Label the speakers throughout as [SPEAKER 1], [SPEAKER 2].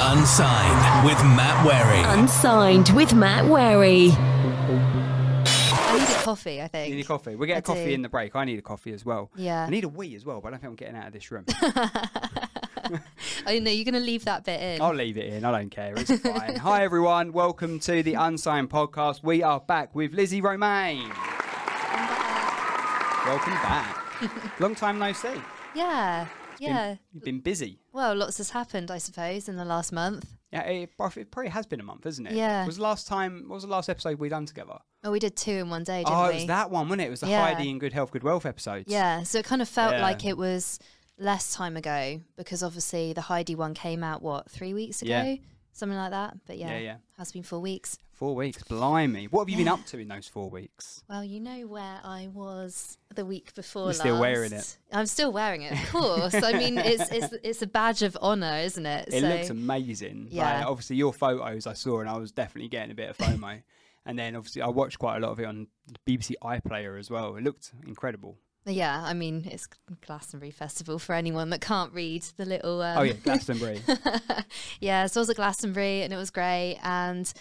[SPEAKER 1] Unsigned with Matt Wary.
[SPEAKER 2] Unsigned with Matt Wary.
[SPEAKER 3] I need a coffee, I think.
[SPEAKER 4] You need a coffee. We get
[SPEAKER 3] I
[SPEAKER 4] a coffee
[SPEAKER 3] do.
[SPEAKER 4] in the break. I need a coffee as well.
[SPEAKER 3] Yeah.
[SPEAKER 4] I need a wee as well, but I don't think I'm getting out of this room.
[SPEAKER 3] oh no, you're gonna leave that bit in.
[SPEAKER 4] I'll leave it in. I don't care. It's fine. Hi everyone. Welcome to the Unsigned Podcast. We are back with Lizzie Romaine. Welcome back. Long time no see. Been-
[SPEAKER 3] yeah, yeah.
[SPEAKER 4] You've been busy.
[SPEAKER 3] Well, lots has happened, I suppose, in the last month.
[SPEAKER 4] Yeah, it, prof- it probably has been a month, hasn't it?
[SPEAKER 3] Yeah.
[SPEAKER 4] Was the last time? What was the last episode we done together?
[SPEAKER 3] Oh, we did two in one day, didn't
[SPEAKER 4] oh,
[SPEAKER 3] we?
[SPEAKER 4] it was that one, wasn't it? It was the
[SPEAKER 3] Yeah.
[SPEAKER 4] Heidi and Good Health, Good Wealth episode.
[SPEAKER 3] Yeah, so it kind of felt
[SPEAKER 4] Yeah.
[SPEAKER 3] like it was less time ago because obviously the Heidi one came out what three weeks ago,
[SPEAKER 4] Yeah.
[SPEAKER 3] something like that. But yeah,
[SPEAKER 4] Yeah, yeah.
[SPEAKER 3] has been four weeks.
[SPEAKER 4] Four weeks. Blimey. What have you been up to in those four weeks?
[SPEAKER 3] Well, you know where I was the week before.
[SPEAKER 4] You're
[SPEAKER 3] last.
[SPEAKER 4] still wearing it.
[SPEAKER 3] I'm still wearing it, of course. I mean, it's it's it's a badge of honor, isn't it?
[SPEAKER 4] It
[SPEAKER 3] so,
[SPEAKER 4] looks amazing.
[SPEAKER 3] Yeah.
[SPEAKER 4] Like, obviously, your photos I saw, and I was definitely getting a bit of FOMO. and then, obviously, I watched quite a lot of it on BBC iPlayer as well. It looked incredible.
[SPEAKER 3] yeah. I mean, it's Glastonbury Festival for anyone that can't read the little. Um,
[SPEAKER 4] oh, yeah, Glastonbury.
[SPEAKER 3] yeah, so I was at Glastonbury and it was great. And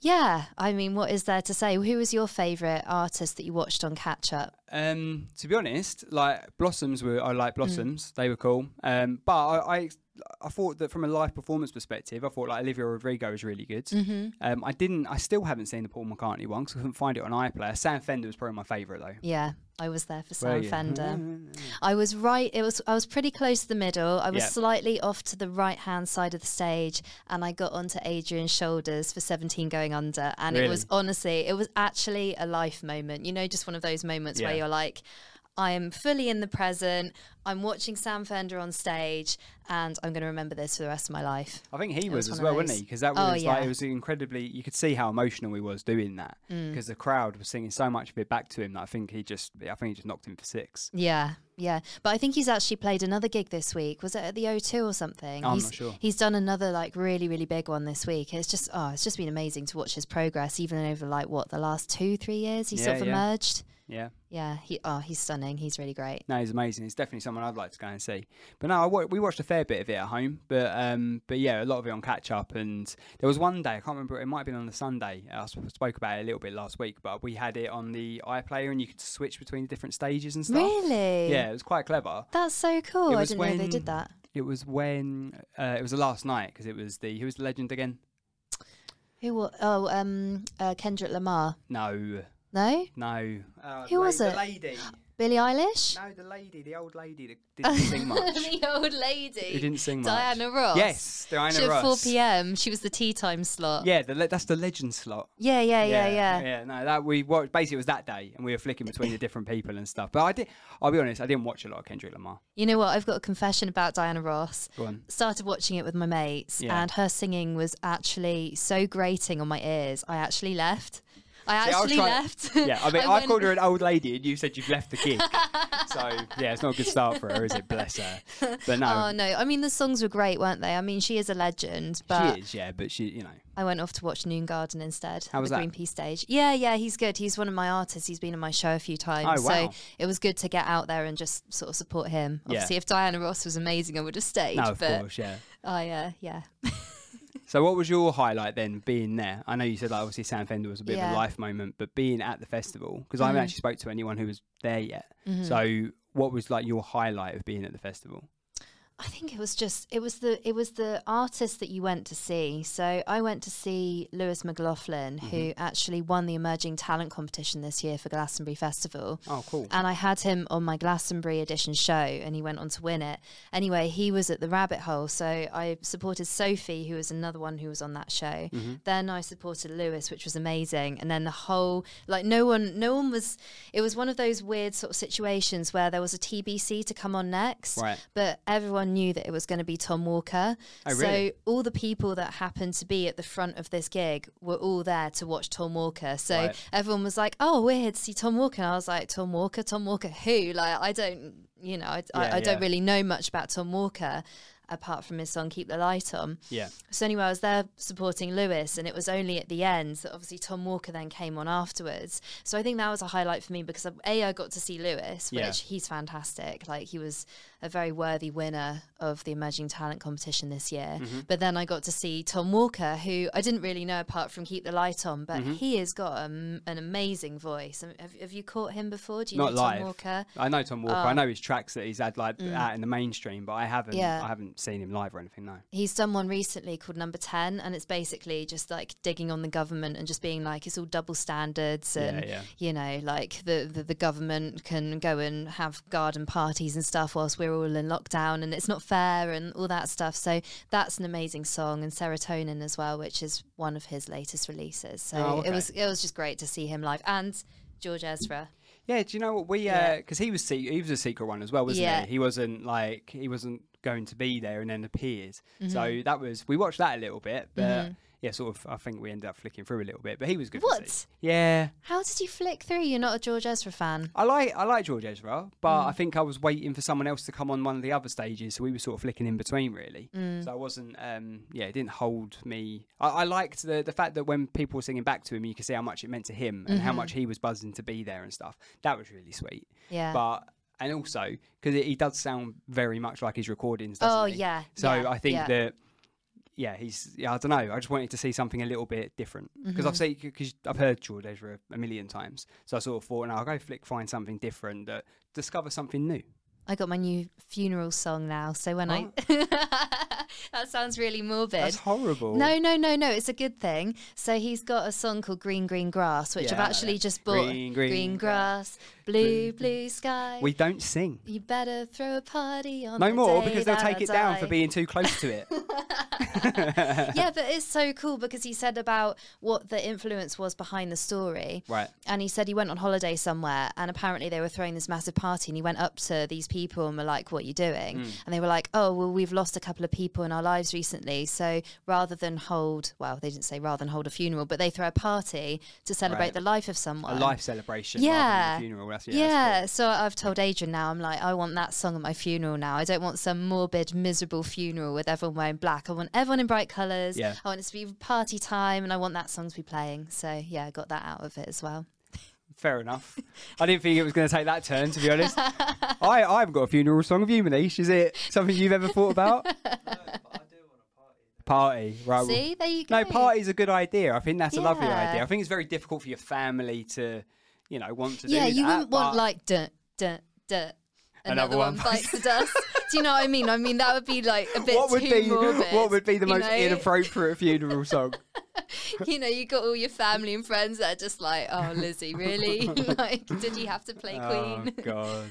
[SPEAKER 3] yeah, I mean, what is there to say? Who was your favourite artist that you watched on Catch Up?
[SPEAKER 4] um, to be honest, like Blossoms were, I like Blossoms. They were cool. Um, but I, I, I thought that from a live performance perspective, I thought like Olivia Rodrigo was really good. Um, I didn't. I still haven't seen the Paul McCartney one because I couldn't find it on iPlayer. Sam Fender was probably my favourite though.
[SPEAKER 3] Yeah, I was there for
[SPEAKER 4] Were
[SPEAKER 3] Sam
[SPEAKER 4] you?
[SPEAKER 3] Fender. I was right. It was I was pretty close to the middle. I was
[SPEAKER 4] Yeah.
[SPEAKER 3] slightly off to the right hand side of the stage, and I got onto Adrian's shoulders for seventeen going under. And it was
[SPEAKER 4] Really?
[SPEAKER 3] honestly, it was actually a life moment. You know, just one of those moments where
[SPEAKER 4] Yeah.
[SPEAKER 3] you're like. I am fully in the present. I'm watching Sam Fender on stage, and I'm going to remember this for the rest of my life.
[SPEAKER 4] I think he
[SPEAKER 3] was one
[SPEAKER 4] was, as
[SPEAKER 3] of
[SPEAKER 4] well, wasn't
[SPEAKER 3] those.
[SPEAKER 4] he? Because that
[SPEAKER 3] Oh,
[SPEAKER 4] was like
[SPEAKER 3] yeah.
[SPEAKER 4] it was incredibly. You could see how emotional he was doing that
[SPEAKER 3] Mm.
[SPEAKER 4] because the crowd was singing so much of it back to him that I think he just, I think he just knocked him for six.
[SPEAKER 3] Yeah, yeah. But I think he's actually played another gig this week. Was it at the O2 or something?
[SPEAKER 4] I'm not
[SPEAKER 3] he's,
[SPEAKER 4] sure.
[SPEAKER 3] He's done another like really, really big one this week. It's just oh, it's just been amazing to watch his progress, even over like what the last two, three years. He's sort
[SPEAKER 4] Yeah,
[SPEAKER 3] of
[SPEAKER 4] yeah.
[SPEAKER 3] emerged.
[SPEAKER 4] Yeah,
[SPEAKER 3] Yeah, he oh, he's stunning. He's really great.
[SPEAKER 4] no, he's amazing. He's definitely someone I'd like to go and see. But no, I wa- we watched a fair bit of it at home, but um, but yeah, a lot of it on catch up. And there was one day I can't remember. It might have been on the Sunday. I sp- spoke about it a little bit last week, but we had it on the iPlayer, and you could switch between the different stages and stuff.
[SPEAKER 3] Really?
[SPEAKER 4] Yeah, it was quite clever.
[SPEAKER 3] That's so
[SPEAKER 4] It
[SPEAKER 3] cool. I
[SPEAKER 4] was
[SPEAKER 3] didn't know they
[SPEAKER 4] when-
[SPEAKER 3] did that.
[SPEAKER 4] It was when uh, it was the last night because it was the who was the legend again?
[SPEAKER 3] Who? wa- Oh, um, uh, Kendrick Lamar.
[SPEAKER 4] No,
[SPEAKER 3] No,
[SPEAKER 4] no. Uh,
[SPEAKER 3] Who was it?
[SPEAKER 4] The lady.
[SPEAKER 3] Billie Eilish.
[SPEAKER 4] No, the lady, the old lady that didn't sing much.
[SPEAKER 3] the old lady.
[SPEAKER 4] Who didn't sing much.
[SPEAKER 3] Diana Ross.
[SPEAKER 4] Yes, Diana
[SPEAKER 3] She at
[SPEAKER 4] Ross.
[SPEAKER 3] 4 p.m. She was the tea time slot.
[SPEAKER 4] Yeah, the, le- that's the legend slot.
[SPEAKER 3] Yeah, yeah, yeah,
[SPEAKER 4] yeah.
[SPEAKER 3] yeah.
[SPEAKER 4] no, that we watched. Basically, it was that day, and we were flicking between the different people and stuff. But I did. I'll be honest, I didn't watch a lot of Kendrick Lamar.
[SPEAKER 3] You know what? I've got a confession about Diana Ross.
[SPEAKER 4] Go on.
[SPEAKER 3] Started watching it with my mates,
[SPEAKER 4] Yeah.
[SPEAKER 3] and her singing was actually so grating on my ears. I actually left. I
[SPEAKER 4] See, I was
[SPEAKER 3] actually
[SPEAKER 4] trying-
[SPEAKER 3] left.
[SPEAKER 4] Yeah, I mean, I have
[SPEAKER 3] went-
[SPEAKER 4] called her an old lady, and you said you've left the gig. so yeah, it's not a good start for her, is it? Bless her. But no,
[SPEAKER 3] Oh no! I mean, the songs were great, weren't they? I mean, she is a legend, but
[SPEAKER 4] she is. Yeah, but she, you know,
[SPEAKER 3] I went off to watch Noon Garden instead.
[SPEAKER 4] How was
[SPEAKER 3] the
[SPEAKER 4] that?
[SPEAKER 3] Greenpeace stage. Yeah, yeah, he's good. He's one of my artists. He's been on my show a few times.
[SPEAKER 4] Oh, wow.
[SPEAKER 3] So it was good to get out there and just sort of support him.
[SPEAKER 4] Yeah.
[SPEAKER 3] Obviously, if Diana Ross was amazing, I would have stayed.
[SPEAKER 4] no, of
[SPEAKER 3] but
[SPEAKER 4] course, yeah.
[SPEAKER 3] I, uh, yeah.
[SPEAKER 4] So, what was your highlight then being there? I know you said like obviously Sam Fender was a bit of
[SPEAKER 3] Yeah. Mm-hmm.
[SPEAKER 4] a life moment, but being at the festival because I haven't actually spoke to anyone who was there yet. So, what was like your highlight of being at the festival?
[SPEAKER 3] I think it was just it was the it was the artist that you went to see. So I went to see Lewis McLaughlin, who actually won the Emerging Talent competition this year for Glastonbury Festival.
[SPEAKER 4] Oh, cool.
[SPEAKER 3] And I had him on my Glastonbury edition show, and he went on to win it. Anyway, he was at the Rabbit Hole, so I supported Sophie, who was another one who was on that show.
[SPEAKER 4] Mm-hmm.
[SPEAKER 3] Then I supported Lewis, which was amazing. And then the whole like no one, no one was. It was one of those weird sort of situations where there was a TBC to come on next,
[SPEAKER 4] Right.
[SPEAKER 3] but everyone knew that it was going to be Tom Walker.
[SPEAKER 4] Oh, really?
[SPEAKER 3] So all the people that happened to be at the front of this gig were all there to watch Tom Walker. So
[SPEAKER 4] Right.
[SPEAKER 3] everyone was like, "Oh, we're here to see Tom Walker." And I was like, "Tom Walker, Tom Walker, who?" Like, I don't, you know, I, I,
[SPEAKER 4] Yeah,
[SPEAKER 3] I don't
[SPEAKER 4] yeah.
[SPEAKER 3] really know much about Tom Walker apart from his song "Keep the Light On."
[SPEAKER 4] Yeah.
[SPEAKER 3] So anyway, I was there supporting Lewis, and it was only at the end that obviously Tom Walker then came on afterwards. uh, So I think that was a highlight for me because a I got to see Lewis, which
[SPEAKER 4] Yeah.
[SPEAKER 3] he's fantastic. Like he was a very worthy winner of the Emerging Talent competition this year.
[SPEAKER 4] Mm-hmm.
[SPEAKER 3] But then I got to see Tom Walker, who I didn't really know apart from Keep the Light On, but
[SPEAKER 4] Mm-hmm.
[SPEAKER 3] he has got um, an amazing voice. Um, Have, have you caught him before? Do you
[SPEAKER 4] Not
[SPEAKER 3] know
[SPEAKER 4] live.
[SPEAKER 3] Tom Walker? Oh. Mm.
[SPEAKER 4] I know Tom Walker. I know his tracks that he's had like out in the mainstream, but I haven't.
[SPEAKER 3] Yeah.
[SPEAKER 4] I haven't seen him live or anything. No.
[SPEAKER 3] He's done one recently called Number 10, and it's basically just like digging on the government and just being like, it's all double standards. And,
[SPEAKER 4] yeah.
[SPEAKER 3] you know, like the, the, the government can go and have garden parties and stuff whilst we're all in lockdown, and it's not fair and all that stuff. So that's an amazing song, and Serotonin as well, which is one of his latest releases. So
[SPEAKER 4] Oh, okay.
[SPEAKER 3] it was it was just great to see him live. And George Ezra.
[SPEAKER 4] Yeah. Do you know what we?
[SPEAKER 3] Yeah.
[SPEAKER 4] Because he was se- he was a secret one as well, wasn't
[SPEAKER 3] Yeah.
[SPEAKER 4] he? He wasn't like he wasn't going to be there and then appeared.
[SPEAKER 3] Mm-hmm.
[SPEAKER 4] So that was we watched that a little bit, but yeah, sort of. I think we ended up flicking through a little bit, but he was good. to see.
[SPEAKER 3] What?
[SPEAKER 4] Yeah.
[SPEAKER 3] How did you flick through? You're not a George Ezra fan.
[SPEAKER 4] I like I like George Ezra,
[SPEAKER 3] Mm.
[SPEAKER 4] but I think I was waiting for someone else to come on one of the other stages, so we were sort of flicking in between really.
[SPEAKER 3] Mm.
[SPEAKER 4] So I wasn't, um, yeah, it didn't hold me. I, I liked the the fact that when people were singing back to him, you could see how much it meant to him and
[SPEAKER 3] Mm-hmm.
[SPEAKER 4] how much he was buzzing to be there and stuff. That was really sweet.
[SPEAKER 3] Yeah.
[SPEAKER 4] But and also because he does sound very much like his recordings. Doesn't
[SPEAKER 3] Oh,
[SPEAKER 4] he?
[SPEAKER 3] yeah,
[SPEAKER 4] So
[SPEAKER 3] yeah,
[SPEAKER 4] I think
[SPEAKER 3] yeah.
[SPEAKER 4] that. Yeah, he's. Yeah, I don't know. I just wanted to see something a little bit different because
[SPEAKER 3] Mm-hmm.
[SPEAKER 4] I've seen because I've heard George Ezra a million times. So I sort of thought, now I'll go flick find something different that discover something new.
[SPEAKER 3] I got my new funeral song now. So when I. that sounds really morbid.
[SPEAKER 4] Oh. That's horrible.
[SPEAKER 3] No, no, no, no. It's a good thing. So he's got a song called Green Green Grass, which
[SPEAKER 4] Yeah,
[SPEAKER 3] I've
[SPEAKER 4] I know
[SPEAKER 3] actually
[SPEAKER 4] that.
[SPEAKER 3] just bought.
[SPEAKER 4] Green, green
[SPEAKER 3] grass, blue blue sky.
[SPEAKER 4] we don't sing.
[SPEAKER 3] you better throw a party on.
[SPEAKER 4] No
[SPEAKER 3] the
[SPEAKER 4] more
[SPEAKER 3] day
[SPEAKER 4] because they'll
[SPEAKER 3] that I
[SPEAKER 4] take it down for
[SPEAKER 3] die.
[SPEAKER 4] being too close to it.
[SPEAKER 3] yeah, but it's so cool because he said about what the influence was behind the story.
[SPEAKER 4] Right.
[SPEAKER 3] And he said he went on holiday somewhere and apparently they were throwing this massive party and he went up to these people and were like, What are you doing?
[SPEAKER 4] Hmm.
[SPEAKER 3] And they were like, Oh, well, we've lost a couple of people in our lives recently. So rather than hold, well, they didn't say rather than hold a funeral, but they throw a party to celebrate
[SPEAKER 4] Right.
[SPEAKER 3] the life of someone.
[SPEAKER 4] a life celebration. Rather than
[SPEAKER 3] Yeah.
[SPEAKER 4] a funeral. That's, yeah.
[SPEAKER 3] Yeah,
[SPEAKER 4] that's
[SPEAKER 3] so I've told Adrian now, I'm like, I want that song at my funeral now. I don't want some morbid, miserable funeral with everyone wearing black. I want everyone in bright colours.
[SPEAKER 4] Yeah.
[SPEAKER 3] I want it to be party time and I want that song to be playing. So yeah, I got that out of it as well.
[SPEAKER 4] cool. Fair enough. I didn't think it was going to take that turn, to be honest. I, I haven't got a funeral song of you, Manish. Is it something you've ever thought about? Party, right? well-
[SPEAKER 3] See, there you go.
[SPEAKER 4] No, party's a good idea. I think that's a lovely
[SPEAKER 3] Yeah.
[SPEAKER 4] idea. I think it's very difficult for your family to, you know, want to
[SPEAKER 3] Yeah,
[SPEAKER 4] do
[SPEAKER 3] you
[SPEAKER 4] that,
[SPEAKER 3] wouldn't want
[SPEAKER 4] but-
[SPEAKER 3] like duh, duh, duh.
[SPEAKER 4] Another
[SPEAKER 3] Another one
[SPEAKER 4] one
[SPEAKER 3] bites the dust. Do you know what I mean? I mean that would be like a bit
[SPEAKER 4] what would
[SPEAKER 3] too
[SPEAKER 4] be
[SPEAKER 3] morbid,
[SPEAKER 4] what would be the
[SPEAKER 3] you
[SPEAKER 4] most
[SPEAKER 3] know?
[SPEAKER 4] inappropriate funeral song?
[SPEAKER 3] You know, you got all your family and friends that are just like, "Oh, Lizzie, really? like, did you have to play
[SPEAKER 4] oh
[SPEAKER 3] Queen?"
[SPEAKER 4] God,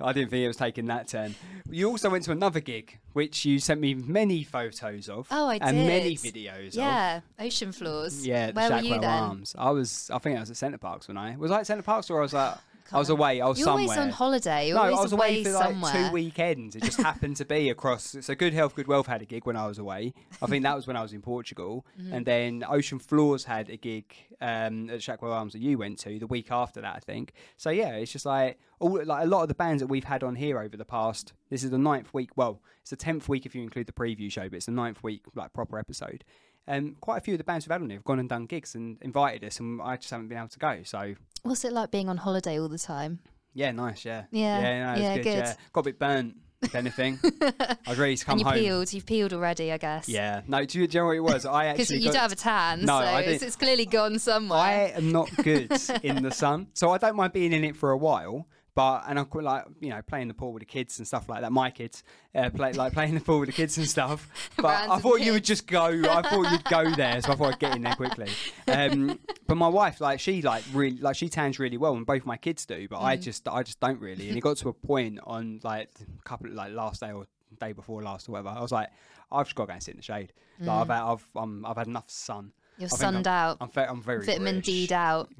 [SPEAKER 4] I didn't think it was taking that turn. You also went to another gig, which you sent me many photos of.
[SPEAKER 3] Oh, I
[SPEAKER 4] and many
[SPEAKER 3] did.
[SPEAKER 4] videos. Of.
[SPEAKER 3] Yeah, ocean floors.
[SPEAKER 4] Yeah, the
[SPEAKER 3] where were you
[SPEAKER 4] Shackwell
[SPEAKER 3] then?
[SPEAKER 4] Arms. I was, I think I was at Centre Parks when I was I at Centre Parks or I was at, I was
[SPEAKER 3] remember.
[SPEAKER 4] away. I was
[SPEAKER 3] You're
[SPEAKER 4] somewhere.
[SPEAKER 3] always on holiday. You're
[SPEAKER 4] No, I
[SPEAKER 3] always
[SPEAKER 4] was
[SPEAKER 3] away,
[SPEAKER 4] away for
[SPEAKER 3] somewhere.
[SPEAKER 4] like two weekends. It just happened to be across. So Good Health, Good Wealth had a gig when I was away. I think that was when I was in Portugal,
[SPEAKER 3] Mm-hmm.
[SPEAKER 4] and then Ocean Floors had a gig um, at Shackwell Arms that you went to the week after that, I think. So yeah, it's just like all like a lot of the bands that we've had on here over the past. This is the ninth week. Well, it's the tenth week if you include the preview show, but it's the ninth week like proper episode. Um, quite a few of the bands we've had on here have gone and done gigs and invited us, and I just haven't been able to go. So
[SPEAKER 3] What's it like being on holiday all the time?
[SPEAKER 4] yeah, nice. Yeah.
[SPEAKER 3] Yeah,
[SPEAKER 4] Yeah. No, it was
[SPEAKER 3] yeah,
[SPEAKER 4] good,
[SPEAKER 3] good.
[SPEAKER 4] Yeah. Got a bit burnt, if anything. I was ready to come
[SPEAKER 3] and you
[SPEAKER 4] home.
[SPEAKER 3] peeled. You've peeled already, I guess.
[SPEAKER 4] Yeah. No. Do you, do you know what it was? I
[SPEAKER 3] Because
[SPEAKER 4] actually.
[SPEAKER 3] you
[SPEAKER 4] got-
[SPEAKER 3] don't have a tan,
[SPEAKER 4] No,
[SPEAKER 3] so
[SPEAKER 4] I
[SPEAKER 3] it's,
[SPEAKER 4] didn't-
[SPEAKER 3] it's clearly gone somewhere.
[SPEAKER 4] I am not good in the sun, so I don't mind being in it for a while. But and I'm quite like you know playing the pool with the kids and stuff like that. My kids uh, play like playing the pool with the kids and stuff. But I
[SPEAKER 3] Random
[SPEAKER 4] thought you would
[SPEAKER 3] kids.
[SPEAKER 4] just go. I thought you'd go there, so I thought I'd get in there quickly. Um, but my wife, like she like really like she tans really well, and both my kids do. But
[SPEAKER 3] Mm.
[SPEAKER 4] I just I just don't really. And it got to a point on like a couple like last day or day before last or whatever. I was like, I've just got to go and sit in the shade. Like I've had, I've um, I've had enough sun.
[SPEAKER 3] Mm. You're
[SPEAKER 4] I think
[SPEAKER 3] sunned
[SPEAKER 4] I'm,
[SPEAKER 3] out.
[SPEAKER 4] I'm, fe- I'm very
[SPEAKER 3] Vitamin
[SPEAKER 4] British.
[SPEAKER 3] D'd out.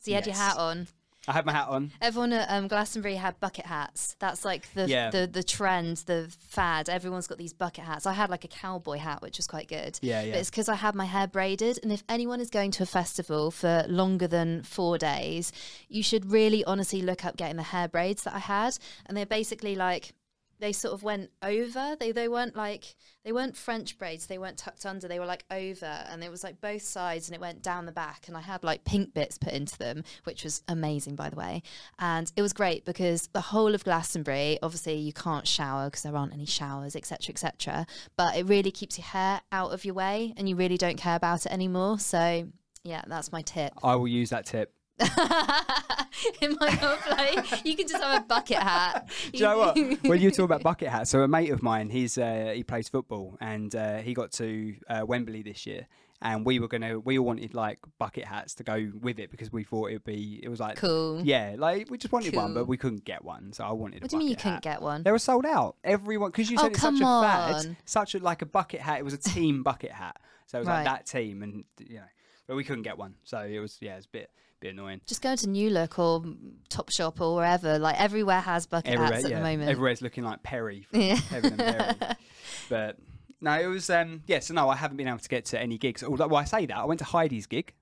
[SPEAKER 3] So you had your
[SPEAKER 4] Yes.
[SPEAKER 3] hat on.
[SPEAKER 4] I had my hat on.
[SPEAKER 3] Everyone at um, Glastonbury had bucket hats. That's like the,
[SPEAKER 4] Yeah.
[SPEAKER 3] the the trend, the fad. Everyone's got these bucket hats. I had like a cowboy hat, which was quite good.
[SPEAKER 4] Yeah, yeah.
[SPEAKER 3] But it's because I had my hair braided. And if anyone is going to a festival for longer than four days, you should really honestly look up getting the hair braids that I had. And they're basically like they sort of went over. They they weren't like they weren't French braids. They weren't tucked under. They were like over, and it was like both sides, and it went down the back. And I had like pink bits put into them, which was amazing, by the way. And it was great because the whole of Glastonbury, obviously, you can't shower because there aren't any showers, etc., etc. But it really keeps your hair out of your way, and you really don't care about it anymore. So yeah, that's my tip.
[SPEAKER 4] I will use that tip.
[SPEAKER 3] in my whole play. You can just have a bucket hat.
[SPEAKER 4] Do you know what? when you talk about bucket hats, so a mate of mine, he's uh, he plays football, and uh, he got to uh, Wembley this year, and we were gonna, we all wanted like bucket hats to go with it because we thought it'd be, it was like
[SPEAKER 3] Cool.
[SPEAKER 4] yeah, like we just wanted one,
[SPEAKER 3] Cool.
[SPEAKER 4] but we couldn't get one, so I wanted.
[SPEAKER 3] What
[SPEAKER 4] a
[SPEAKER 3] do you mean you
[SPEAKER 4] bucket
[SPEAKER 3] couldn't
[SPEAKER 4] hat.
[SPEAKER 3] get one?
[SPEAKER 4] They were sold out. Everyone, because you
[SPEAKER 3] Oh,
[SPEAKER 4] said it's such
[SPEAKER 3] come
[SPEAKER 4] a fad,
[SPEAKER 3] on.
[SPEAKER 4] such a like a bucket hat. It was a team bucket hat, so it was
[SPEAKER 3] Right.
[SPEAKER 4] like that team, and you know, but we couldn't get one, so it was yeah, it's a bit bit annoying.
[SPEAKER 3] Just go to New Look or Topshop or wherever. Like everywhere has bucket
[SPEAKER 4] everywhere,
[SPEAKER 3] hats at
[SPEAKER 4] yeah.
[SPEAKER 3] the moment.
[SPEAKER 4] Everywhere's looking like Perry from Heaven and Perry. But no, it was um yeah, so no, I haven't been able to get to any gigs. Although well, I say that, I went to Heidi's gig.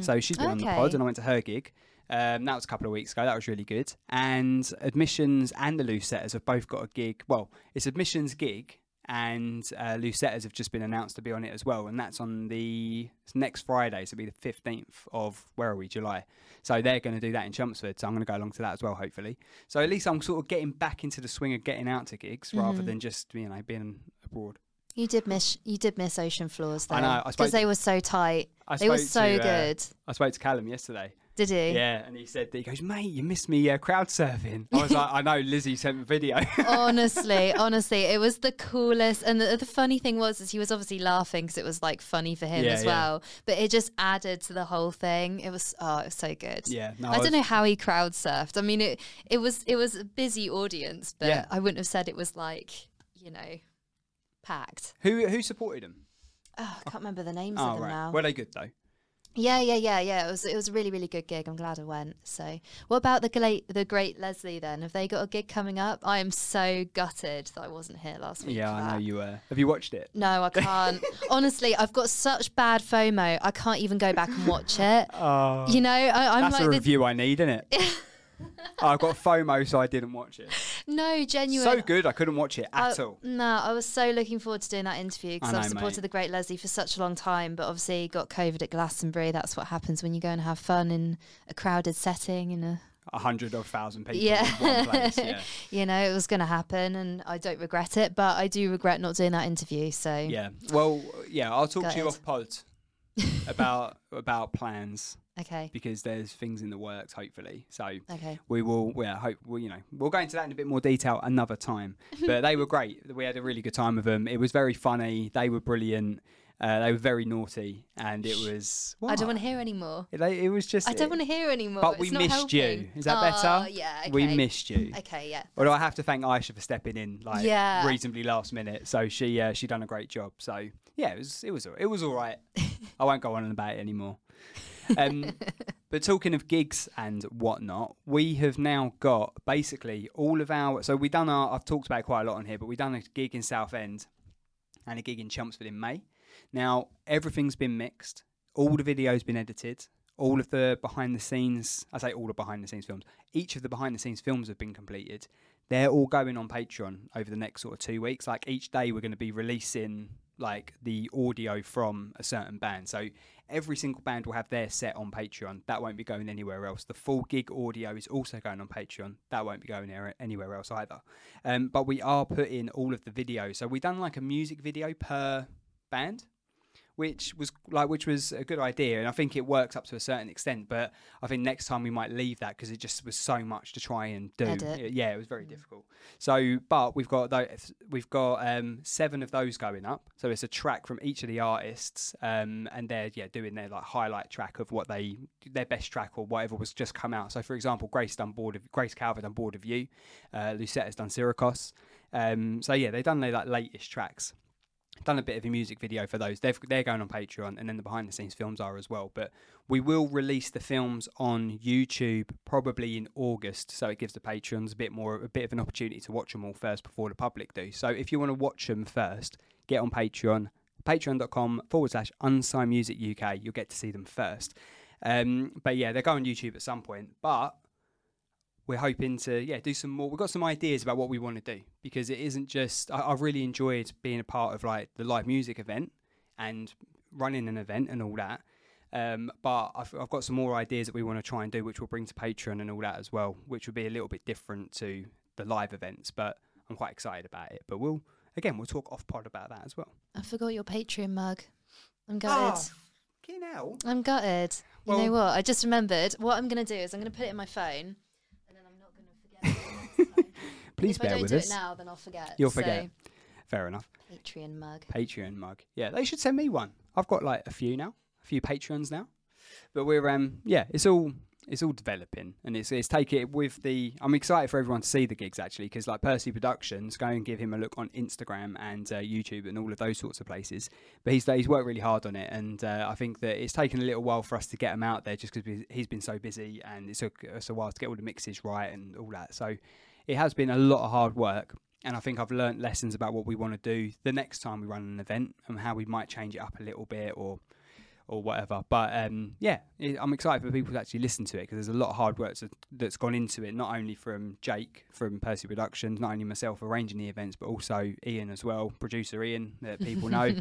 [SPEAKER 4] So she's been on the pod
[SPEAKER 3] Okay.
[SPEAKER 4] and I went to her gig. Um, that was a couple of weeks ago. That was really good. And admissions and the Lucetters have both got a gig. Well, it's admissions gig and uh, Lucetters have just been announced to be on it as well. And that's on the it's next Friday, so it'll be the 15th of, where are we, July. So they're going to do that in Chelmsford. So I'm going to go along to that as well, hopefully. So at least I'm sort of getting back into the swing of getting out to gigs rather than just, you know, being abroad.
[SPEAKER 3] You did miss you did miss ocean floors though.
[SPEAKER 4] I know, I spoke-
[SPEAKER 3] Because they were so tight.
[SPEAKER 4] I
[SPEAKER 3] they were
[SPEAKER 4] spoke
[SPEAKER 3] so
[SPEAKER 4] to, uh,
[SPEAKER 3] good.
[SPEAKER 4] I spoke to Callum yesterday.
[SPEAKER 3] Did you?
[SPEAKER 4] Yeah, and he said that he goes, mate, you missed me uh, crowd surfing. I was like, I know, Lizzie sent me video.
[SPEAKER 3] honestly, honestly, it was the coolest. And the, the funny thing was, is he was obviously laughing because it was like funny for him
[SPEAKER 4] Yeah,
[SPEAKER 3] as
[SPEAKER 4] yeah.
[SPEAKER 3] well. But it just added to the whole thing. It was oh, it was so good.
[SPEAKER 4] Yeah, no,
[SPEAKER 3] I,
[SPEAKER 4] I was-
[SPEAKER 3] don't know how he crowd surfed. I mean, it it was it was a busy audience, but
[SPEAKER 4] Yeah.
[SPEAKER 3] I wouldn't have said it was like you know packed.
[SPEAKER 4] who who supported him?
[SPEAKER 3] Oh, I can't remember the names of
[SPEAKER 4] Oh,
[SPEAKER 3] them
[SPEAKER 4] right.
[SPEAKER 3] now.
[SPEAKER 4] Were they good though?
[SPEAKER 3] Yeah, yeah, yeah, yeah. It was it was a really really good gig. I'm glad I went. So, what about the great the great Leslie then? Have they got a gig coming up? I am so gutted that I wasn't here last week.
[SPEAKER 4] Yeah,
[SPEAKER 3] for
[SPEAKER 4] I know
[SPEAKER 3] that.
[SPEAKER 4] you were. Have you watched it?
[SPEAKER 3] No, I can't. Honestly, I've got such bad FOMO. I can't even go back and watch it. you know, I, I'm
[SPEAKER 4] Oh, That's
[SPEAKER 3] like,
[SPEAKER 4] a
[SPEAKER 3] the,
[SPEAKER 4] review I need, isn't it? Ah, I've got FOMO, so I didn't watch it.
[SPEAKER 3] no, genuine.
[SPEAKER 4] So good, I couldn't watch it
[SPEAKER 3] I-
[SPEAKER 4] at all.
[SPEAKER 3] No, I was so looking forward to doing that interview because
[SPEAKER 4] I
[SPEAKER 3] I've
[SPEAKER 4] know,
[SPEAKER 3] supported
[SPEAKER 4] mate.
[SPEAKER 3] the great Leslie for such a long time, but obviously got COVID at Glastonbury. That's what happens when you go and have fun in a crowded setting. In a,
[SPEAKER 4] A hundred or thousand people
[SPEAKER 3] Yeah.
[SPEAKER 4] in one place. Yeah.
[SPEAKER 3] you know, it was going to happen, and I don't regret it, but I do regret not doing that interview. So
[SPEAKER 4] Yeah. Well, yeah, I'll talk
[SPEAKER 3] Got
[SPEAKER 4] to you
[SPEAKER 3] it.
[SPEAKER 4] off pod about about plans
[SPEAKER 3] okay,
[SPEAKER 4] because there's things in the works hopefully. So
[SPEAKER 3] okay,
[SPEAKER 4] we will yeah, hope we you know, we'll go into that in a bit more detail another time. But they were great. We had a really good time with them. It was very funny. They were brilliant. Uh, they were very naughty and it was
[SPEAKER 3] I don't
[SPEAKER 4] What?
[SPEAKER 3] want to hear anymore.
[SPEAKER 4] They- it was just
[SPEAKER 3] I don't want to hear anymore.
[SPEAKER 4] But
[SPEAKER 3] It's
[SPEAKER 4] we
[SPEAKER 3] not
[SPEAKER 4] missed you.
[SPEAKER 3] helping.
[SPEAKER 4] Is that
[SPEAKER 3] Oh,
[SPEAKER 4] better?
[SPEAKER 3] Yeah.
[SPEAKER 4] We
[SPEAKER 3] okay.
[SPEAKER 4] missed you.
[SPEAKER 3] Okay, yeah.
[SPEAKER 4] Although I have to thank Aisha for stepping in, like
[SPEAKER 3] Yeah.
[SPEAKER 4] reasonably last minute. So she uh, she done a great job. So yeah, it was it was it was all right. I won't go on and about it anymore. Um, but talking of gigs and whatnot, we have now got basically all of our. So we done our. I've talked about it quite a lot on here, but we done a gig in Southend and a gig in Chelmsford in May. Now everything's been mixed. All the videos been edited. All of the behind the scenes, I say all the behind the scenes films. Each of the behind the scenes films have been completed. They're all going on Patreon over the next sort of two weeks. Like each day, we're going to be releasing like the audio from a certain band. So every single band will have their set on Patreon. That won't be going anywhere else. The full gig audio is also going on Patreon. That won't be going there- anywhere else either. Um, but we are putting all of the videos. So we've done like a music video per band which was like which was a good idea and i think it works up to a certain extent but i think next time we might leave that because it just was so much to try and do
[SPEAKER 3] Edit.
[SPEAKER 4] yeah it was very difficult so but we've got those we've got um seven of those going up so it's a track from each of the artists um and they're yeah doing their like highlight track of what they their best track or whatever was just come out so for example grace done board of grace calvert done board of you uh lucetta's done syracuse um so yeah they've done their like latest tracks done a bit of a music video for those. They've, they're going on Patreon, and then the behind the scenes films are as well. But we will release the films on YouTube probably in August, so it gives the patrons a bit more a bit of an opportunity to watch them all first before the public do. So if you want to watch them first, get on Patreon, patreon.com forward slash unsigned music UK. You'll get to see them first. Um, but yeah, they go on YouTube at some point. But we're hoping to yeah do some more. We've got some ideas about what we want to do because it isn't just. I, I've really enjoyed being a part of like the live music event and running an event and all that. Um, but I've, I've got some more ideas that we want to try and do, which we'll bring to Patreon and all that as well, which will be a little bit different to the live events. But I'm quite excited about it. But we'll again we'll talk off pod about that as well.
[SPEAKER 3] I forgot your Patreon mug. I'm gutted.
[SPEAKER 4] fucking hell.
[SPEAKER 3] I'm gutted. You
[SPEAKER 4] Well-
[SPEAKER 3] know what? I just remembered. What I'm going to do is I'm going to put it in my phone.
[SPEAKER 4] Please
[SPEAKER 3] if
[SPEAKER 4] bear
[SPEAKER 3] I don't
[SPEAKER 4] with
[SPEAKER 3] do
[SPEAKER 4] us.
[SPEAKER 3] it now, then I'll forget.
[SPEAKER 4] You'll
[SPEAKER 3] So,
[SPEAKER 4] forget. Fair enough.
[SPEAKER 3] Patreon mug.
[SPEAKER 4] Patreon mug. Yeah, they should send me one. I've got like a few now, a few Patreons now. But we're um yeah, it's all it's all developing and it's it's take it with the I'm excited for everyone to see the gigs actually because like Percy Productions go and give him a look on Instagram and uh, YouTube and all of those sorts of places. But he's he's worked really hard on it and uh, I think that it's taken a little while for us to get him out there just because he's been so busy and it's took us a while to get all the mixes right and all that. So it has been a lot of hard work and I think I've learnt lessons about what we want to do the next time we run an event and how we might change it up a little bit or or whatever. But um, yeah, it, I'm excited for people to actually listen to it because there's a lot of hard work that's, that's gone into it, not only from Jake from Percy Productions, not only myself arranging the events, but also Ian as well, producer Ian that people know.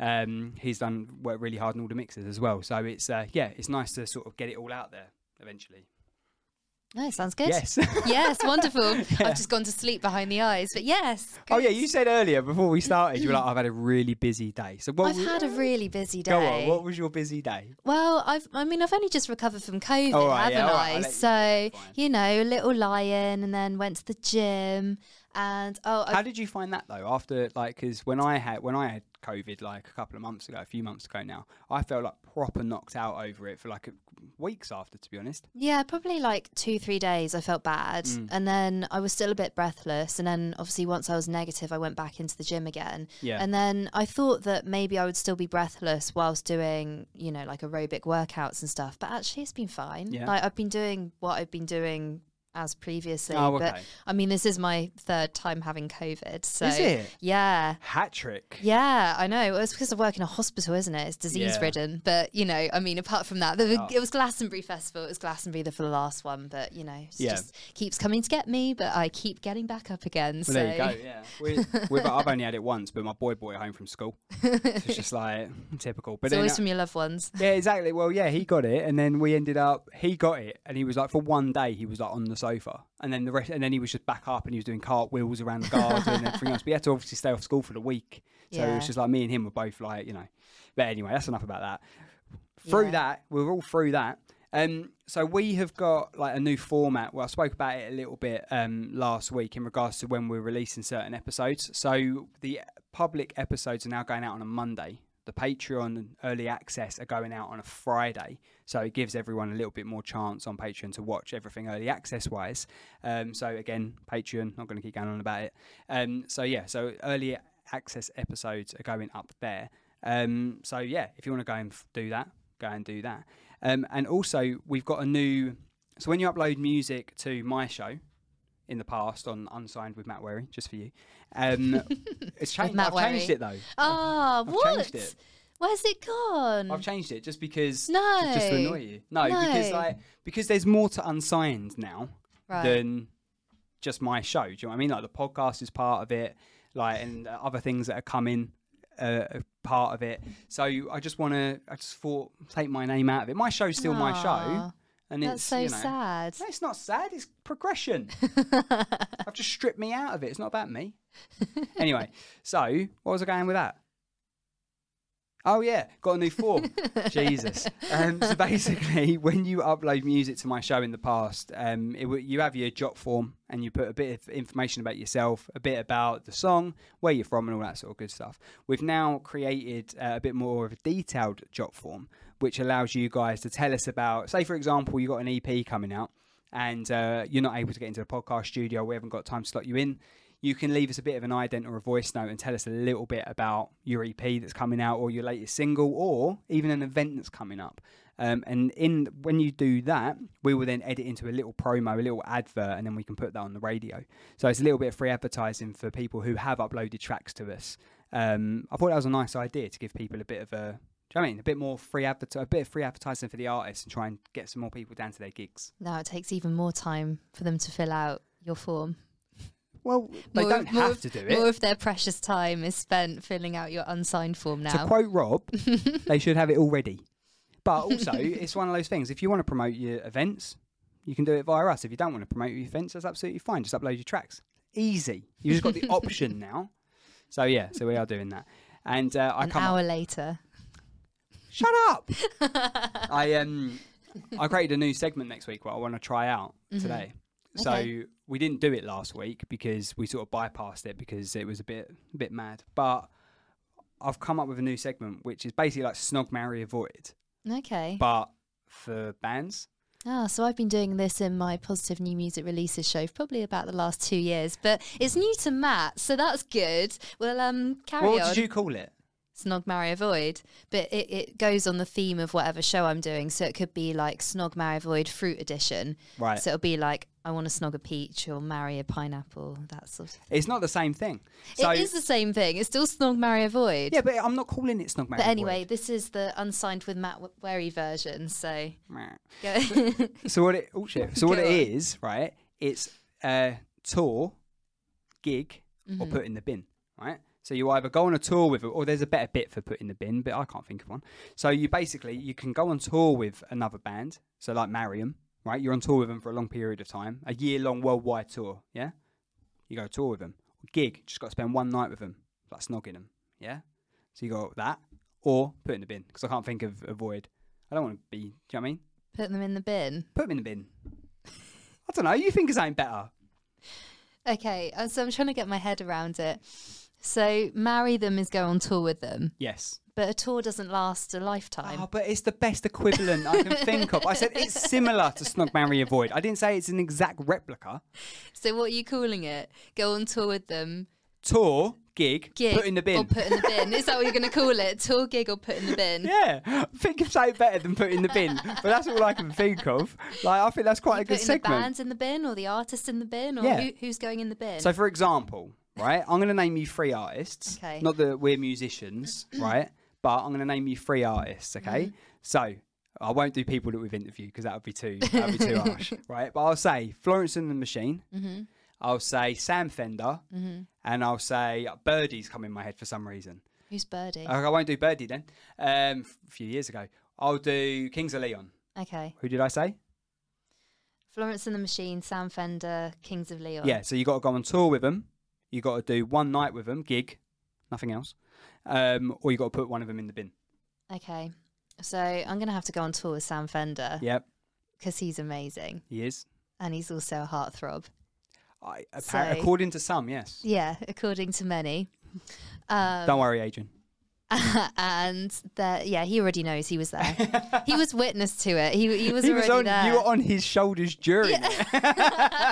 [SPEAKER 4] um, he's done work really hard on all the mixes as well. So it's uh, yeah, it's nice to sort of get it all out there eventually.
[SPEAKER 3] No, Oh, sounds good.
[SPEAKER 4] Yes.
[SPEAKER 3] Yes, wonderful. I've just gone to sleep behind the eyes, but yes.
[SPEAKER 4] Oh yeah, you said earlier before we started, you were like, "I've had a really busy day." So what?
[SPEAKER 3] I've
[SPEAKER 4] w-
[SPEAKER 3] had a really busy day.
[SPEAKER 4] Go on. What was your busy day?
[SPEAKER 3] Well, I've I mean I've only just recovered from COVID,
[SPEAKER 4] All right, yeah,
[SPEAKER 3] haven't
[SPEAKER 4] all
[SPEAKER 3] I?
[SPEAKER 4] right, I'll let you-
[SPEAKER 3] so
[SPEAKER 4] fine.
[SPEAKER 3] you know, a little lion, and then went to the gym, and oh,
[SPEAKER 4] How
[SPEAKER 3] I,
[SPEAKER 4] did you find that though? After like, because when I had when I had COVID like a couple of months ago, a few months ago now, I felt like proper knocked out over it for like a, weeks after, to be honest.
[SPEAKER 3] yeah, probably like two three days. I felt bad,
[SPEAKER 4] Mm.
[SPEAKER 3] and then I was still a bit breathless, and then obviously once I was negative, I went back into the gym again,
[SPEAKER 4] Yeah.
[SPEAKER 3] and then I thought that maybe I would still be breathless whilst doing you know like aerobic workouts and stuff, but actually it's been fine.
[SPEAKER 4] Yeah.
[SPEAKER 3] Like I've been doing what I've been doing. As previously,
[SPEAKER 4] Oh,
[SPEAKER 3] but
[SPEAKER 4] okay.
[SPEAKER 3] I mean, this is my third time having COVID. So
[SPEAKER 4] Is it?
[SPEAKER 3] Yeah.
[SPEAKER 4] Hat trick.
[SPEAKER 3] Yeah, I know. It's because I work in a hospital, isn't it? It's disease ridden. But, you know, I mean, apart from that,
[SPEAKER 4] Oh.
[SPEAKER 3] the, it was Glastonbury Festival. It was Glastonbury the, for the last one. But, you know, it
[SPEAKER 4] Yeah.
[SPEAKER 3] just keeps coming to get me, but I keep getting back up again. so,
[SPEAKER 4] Well, there you go. Yeah, we, we've, I've only had it once, but my boy brought it home from school. So it's just like typical. But
[SPEAKER 3] it's
[SPEAKER 4] then,
[SPEAKER 3] always
[SPEAKER 4] uh,
[SPEAKER 3] from your loved ones.
[SPEAKER 4] Yeah, exactly. Well, yeah, he got it, and then we ended up. He got it, and he was like, for one day, he was like on the sofa, and then the rest, and then he was just back up, and he was doing cartwheels around the garden and everything else. But he had to obviously stay off school for the week, so it
[SPEAKER 3] Yeah.
[SPEAKER 4] was just like me and him were both like, you know. But anyway, that's enough about that. Through
[SPEAKER 3] Yeah.
[SPEAKER 4] that, we we're all through that. Um, so we have got like a new format. Well, I spoke about it a little bit um, last week in regards to when we're releasing certain episodes. So the public episodes are now going out on a Monday. The Patreon and early access are going out on a Friday, so it gives everyone a little bit more chance on Patreon to watch everything early access wise. Um, so again, Patreon, not going to keep going on about it. Um, so yeah, so early access episodes are going up there. Um, so yeah, if you want to go and f- do that, go and do that. Um, and also, we've got a new. So when you upload music to my show in the past on Unsigned with Matt Wary, just for you, um, it's changed.
[SPEAKER 3] Matt
[SPEAKER 4] I've changed
[SPEAKER 3] Wary.
[SPEAKER 4] it though.
[SPEAKER 3] Ah, what?
[SPEAKER 4] changed it.
[SPEAKER 3] Where's it gone?
[SPEAKER 4] I've changed it just because
[SPEAKER 3] No.
[SPEAKER 4] j- just to annoy you. No, because
[SPEAKER 3] No.
[SPEAKER 4] like because there's more to unsigned now
[SPEAKER 3] Right.
[SPEAKER 4] than just my show. Do you know what I mean? Like the podcast is part of it, like and uh, other things that are coming uh, are part of it. So I just want to. I just thought take my name out of it. My show's still my show,
[SPEAKER 3] Aw,
[SPEAKER 4] and
[SPEAKER 3] That's
[SPEAKER 4] it's
[SPEAKER 3] so
[SPEAKER 4] you know,
[SPEAKER 3] sad.
[SPEAKER 4] No, it's not sad. It's progression. I've just stripped me out of it. It's not about me. anyway, so what was I going with that? Oh yeah, got a new form. Jesus. Um, so basically, when you upload music to my show in the past, um, it, w- you have your jot form and you put a bit of information about yourself, a bit about the song, where you're from, and all that sort of good stuff. We've now created uh, a bit more of a detailed jot form, which allows you guys to tell us about, say, for example, you got an EP coming out and uh, you're not able to get into the podcast studio, we haven't got time to slot you in, you can leave us a bit of an ident or a voice note and tell us a little bit about your EP that's coming out or your latest single or even an event that's coming up. Um, and in when you do that, we will then edit into a little promo, a little advert, and then we can put that on the radio. So it's a little bit of free advertising for people who have uploaded tracks to us. Um, I thought that was a nice idea to give people a bit of a Do you know what I mean? A bit more free advert- a bit of free advertising for the artists and try and get some more people down to their gigs.
[SPEAKER 3] Now it takes even more time for them to fill out your form.
[SPEAKER 4] Well, they
[SPEAKER 3] More-
[SPEAKER 4] don't
[SPEAKER 3] more
[SPEAKER 4] have
[SPEAKER 3] of-
[SPEAKER 4] to do
[SPEAKER 3] More
[SPEAKER 4] it.
[SPEAKER 3] of their precious time is spent filling out your unsigned form
[SPEAKER 4] To
[SPEAKER 3] now.
[SPEAKER 4] quote Rob, they should have it all ready. But also, it's one of those things. If you want to promote your events, you can do it via us. If you don't want to promote your events, that's absolutely fine. Just upload your tracks. Easy. You've just got the option now. So yeah, so we are doing that. And uh, I
[SPEAKER 3] An
[SPEAKER 4] come up-
[SPEAKER 3] hour later.
[SPEAKER 4] Shut up. I um I created a new segment next week what I want to try out today.
[SPEAKER 3] Mm-hmm. Okay.
[SPEAKER 4] So we didn't do it last week because we sort of bypassed it because it was a bit a bit mad. But I've come up with a new segment which is basically like snog marry avoid
[SPEAKER 3] Okay.
[SPEAKER 4] but for bands.
[SPEAKER 3] Ah, so I've been doing this in my positive new music releases show for probably about the last two years, but it's new to Matt, so that's good. Well, um, carry
[SPEAKER 4] what
[SPEAKER 3] on.
[SPEAKER 4] did you call it?
[SPEAKER 3] Snog Marry Avoid, but it, it goes on the theme of whatever show I'm doing. So it could be like Snog Marry Avoid Fruit Edition.
[SPEAKER 4] Right.
[SPEAKER 3] So it'll be like I want to snog a peach or marry a pineapple, that sort of thing.
[SPEAKER 4] It's not the same thing. So
[SPEAKER 3] it is the same thing. It's still Snog Marry Avoid.
[SPEAKER 4] yeah, but I'm not calling it snog marry.
[SPEAKER 3] But anyway,
[SPEAKER 4] avoid.
[SPEAKER 3] this is the unsigned with Matt Wary version. So
[SPEAKER 4] Meh.
[SPEAKER 3] go.
[SPEAKER 4] So what it oh shit. So what
[SPEAKER 3] Go
[SPEAKER 4] it
[SPEAKER 3] on.
[SPEAKER 4] is, right? It's a tour, gig, or
[SPEAKER 3] Mm-hmm.
[SPEAKER 4] put in the bin, right? So you either go on a tour with, or there's a better bit for put in the bin, but I can't think of one. So you basically you can go on tour with another band, so like Mariam, right? You're on tour with them for a long period of time, a year long worldwide tour, yeah. You go tour with them, gig, just got to spend one night with them, like snogging them, yeah. So you got that, or put in the bin because I can't think of avoid. I don't want to be. Do you know what I mean?
[SPEAKER 3] Put them in the bin.
[SPEAKER 4] Put them in the bin. I don't know. You think it's ain't better?
[SPEAKER 3] Okay, uh, so I'm trying to get my head around it. So marry them is go on tour with them,
[SPEAKER 4] Yes.
[SPEAKER 3] but a tour doesn't last a lifetime.
[SPEAKER 4] Oh, but it's the best equivalent I can think of. I said it's similar to Snog Marry Avoid. I didn't say it's an exact replica.
[SPEAKER 3] So what are you calling it? Go on tour with them.
[SPEAKER 4] Tour, gig,
[SPEAKER 3] Gig
[SPEAKER 4] put in the bin.
[SPEAKER 3] Or put in the bin. Is that what you're going to call it? Tour gig or put in the bin?
[SPEAKER 4] yeah, think of something better than put in the bin. But that's all I can think of. Like I think that's quite a
[SPEAKER 3] Put in
[SPEAKER 4] good segment.
[SPEAKER 3] the bands in the bin or the artist in the bin or
[SPEAKER 4] Yeah.
[SPEAKER 3] who, who's going in the bin?
[SPEAKER 4] So, for example, right, I'm going to name you three artists.
[SPEAKER 3] Okay.
[SPEAKER 4] Not that we're musicians, right? But I'm going to name you three artists. Okay. So I won't do people that we've interviewed because that would be too that would be too harsh, right? But I'll say Florence and the Machine. I'll say Sam Fender, and I'll say Birdie's come in my head for some reason.
[SPEAKER 3] who's Birdie?
[SPEAKER 4] Okay, I won't do Birdie then. Um, f- a few years ago, I'll do Kings of Leon.
[SPEAKER 3] okay.
[SPEAKER 4] Who did I say?
[SPEAKER 3] Florence and the Machine, Sam Fender, Kings of Leon.
[SPEAKER 4] Yeah, so you got to go on tour with them. You got to do one night with them, gig, nothing else, um, or you got to put one of them in the bin.
[SPEAKER 3] Okay. So I'm going to have to go on tour with Sam Fender
[SPEAKER 4] Yep,
[SPEAKER 3] because he's amazing
[SPEAKER 4] he is.
[SPEAKER 3] and he's also a heartthrob.
[SPEAKER 4] I, appa-
[SPEAKER 3] So-
[SPEAKER 4] according to some, yes.
[SPEAKER 3] Yeah, according to many. Um,
[SPEAKER 4] Don't worry, Adrian.
[SPEAKER 3] and that yeah, he already knows he was there. he was witness to it. He he was
[SPEAKER 4] He was
[SPEAKER 3] already
[SPEAKER 4] on.
[SPEAKER 3] there.
[SPEAKER 4] You were on his shoulders during it.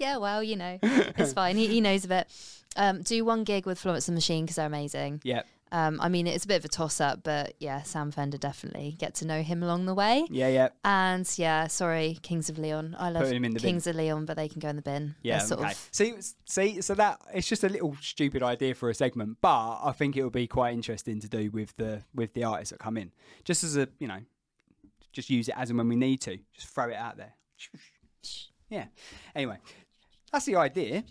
[SPEAKER 3] yeah, well, you know, it's fine. He, he knows of it. Um, do one gig with Florence and the Machine because they're amazing.
[SPEAKER 4] Yep.
[SPEAKER 3] Um, I mean, it's a bit of a toss up, but yeah, Sam Fender definitely get to know him along the way.
[SPEAKER 4] Yeah, yeah.
[SPEAKER 3] And yeah, sorry, Kings of Leon. I love
[SPEAKER 4] him in the bin.
[SPEAKER 3] Kings of Leon, but they can go in the bin. They're
[SPEAKER 4] Yeah,
[SPEAKER 3] sort
[SPEAKER 4] okay.
[SPEAKER 3] of-
[SPEAKER 4] See, s- see, so that it's just a little stupid idea for a segment, but I think it will be quite interesting to do with the with the artists that come in. Just as a, you know, just use it as and when we need to. Just throw it out there. Yeah. Anyway, that's the idea.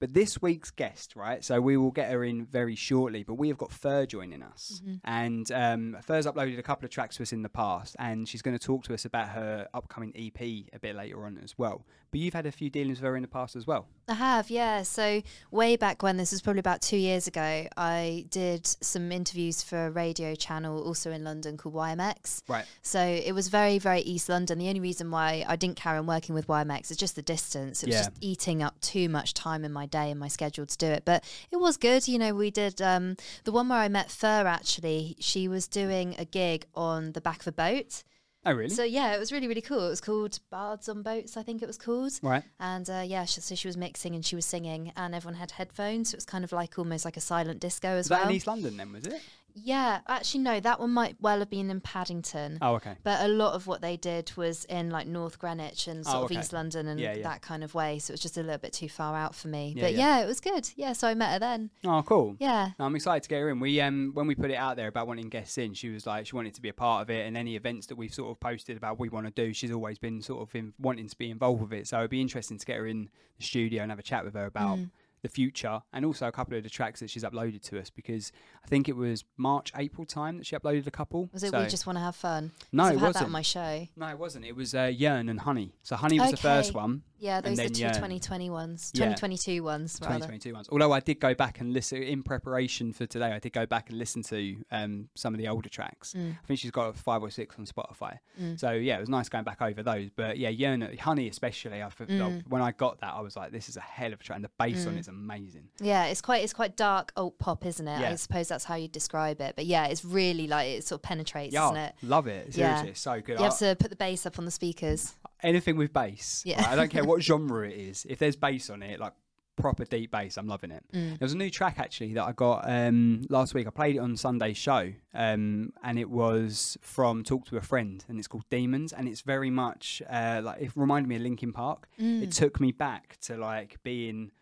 [SPEAKER 4] But this week's guest, right? So we will get her in very shortly. But we have got Fur joining us,
[SPEAKER 3] Mm-hmm.
[SPEAKER 4] and um, Fur's uploaded a couple of tracks to us in the past, and she's going to talk to us about her upcoming EP a bit later on as well. But you've had a few dealings with her in the past as well.
[SPEAKER 3] I have, yeah. So way back when, this was probably about two years ago, I did some interviews for a radio channel also in London called YMX.
[SPEAKER 4] Right.
[SPEAKER 3] So it was very, very East London. The only reason why I didn't carry on working with YMX is just the distance. It was
[SPEAKER 4] Yeah.
[SPEAKER 3] just eating up too much time in my day and my schedule to do it. But it was good. You know, we did um, the one where I met Fur actually, she was doing a gig on the back of a boat.
[SPEAKER 4] Oh, really?
[SPEAKER 3] So yeah, it was really, really cool. It was called Bards on Boats, I think it was called.
[SPEAKER 4] right.
[SPEAKER 3] And uh, yeah, she, so she was mixing and she was singing, and everyone had headphones. So it was kind of like almost like a silent disco as
[SPEAKER 4] Was that
[SPEAKER 3] well.
[SPEAKER 4] in East London then? Was it?
[SPEAKER 3] Yeah, actually, no, that one might well have been in Paddington.
[SPEAKER 4] Oh, okay.
[SPEAKER 3] But a lot of what they did was in like North Greenwich and sort
[SPEAKER 4] Oh,
[SPEAKER 3] of
[SPEAKER 4] okay.
[SPEAKER 3] East London and
[SPEAKER 4] Yeah, yeah.
[SPEAKER 3] that kind of way. So it was just a little bit too far out for me.
[SPEAKER 4] Yeah,
[SPEAKER 3] but
[SPEAKER 4] yeah.
[SPEAKER 3] yeah, it was good. Yeah, so I met her then.
[SPEAKER 4] Oh, cool.
[SPEAKER 3] Yeah.
[SPEAKER 4] No, I'm excited to get her in. We um when we put it out there about wanting guests in, she was like she wanted to be a part of it, and any events that we've sort of posted about we want to do, she's always been sort of in, wanting to be involved with it. So it'd be interesting to get her in the studio and have a chat with her about
[SPEAKER 3] Mm.
[SPEAKER 4] the future and also a couple of the tracks that she's uploaded to us because I think it was March April time that she uploaded a couple.
[SPEAKER 3] Was it
[SPEAKER 4] So-
[SPEAKER 3] We Just Want to Have Fun? 'Cause
[SPEAKER 4] No,
[SPEAKER 3] I've
[SPEAKER 4] it
[SPEAKER 3] had that
[SPEAKER 4] wasn't.
[SPEAKER 3] on my show.
[SPEAKER 4] No, it wasn't. It was uh, Yearn and Honey. So Honey was the first
[SPEAKER 3] Okay.
[SPEAKER 4] one.
[SPEAKER 3] Yeah,
[SPEAKER 4] and
[SPEAKER 3] those are
[SPEAKER 4] then
[SPEAKER 3] two
[SPEAKER 4] Yearn.
[SPEAKER 3] 2020 ones,
[SPEAKER 4] Yeah.
[SPEAKER 3] 2022 ones, rather.
[SPEAKER 4] 2022 ones. Although I did go back and listen in preparation for today, I did go back and listen to um, some of the older tracks.
[SPEAKER 3] Mm.
[SPEAKER 4] I think she's got five or six on Spotify. So yeah, it was nice going back over those. But yeah, Yearn, Honey especially. I, fe- like,
[SPEAKER 3] Mm.
[SPEAKER 4] when I got that, I was like, this is a hell of a track, and the bass on it's amazing.
[SPEAKER 3] Yeah, it's quite it's quite dark alt pop, isn't it?
[SPEAKER 4] Yeah.
[SPEAKER 3] I suppose that's how you describe it. But yeah, it's really like it sort of penetrates,
[SPEAKER 4] Yeah,
[SPEAKER 3] isn't it?
[SPEAKER 4] love it. Seriously, it's so good.
[SPEAKER 3] You
[SPEAKER 4] I-
[SPEAKER 3] have to put the bass up on the speakers.
[SPEAKER 4] anything with bass.
[SPEAKER 3] Yeah.
[SPEAKER 4] like, I don't care what genre it is. If there's bass on it, like proper deep bass, I'm loving it. There was a new track actually that I got um, last week. I played it on Sunday's show, um, and it was from Talk to a Friend, and it's called Demons, and it's very much uh, like it reminded me of Linkin Park. It took me back to like being.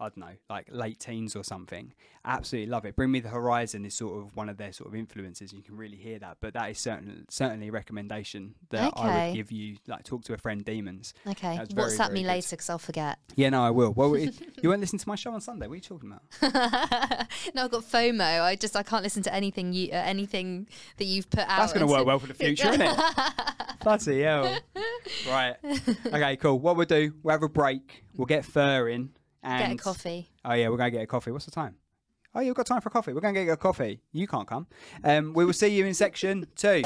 [SPEAKER 4] I don't know, like late teens or something. Absolutely love it. Bring Me the Horizon is sort of one of their sort of influences. You can really hear that, but that is certain, certainly a recommendation that I would
[SPEAKER 3] Okay.
[SPEAKER 4] give you like talk to a friend demons.
[SPEAKER 3] Okay,
[SPEAKER 4] That's very,
[SPEAKER 3] WhatsApp
[SPEAKER 4] very
[SPEAKER 3] me
[SPEAKER 4] good.
[SPEAKER 3] later because I'll forget.
[SPEAKER 4] Yeah, no, I will. Well, it, you won't listen to my show on Sunday. What are you talking about?
[SPEAKER 3] No, I've got FOMO. I just I can't listen to anything you uh, anything that you've put out.
[SPEAKER 4] That's going to
[SPEAKER 3] until-
[SPEAKER 4] work well for the future, isn't it? Bloody hell. Right. Okay, cool. What we'll do, we'll have a break. We'll get fur in. And
[SPEAKER 3] Get a coffee.
[SPEAKER 4] Oh yeah, we're gonna get a coffee. What's the time? Oh, you've got time for a coffee. We're gonna get you a coffee. You can't come. Um, we will see you in section two.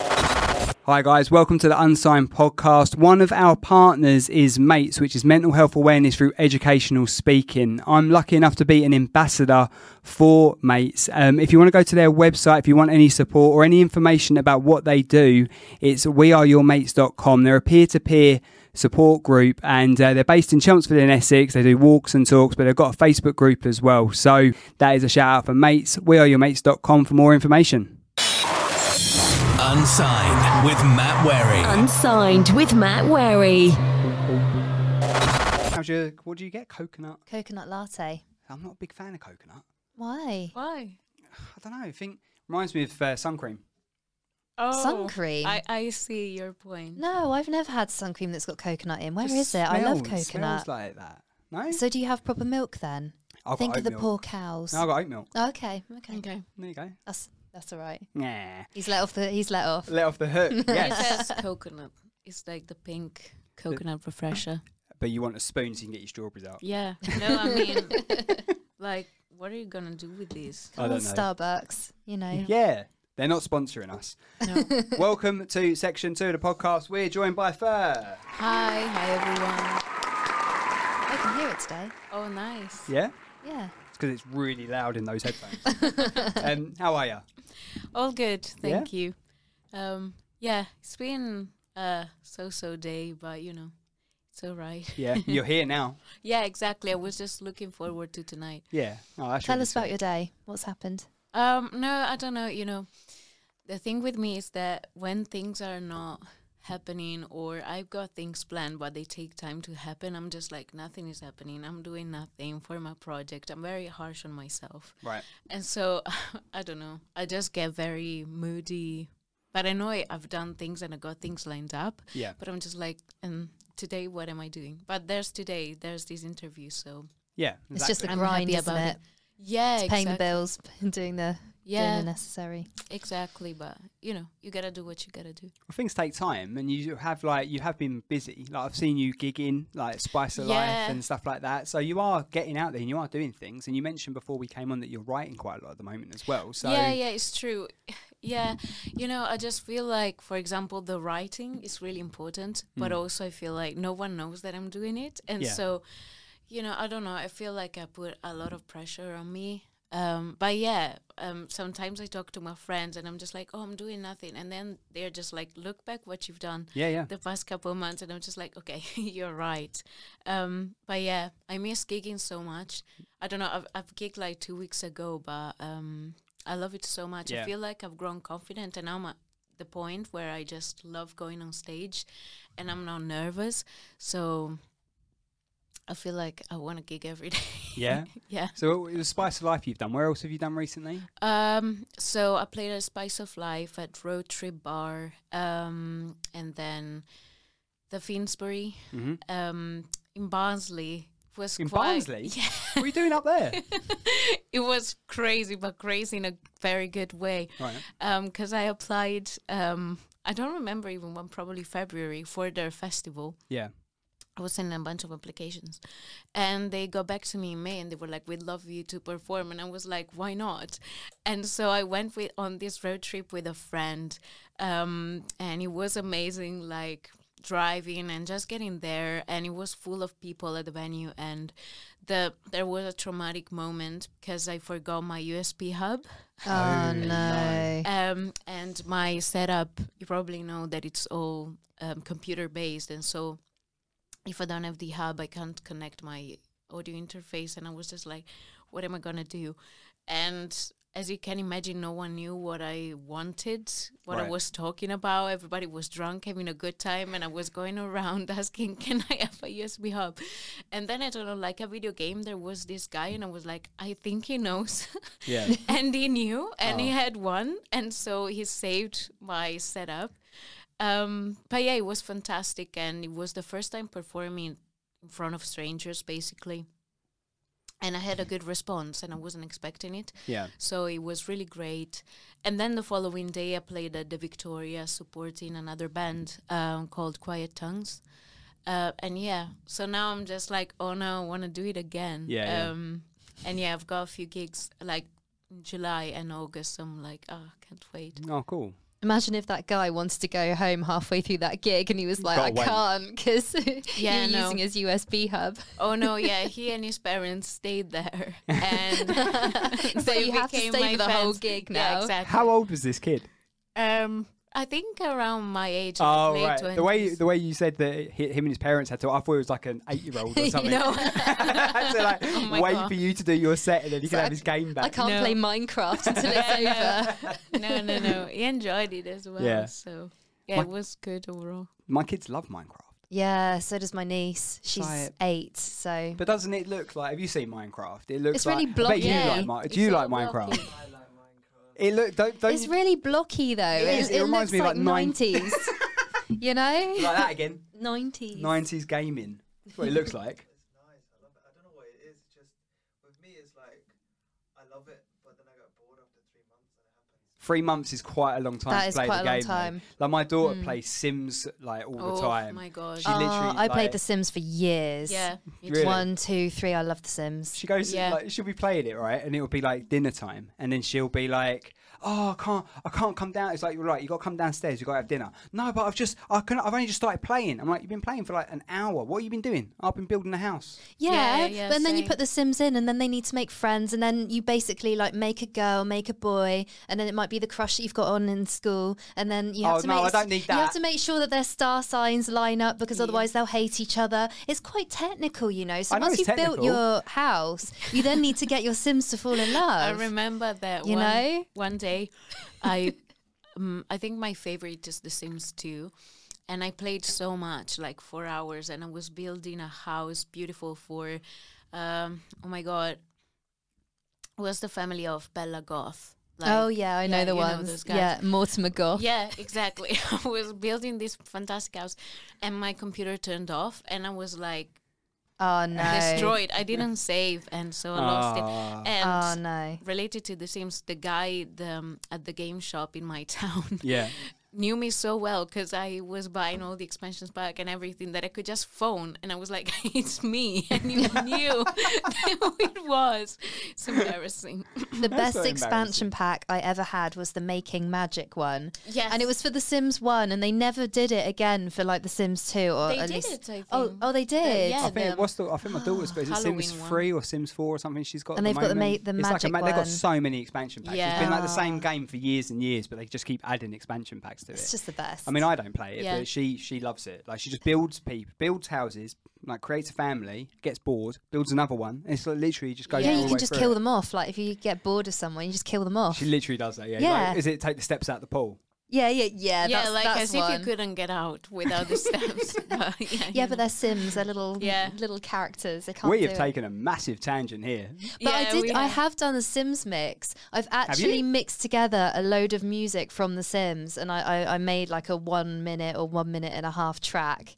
[SPEAKER 4] Hi guys, welcome to the Unsigned Podcast. One of our partners is Mates, which is mental health awareness through educational speaking. I'm lucky enough to be an ambassador for Mates. Um, if you want to go to their website, if you want any support or any information about what they do, it's weareyourmates.com. They're a peer-to-peer support group and uh, they're based in Chelmsford in Essex. They do walks and talks, but they've got a Facebook group as well. So that is a shout out for mates. We are your mates.com for more information.
[SPEAKER 1] Unsigned with Matt Wherry.
[SPEAKER 2] Unsigned with Matt Wherry.
[SPEAKER 4] How's your, what do you get? Coconut?
[SPEAKER 3] Coconut latte.
[SPEAKER 4] I'm not a big fan of coconut.
[SPEAKER 3] Why?
[SPEAKER 5] Why?
[SPEAKER 4] I don't know. I think reminds me of uh, sun cream.
[SPEAKER 5] Oh,
[SPEAKER 3] Sun cream.
[SPEAKER 5] I, I see your point.
[SPEAKER 3] No, I've never had sun cream that's got coconut in. Where is
[SPEAKER 4] Just
[SPEAKER 3] it? I love
[SPEAKER 4] smells-
[SPEAKER 3] coconut.
[SPEAKER 4] Smells like that. No.
[SPEAKER 3] so do you have proper milk then?
[SPEAKER 4] I've
[SPEAKER 3] Think
[SPEAKER 4] got
[SPEAKER 3] of the
[SPEAKER 4] oat milk.
[SPEAKER 3] poor cows.
[SPEAKER 4] No, I've got oat milk.
[SPEAKER 3] Okay, okay,
[SPEAKER 5] Okay.
[SPEAKER 4] There you go.
[SPEAKER 3] That's that's all right.
[SPEAKER 4] Nah.
[SPEAKER 3] He's let off the. He's let off.
[SPEAKER 4] Let off the hook. Yes.
[SPEAKER 5] It says coconut. It's like the pink coconut refresher.
[SPEAKER 4] but you want a spoon so you can get your strawberries out.
[SPEAKER 5] Yeah. No, I mean, like, what are you gonna do with these?
[SPEAKER 4] I don't know.
[SPEAKER 3] Starbucks, you know.
[SPEAKER 4] Yeah. They're not sponsoring us. Welcome to section two of the podcast. We're joined by Fur.
[SPEAKER 5] Hi, hi everyone.
[SPEAKER 3] I can hear it today.
[SPEAKER 5] Oh, nice.
[SPEAKER 4] Yeah?
[SPEAKER 3] Yeah.
[SPEAKER 4] It's because it's really loud in those headphones. um, how are you?
[SPEAKER 5] All good. Thank you. Um, yeah, it's been a so-so day, but you know, it's alright.
[SPEAKER 4] Yeah, you're here now.
[SPEAKER 5] Yeah, exactly. I was just looking forward to tonight.
[SPEAKER 4] Yeah. Oh, that's
[SPEAKER 3] Tell
[SPEAKER 4] really
[SPEAKER 3] us about
[SPEAKER 4] sweet.
[SPEAKER 3] your day. What's happened?
[SPEAKER 5] Um, no, I don't know. You know, the thing with me is that when things are not happening or I've got things planned but they take time to happen, I'm just like nothing is happening. I'm doing nothing for my project. I'm very harsh on myself.
[SPEAKER 4] Right.
[SPEAKER 5] And so I don't know. I just get very moody. But I know I- I've done things and I got things lined up.
[SPEAKER 4] Yeah.
[SPEAKER 5] But I'm just like, and today what am I doing? But there's today, there's this interview, so
[SPEAKER 4] Yeah.
[SPEAKER 3] It's just the
[SPEAKER 4] exactly.
[SPEAKER 5] I'm
[SPEAKER 3] grind,
[SPEAKER 5] happy
[SPEAKER 3] isn't
[SPEAKER 5] about
[SPEAKER 3] it?
[SPEAKER 5] it. yeah,
[SPEAKER 3] It's paying the
[SPEAKER 5] exactly.
[SPEAKER 3] bills, doing the doing
[SPEAKER 5] Yeah.
[SPEAKER 3] the necessary.
[SPEAKER 5] Exactly, but you know, you gotta do what you gotta do.
[SPEAKER 4] Well, things take time, and you have like you have been busy. Like I've seen you gigging, like Spice of Life
[SPEAKER 5] Yeah.
[SPEAKER 4] and stuff like that. So you are getting out there, and you are doing things. And you mentioned before we came on that you're writing quite a lot at the moment as well. So
[SPEAKER 5] yeah, yeah, it's true. Yeah, you know, I just feel like, for example, the writing is really important, but also I feel like no one knows that I'm doing it, and
[SPEAKER 4] Yeah.
[SPEAKER 5] so, you know, I don't know. I feel like I put a lot of pressure on me. Um, but yeah, um, sometimes I talk to my friends and I'm just like, oh, I'm doing nothing, and then they're just like, look back what you've done
[SPEAKER 4] yeah, yeah.
[SPEAKER 5] the past couple of months and I'm just like, okay, you're right. Um, but yeah, I miss gigging so much. I don't know, I've, I've gigged like two weeks ago, but um, I love it so much.
[SPEAKER 4] Yeah.
[SPEAKER 5] I feel like I've grown confident, and I'm at the point where I just love going on stage, and I'm not nervous. So I feel like I want a gig every day.
[SPEAKER 4] Yeah.
[SPEAKER 5] yeah.
[SPEAKER 4] So it was Spice of Life you've done. Where else have you done recently?
[SPEAKER 5] Um, so I played at Spice of Life at Road Trip Bar, um, and then the Finsbury um, in Barnsley was
[SPEAKER 4] Mm-hmm. In
[SPEAKER 5] quite,
[SPEAKER 4] Barnsley? What are you doing up there?
[SPEAKER 5] It was crazy, but crazy in a very good way.
[SPEAKER 4] Right.
[SPEAKER 5] Because I applied, um, I don't remember even when, probably February for their festival.
[SPEAKER 4] Yeah.
[SPEAKER 5] I was sending a bunch of applications, and they got back to me in May, and they were like, "We'd love you to perform," and I was like, "Why not?" And so I went with on this road trip with a friend, um, and it was amazing, like driving and just getting there, and it was full of people at the venue, and the there was a traumatic moment because I forgot my USB hub.
[SPEAKER 3] Oh no.
[SPEAKER 5] Um, and my setup, you probably know that it's all um, computer based, and so if I don't have the hub, I can't connect my audio interface. And I was just like, what am I gonna do? And as you can imagine, no one knew what I wanted, what I
[SPEAKER 4] Right.
[SPEAKER 5] was talking about. Everybody was drunk, having a good time, and I was going around asking, "Can I have a USB hub?" And then I don't know, like a video game, there was this guy, and I was like, "I think he knows."
[SPEAKER 4] Yeah. Oh.
[SPEAKER 5] and he knew and he had one and so he saved my setup um but yeah it was fantastic and it was the first time performing in front of strangers basically and i had a good response and i wasn't expecting it
[SPEAKER 4] Yeah.
[SPEAKER 5] so it was really great and then the following day i played at the victoria supporting another band um, called quiet tongues uh, and yeah so now i'm just like oh no i want to do it again
[SPEAKER 4] Yeah, yeah.
[SPEAKER 5] um and yeah i've got a few gigs like in july and august i'm like oh i can't wait
[SPEAKER 4] Oh, cool.
[SPEAKER 3] Imagine if that guy wanted to go home halfway through that gig and he was like,
[SPEAKER 4] Gotta
[SPEAKER 3] I
[SPEAKER 4] wait."
[SPEAKER 3] can't because
[SPEAKER 5] Yeah,
[SPEAKER 3] you're
[SPEAKER 5] no.
[SPEAKER 3] using his USB hub.
[SPEAKER 5] oh no yeah he and his parents stayed there and
[SPEAKER 3] so
[SPEAKER 5] they
[SPEAKER 3] you have to
[SPEAKER 5] became
[SPEAKER 3] stay
[SPEAKER 5] my
[SPEAKER 3] for the whole
[SPEAKER 5] friends.
[SPEAKER 3] gig now.
[SPEAKER 5] yeah, exactly
[SPEAKER 4] How old was this kid?
[SPEAKER 5] um i think around my age like
[SPEAKER 4] Oh,
[SPEAKER 5] late
[SPEAKER 4] right. The way you,
[SPEAKER 5] 20s.
[SPEAKER 4] the way you said that hi- him and his parents had to, I thought it was like an eight year old or something. so
[SPEAKER 5] no
[SPEAKER 4] like,
[SPEAKER 5] Oh my
[SPEAKER 4] wait
[SPEAKER 5] God.
[SPEAKER 4] for you to do your set and then he can have his game back.
[SPEAKER 3] I can't
[SPEAKER 5] No.
[SPEAKER 3] play Minecraft until it's
[SPEAKER 5] Yeah, yeah.
[SPEAKER 3] over.
[SPEAKER 5] no, no, no. He enjoyed it as well.
[SPEAKER 4] Yeah.
[SPEAKER 5] So yeah,
[SPEAKER 4] My-
[SPEAKER 5] it was good overall.
[SPEAKER 4] My kids love Minecraft.
[SPEAKER 3] Yeah, so does my niece. She's
[SPEAKER 4] Right.
[SPEAKER 3] eight, so
[SPEAKER 4] But doesn't it look like? Have you seen Minecraft? It looks
[SPEAKER 3] It's
[SPEAKER 4] like.
[SPEAKER 3] really
[SPEAKER 4] I bet you
[SPEAKER 3] blocky.
[SPEAKER 4] like Mi- Do you
[SPEAKER 5] It's
[SPEAKER 4] like
[SPEAKER 5] all
[SPEAKER 4] Minecraft?
[SPEAKER 5] blocky.
[SPEAKER 4] It look. Don't don't
[SPEAKER 3] it's really blocky though.
[SPEAKER 4] It is, it reminds
[SPEAKER 3] looks
[SPEAKER 4] me of,
[SPEAKER 3] like
[SPEAKER 4] like, nine-
[SPEAKER 3] nineties. you know?
[SPEAKER 4] like that again.
[SPEAKER 3] Nineties.
[SPEAKER 4] Nineties gaming. That's what it looks like.
[SPEAKER 6] It's nice. I love it. I don't know what it is. It's just with me, it's like I love it, but then I got bored after three months, and it happens.
[SPEAKER 4] Three months is quite a long time
[SPEAKER 3] That
[SPEAKER 4] to
[SPEAKER 3] is
[SPEAKER 4] play
[SPEAKER 3] quite
[SPEAKER 4] the
[SPEAKER 3] a long
[SPEAKER 4] game. though.
[SPEAKER 3] time. Hmm.
[SPEAKER 4] Like my daughter plays Sims like all
[SPEAKER 5] Oh,
[SPEAKER 4] the time.
[SPEAKER 5] my God.
[SPEAKER 4] She literally.
[SPEAKER 3] Uh, Oh, I played
[SPEAKER 4] like,
[SPEAKER 3] The Sims for years.
[SPEAKER 5] Yeah. me
[SPEAKER 4] Really?
[SPEAKER 3] One, two, three. I love The Sims.
[SPEAKER 4] She goes
[SPEAKER 5] Yeah.
[SPEAKER 4] like she'll be playing it right, and it'll be like dinner time, and then she'll be like, "Oh, I can't, I can't come down." It's like you're right, you got to come downstairs, you got to have dinner. No, but I've just, I can, I've only just started playing. I'm like, you've been playing for like an hour. What have you been doing? "Oh, I've been building a house.
[SPEAKER 3] Yeah,
[SPEAKER 5] Yeah, yeah,
[SPEAKER 3] but then you
[SPEAKER 5] same.
[SPEAKER 3] put the Sims in, and then they need to make friends, and then you basically like make a girl, make a boy, and then it might be the crush that you've got on in school, and then you have
[SPEAKER 4] Oh,
[SPEAKER 3] to
[SPEAKER 4] no,
[SPEAKER 3] make
[SPEAKER 4] I don't need
[SPEAKER 3] you have
[SPEAKER 4] that.
[SPEAKER 3] to make sure that their star signs line up because otherwise they'll hate each other. It's quite technical, you know. So
[SPEAKER 4] I know
[SPEAKER 3] once
[SPEAKER 4] it's
[SPEAKER 3] you've built
[SPEAKER 4] technical.
[SPEAKER 3] your house, you then need to get your Sims to fall in
[SPEAKER 5] I
[SPEAKER 3] love.
[SPEAKER 5] remember that.
[SPEAKER 3] You
[SPEAKER 5] one,
[SPEAKER 3] know?
[SPEAKER 5] one day, I, um, I think my favorite is The Sims Two, and I played so much, like four hours, and I was building a house beautiful for, um, oh my god, was the family of Bella Goth. Like,
[SPEAKER 3] oh yeah, I know the
[SPEAKER 5] you
[SPEAKER 3] ones.
[SPEAKER 5] those guys.
[SPEAKER 3] yeah, Mortimer Goth.
[SPEAKER 5] Yeah, exactly. I was building this fantastic house, and my computer turned off, and I was like
[SPEAKER 3] Oh no.
[SPEAKER 5] destroyed. I didn't save, and so I lost
[SPEAKER 4] Ah.
[SPEAKER 5] it. And
[SPEAKER 3] Oh no.
[SPEAKER 5] related to the Sims, the guy the, um, at the game shop in my town
[SPEAKER 4] Yeah,
[SPEAKER 5] knew me so well because I was buying all the expansions pack and everything that I could just phone, and I was like, "It's me," and he knew who it was. It's embarrassing.
[SPEAKER 3] The best
[SPEAKER 4] so
[SPEAKER 3] expansion pack I ever had was the Making Magic one.
[SPEAKER 5] Yes.
[SPEAKER 3] And it was for The Sims 1, and they never did it again for like The Sims 2 or
[SPEAKER 5] They
[SPEAKER 3] at
[SPEAKER 5] did
[SPEAKER 3] least.
[SPEAKER 5] it, I
[SPEAKER 3] Oh,
[SPEAKER 5] think.
[SPEAKER 3] oh, they did.
[SPEAKER 5] yeah.
[SPEAKER 4] I think
[SPEAKER 5] the-
[SPEAKER 4] what's the, I think my daughter's got is it Sims
[SPEAKER 5] Halloween one.
[SPEAKER 4] three or Sims four or something. She's got
[SPEAKER 3] And
[SPEAKER 4] at
[SPEAKER 3] they've got the ma-
[SPEAKER 4] moment.
[SPEAKER 3] the
[SPEAKER 4] It's like a
[SPEAKER 3] magic
[SPEAKER 4] They've
[SPEAKER 3] one.
[SPEAKER 4] got so many expansion packs. It's been like the
[SPEAKER 3] Yeah.
[SPEAKER 4] same game for years and years, but they just keep adding expansion packs to it.
[SPEAKER 3] It's just the best.
[SPEAKER 4] I mean, I don't play it,
[SPEAKER 5] Yeah.
[SPEAKER 4] but she she loves it. Like she just builds people, builds houses, like creates a family, gets bored, builds another one, and it's like, literally just goes.
[SPEAKER 3] yeah,
[SPEAKER 4] all
[SPEAKER 3] you
[SPEAKER 4] the
[SPEAKER 3] can
[SPEAKER 4] way
[SPEAKER 3] just
[SPEAKER 4] through
[SPEAKER 3] kill
[SPEAKER 4] it.
[SPEAKER 3] them off. Like if you get bored of someone, you just kill them off.
[SPEAKER 4] She literally does that. Yeah.
[SPEAKER 3] Yeah.
[SPEAKER 4] Like, is it take the steps out the pool?
[SPEAKER 3] yeah, yeah, yeah.
[SPEAKER 5] yeah,
[SPEAKER 3] that's,
[SPEAKER 5] like
[SPEAKER 3] that's
[SPEAKER 5] as
[SPEAKER 3] one.
[SPEAKER 5] if you couldn't get out without the steps. but, yeah, you
[SPEAKER 3] Yeah, but uh,
[SPEAKER 5] know.
[SPEAKER 3] they're Sims. They're little,
[SPEAKER 5] Yeah.
[SPEAKER 3] little characters. They can't.
[SPEAKER 4] We have
[SPEAKER 3] do it.
[SPEAKER 4] taken a massive tangent here.
[SPEAKER 3] But I
[SPEAKER 5] Yeah,
[SPEAKER 3] did.
[SPEAKER 5] we
[SPEAKER 3] I
[SPEAKER 5] have.
[SPEAKER 3] have done a Sims mix. I've
[SPEAKER 4] you?
[SPEAKER 3] actually mixed together a load of music from The Sims, and I, I, I made like a one minute or one minute and a half track.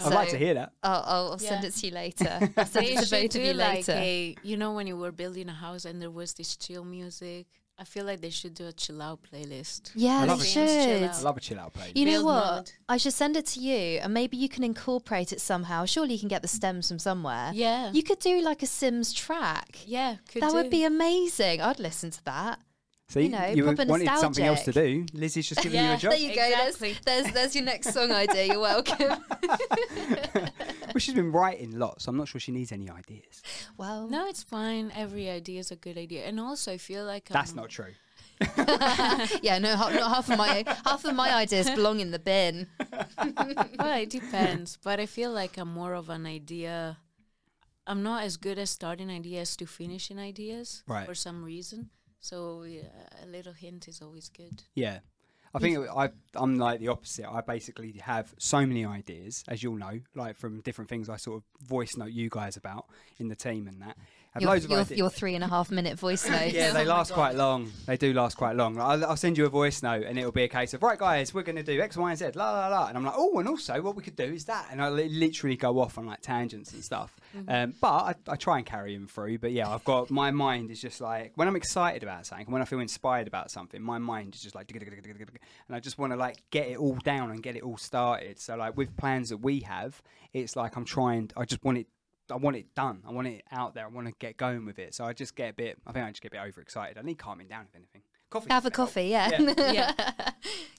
[SPEAKER 4] I'd like to hear that.
[SPEAKER 3] I'll, I'll, I'll send
[SPEAKER 5] Yeah.
[SPEAKER 3] it to you later. I'll send
[SPEAKER 5] They
[SPEAKER 3] it to
[SPEAKER 5] should
[SPEAKER 3] both of
[SPEAKER 5] do
[SPEAKER 3] you
[SPEAKER 5] like
[SPEAKER 3] later.
[SPEAKER 5] a, you know, when you were building a house and there was this chill music. I feel like they should do a chill out playlist.
[SPEAKER 3] yeah,
[SPEAKER 4] love
[SPEAKER 3] they
[SPEAKER 4] it.
[SPEAKER 5] Sims chill
[SPEAKER 3] should.
[SPEAKER 5] out.
[SPEAKER 4] I love a chill out play.
[SPEAKER 3] You know
[SPEAKER 5] Build
[SPEAKER 3] what?
[SPEAKER 5] mode.
[SPEAKER 3] I should send it to you, and maybe you can incorporate it somehow. Surely you can get the stems from somewhere.
[SPEAKER 5] Yeah.
[SPEAKER 3] You could do like a Sims track.
[SPEAKER 5] Yeah, could
[SPEAKER 3] that would
[SPEAKER 5] do.
[SPEAKER 3] be amazing. I'd listen to that.
[SPEAKER 4] See,
[SPEAKER 3] you know, proper
[SPEAKER 4] wanted something else to do. Lizzie's just giving you a
[SPEAKER 5] Yeah.
[SPEAKER 4] job.
[SPEAKER 3] There you go. there's-
[SPEAKER 5] Exactly.
[SPEAKER 3] There's, there's your next song idea. You're welcome.
[SPEAKER 4] Well, she's been writing lots. I'm not sure she needs any ideas.
[SPEAKER 3] well,
[SPEAKER 5] No, it's fine. Every idea is a good idea, and also I feel like
[SPEAKER 4] That's
[SPEAKER 5] um,
[SPEAKER 4] not true.
[SPEAKER 3] yeah, no, half, not half of my half of my ideas belong in the bin.
[SPEAKER 5] Well, it depends, but I feel like I'm more of an idea. I'm not as good at starting ideas to finishing ideas
[SPEAKER 4] Right.
[SPEAKER 5] for some reason. So yeah, a little hint is always good.
[SPEAKER 4] Yeah. I think I, I'm like the opposite. I basically have so many ideas, as you'll know, like from different things I sort of voice note you guys about in the team and that. Have
[SPEAKER 3] Your,
[SPEAKER 4] loads of
[SPEAKER 3] your,
[SPEAKER 4] ideas.
[SPEAKER 3] your three and a half minute voice notes.
[SPEAKER 4] yeah, they last quite long. They do last quite long. Like, I'll, I'll send you a voice note, and it'll be a case of right, guys, we're going to do X, Y, and Z, la la la. And I'm like, oh, and also what we could do is that, and I li- literally go off on like tangents and stuff. Um, but I, I try and carry them through. But yeah, I've got my mind is just like when I'm excited about something, when I feel inspired about something, my mind is just like, and I just want to like get it all down and get it all started. So like with plans that we have, it's like I'm trying. I just want it I want it done. I want it out there. I want to get going with it. So I just get a bit. I think I just get a bit overexcited. I need calming down if anything. Coffee.
[SPEAKER 3] Have a
[SPEAKER 4] would help.
[SPEAKER 3] coffee, yeah.
[SPEAKER 5] Yeah.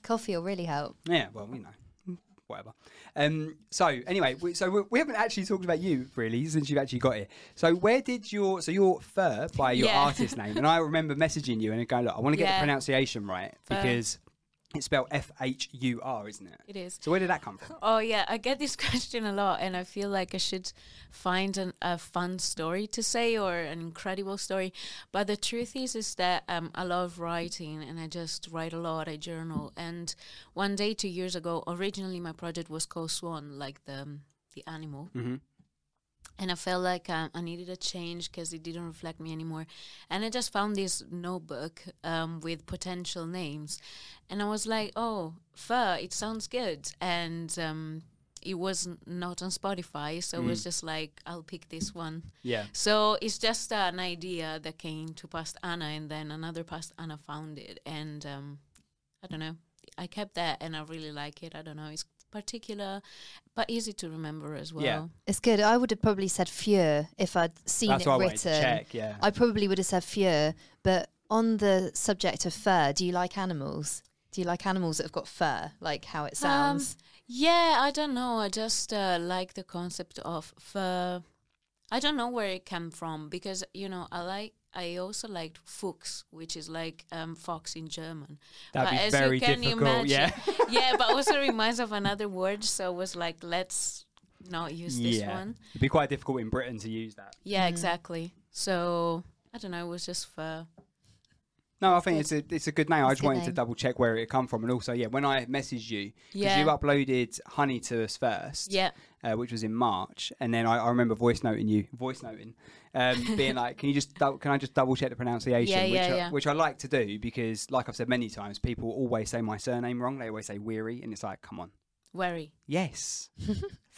[SPEAKER 3] coffee will really help.
[SPEAKER 4] Yeah. Well, you know, whatever. Um. So anyway, we, so we, we haven't actually talked about you really since you've actually got here. So where did your so your fur by your
[SPEAKER 5] Yeah.
[SPEAKER 4] artist name? And I remember messaging you and going, look, I want to get
[SPEAKER 5] Yeah.
[SPEAKER 4] the pronunciation right
[SPEAKER 5] Fur.
[SPEAKER 4] because it's spelled F H U R, isn't it?
[SPEAKER 5] It is.
[SPEAKER 4] So where did that come from?
[SPEAKER 5] Oh yeah, I get this question a lot, and I feel like I should find an, a fun story to say or an incredible story. But the truth is, is that um, I love writing, and I just write a lot. I journal, and one day two years ago, originally my project was called Swan, like the um, the animal. And I felt like um, I needed a change because it didn't reflect me anymore. And I just found this notebook um, with potential names. And I was like, oh, fur, it sounds good. And um, it was n- not on Spotify. So I was just like, I'll pick this one.
[SPEAKER 4] Yeah.
[SPEAKER 5] So it's just an idea that came to Past Anna. And then another Past Anna found it. And um, I don't know. I kept that and I really like it. I don't know. It's particular, but easy to remember as well.
[SPEAKER 3] It's good. I would have probably said Fure if I'd seen
[SPEAKER 4] That's
[SPEAKER 3] it
[SPEAKER 4] why I wanted to
[SPEAKER 3] written.
[SPEAKER 4] check, yeah.
[SPEAKER 3] I probably would have said Fure, but on the subject of fur, do you like animals? Do you like animals that have got fur, like how it
[SPEAKER 5] Um,
[SPEAKER 3] sounds?
[SPEAKER 5] yeah, I don't know. I just uh, like the concept of fur. I don't know where it came from because you know I like. I also liked Fuchs, which is like um, fox in German.
[SPEAKER 4] That'd
[SPEAKER 5] but
[SPEAKER 4] be
[SPEAKER 5] as
[SPEAKER 4] very
[SPEAKER 5] you can
[SPEAKER 4] difficult,
[SPEAKER 5] imagine,
[SPEAKER 4] yeah.
[SPEAKER 5] yeah, but also reminds of another word. So it was like, let's not use this
[SPEAKER 4] yeah.
[SPEAKER 5] one.
[SPEAKER 4] It'd be quite difficult in Britain to use that.
[SPEAKER 5] Yeah, exactly. So I don't know. It was just uh, fur.
[SPEAKER 4] No, I think it's a it's a good name.
[SPEAKER 3] It's
[SPEAKER 4] I just
[SPEAKER 3] a good
[SPEAKER 4] wanted to
[SPEAKER 3] name.
[SPEAKER 4] double check where it come from, and also yeah, when I messaged you, because
[SPEAKER 5] Yeah.
[SPEAKER 4] you uploaded honey to us first,
[SPEAKER 5] Yeah.
[SPEAKER 4] uh, which was in March, and then I, I remember voice noting you, voice noting, um, being like, "Can you just dou- can I just double check the pronunciation?"
[SPEAKER 5] Yeah,
[SPEAKER 4] which,
[SPEAKER 5] yeah,
[SPEAKER 4] I,
[SPEAKER 5] yeah.
[SPEAKER 4] which I like to do because, like I've said many times, people always say my surname wrong. They always say Weary, and it's like, come on,
[SPEAKER 5] Wary.
[SPEAKER 4] yes,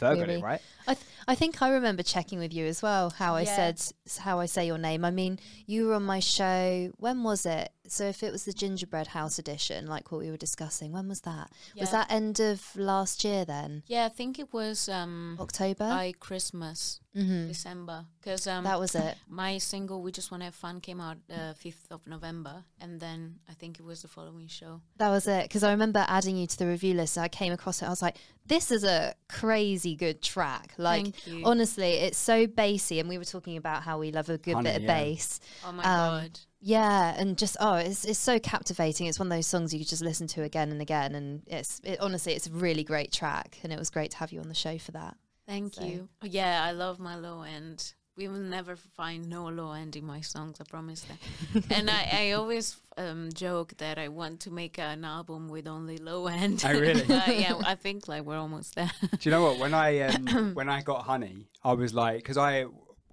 [SPEAKER 4] Ferg got
[SPEAKER 3] Weary.
[SPEAKER 4] it right.
[SPEAKER 3] I, th- I think I remember checking with you as well how I
[SPEAKER 5] Yeah.
[SPEAKER 3] said how I say your name. I mean, you were on my show. When was it? So if it was the Gingerbread House edition, like what we were discussing, when was that? Was
[SPEAKER 5] Yeah.
[SPEAKER 3] that end of last year then?
[SPEAKER 5] Yeah, I think it was um,
[SPEAKER 3] October.
[SPEAKER 5] by Christmas, December, because um,
[SPEAKER 3] Mm-hmm. that was it.
[SPEAKER 5] my single "We Just Want to Have Fun" came out uh, 5th of November, and then I think it was the following show.
[SPEAKER 3] That was it. Because I remember adding you to the review list. And I came across it. I was like, this is a crazy good track. Like,
[SPEAKER 5] Thank you.
[SPEAKER 3] honestly, it's so bassy. And we were talking about how we love a good
[SPEAKER 4] Honey,
[SPEAKER 3] bit of
[SPEAKER 4] yeah.
[SPEAKER 3] bass.
[SPEAKER 5] Oh my
[SPEAKER 3] Um,
[SPEAKER 5] god!
[SPEAKER 3] Yeah, and just oh, it's it's so captivating. It's one of those songs you could just listen to again and again, and it's it, honestly it's a really great track, and it was great to have you on the show for that.
[SPEAKER 5] Thank
[SPEAKER 3] So-
[SPEAKER 5] you. Yeah, I love my low end. We will never find no low end in my songs, I promise that. and I, I always um, joke that I want to make an album with only low end.
[SPEAKER 4] Oh, really?
[SPEAKER 5] But yeah, I think like we're almost there.
[SPEAKER 4] Do you know what? When I um, when I got honey, I was like, because I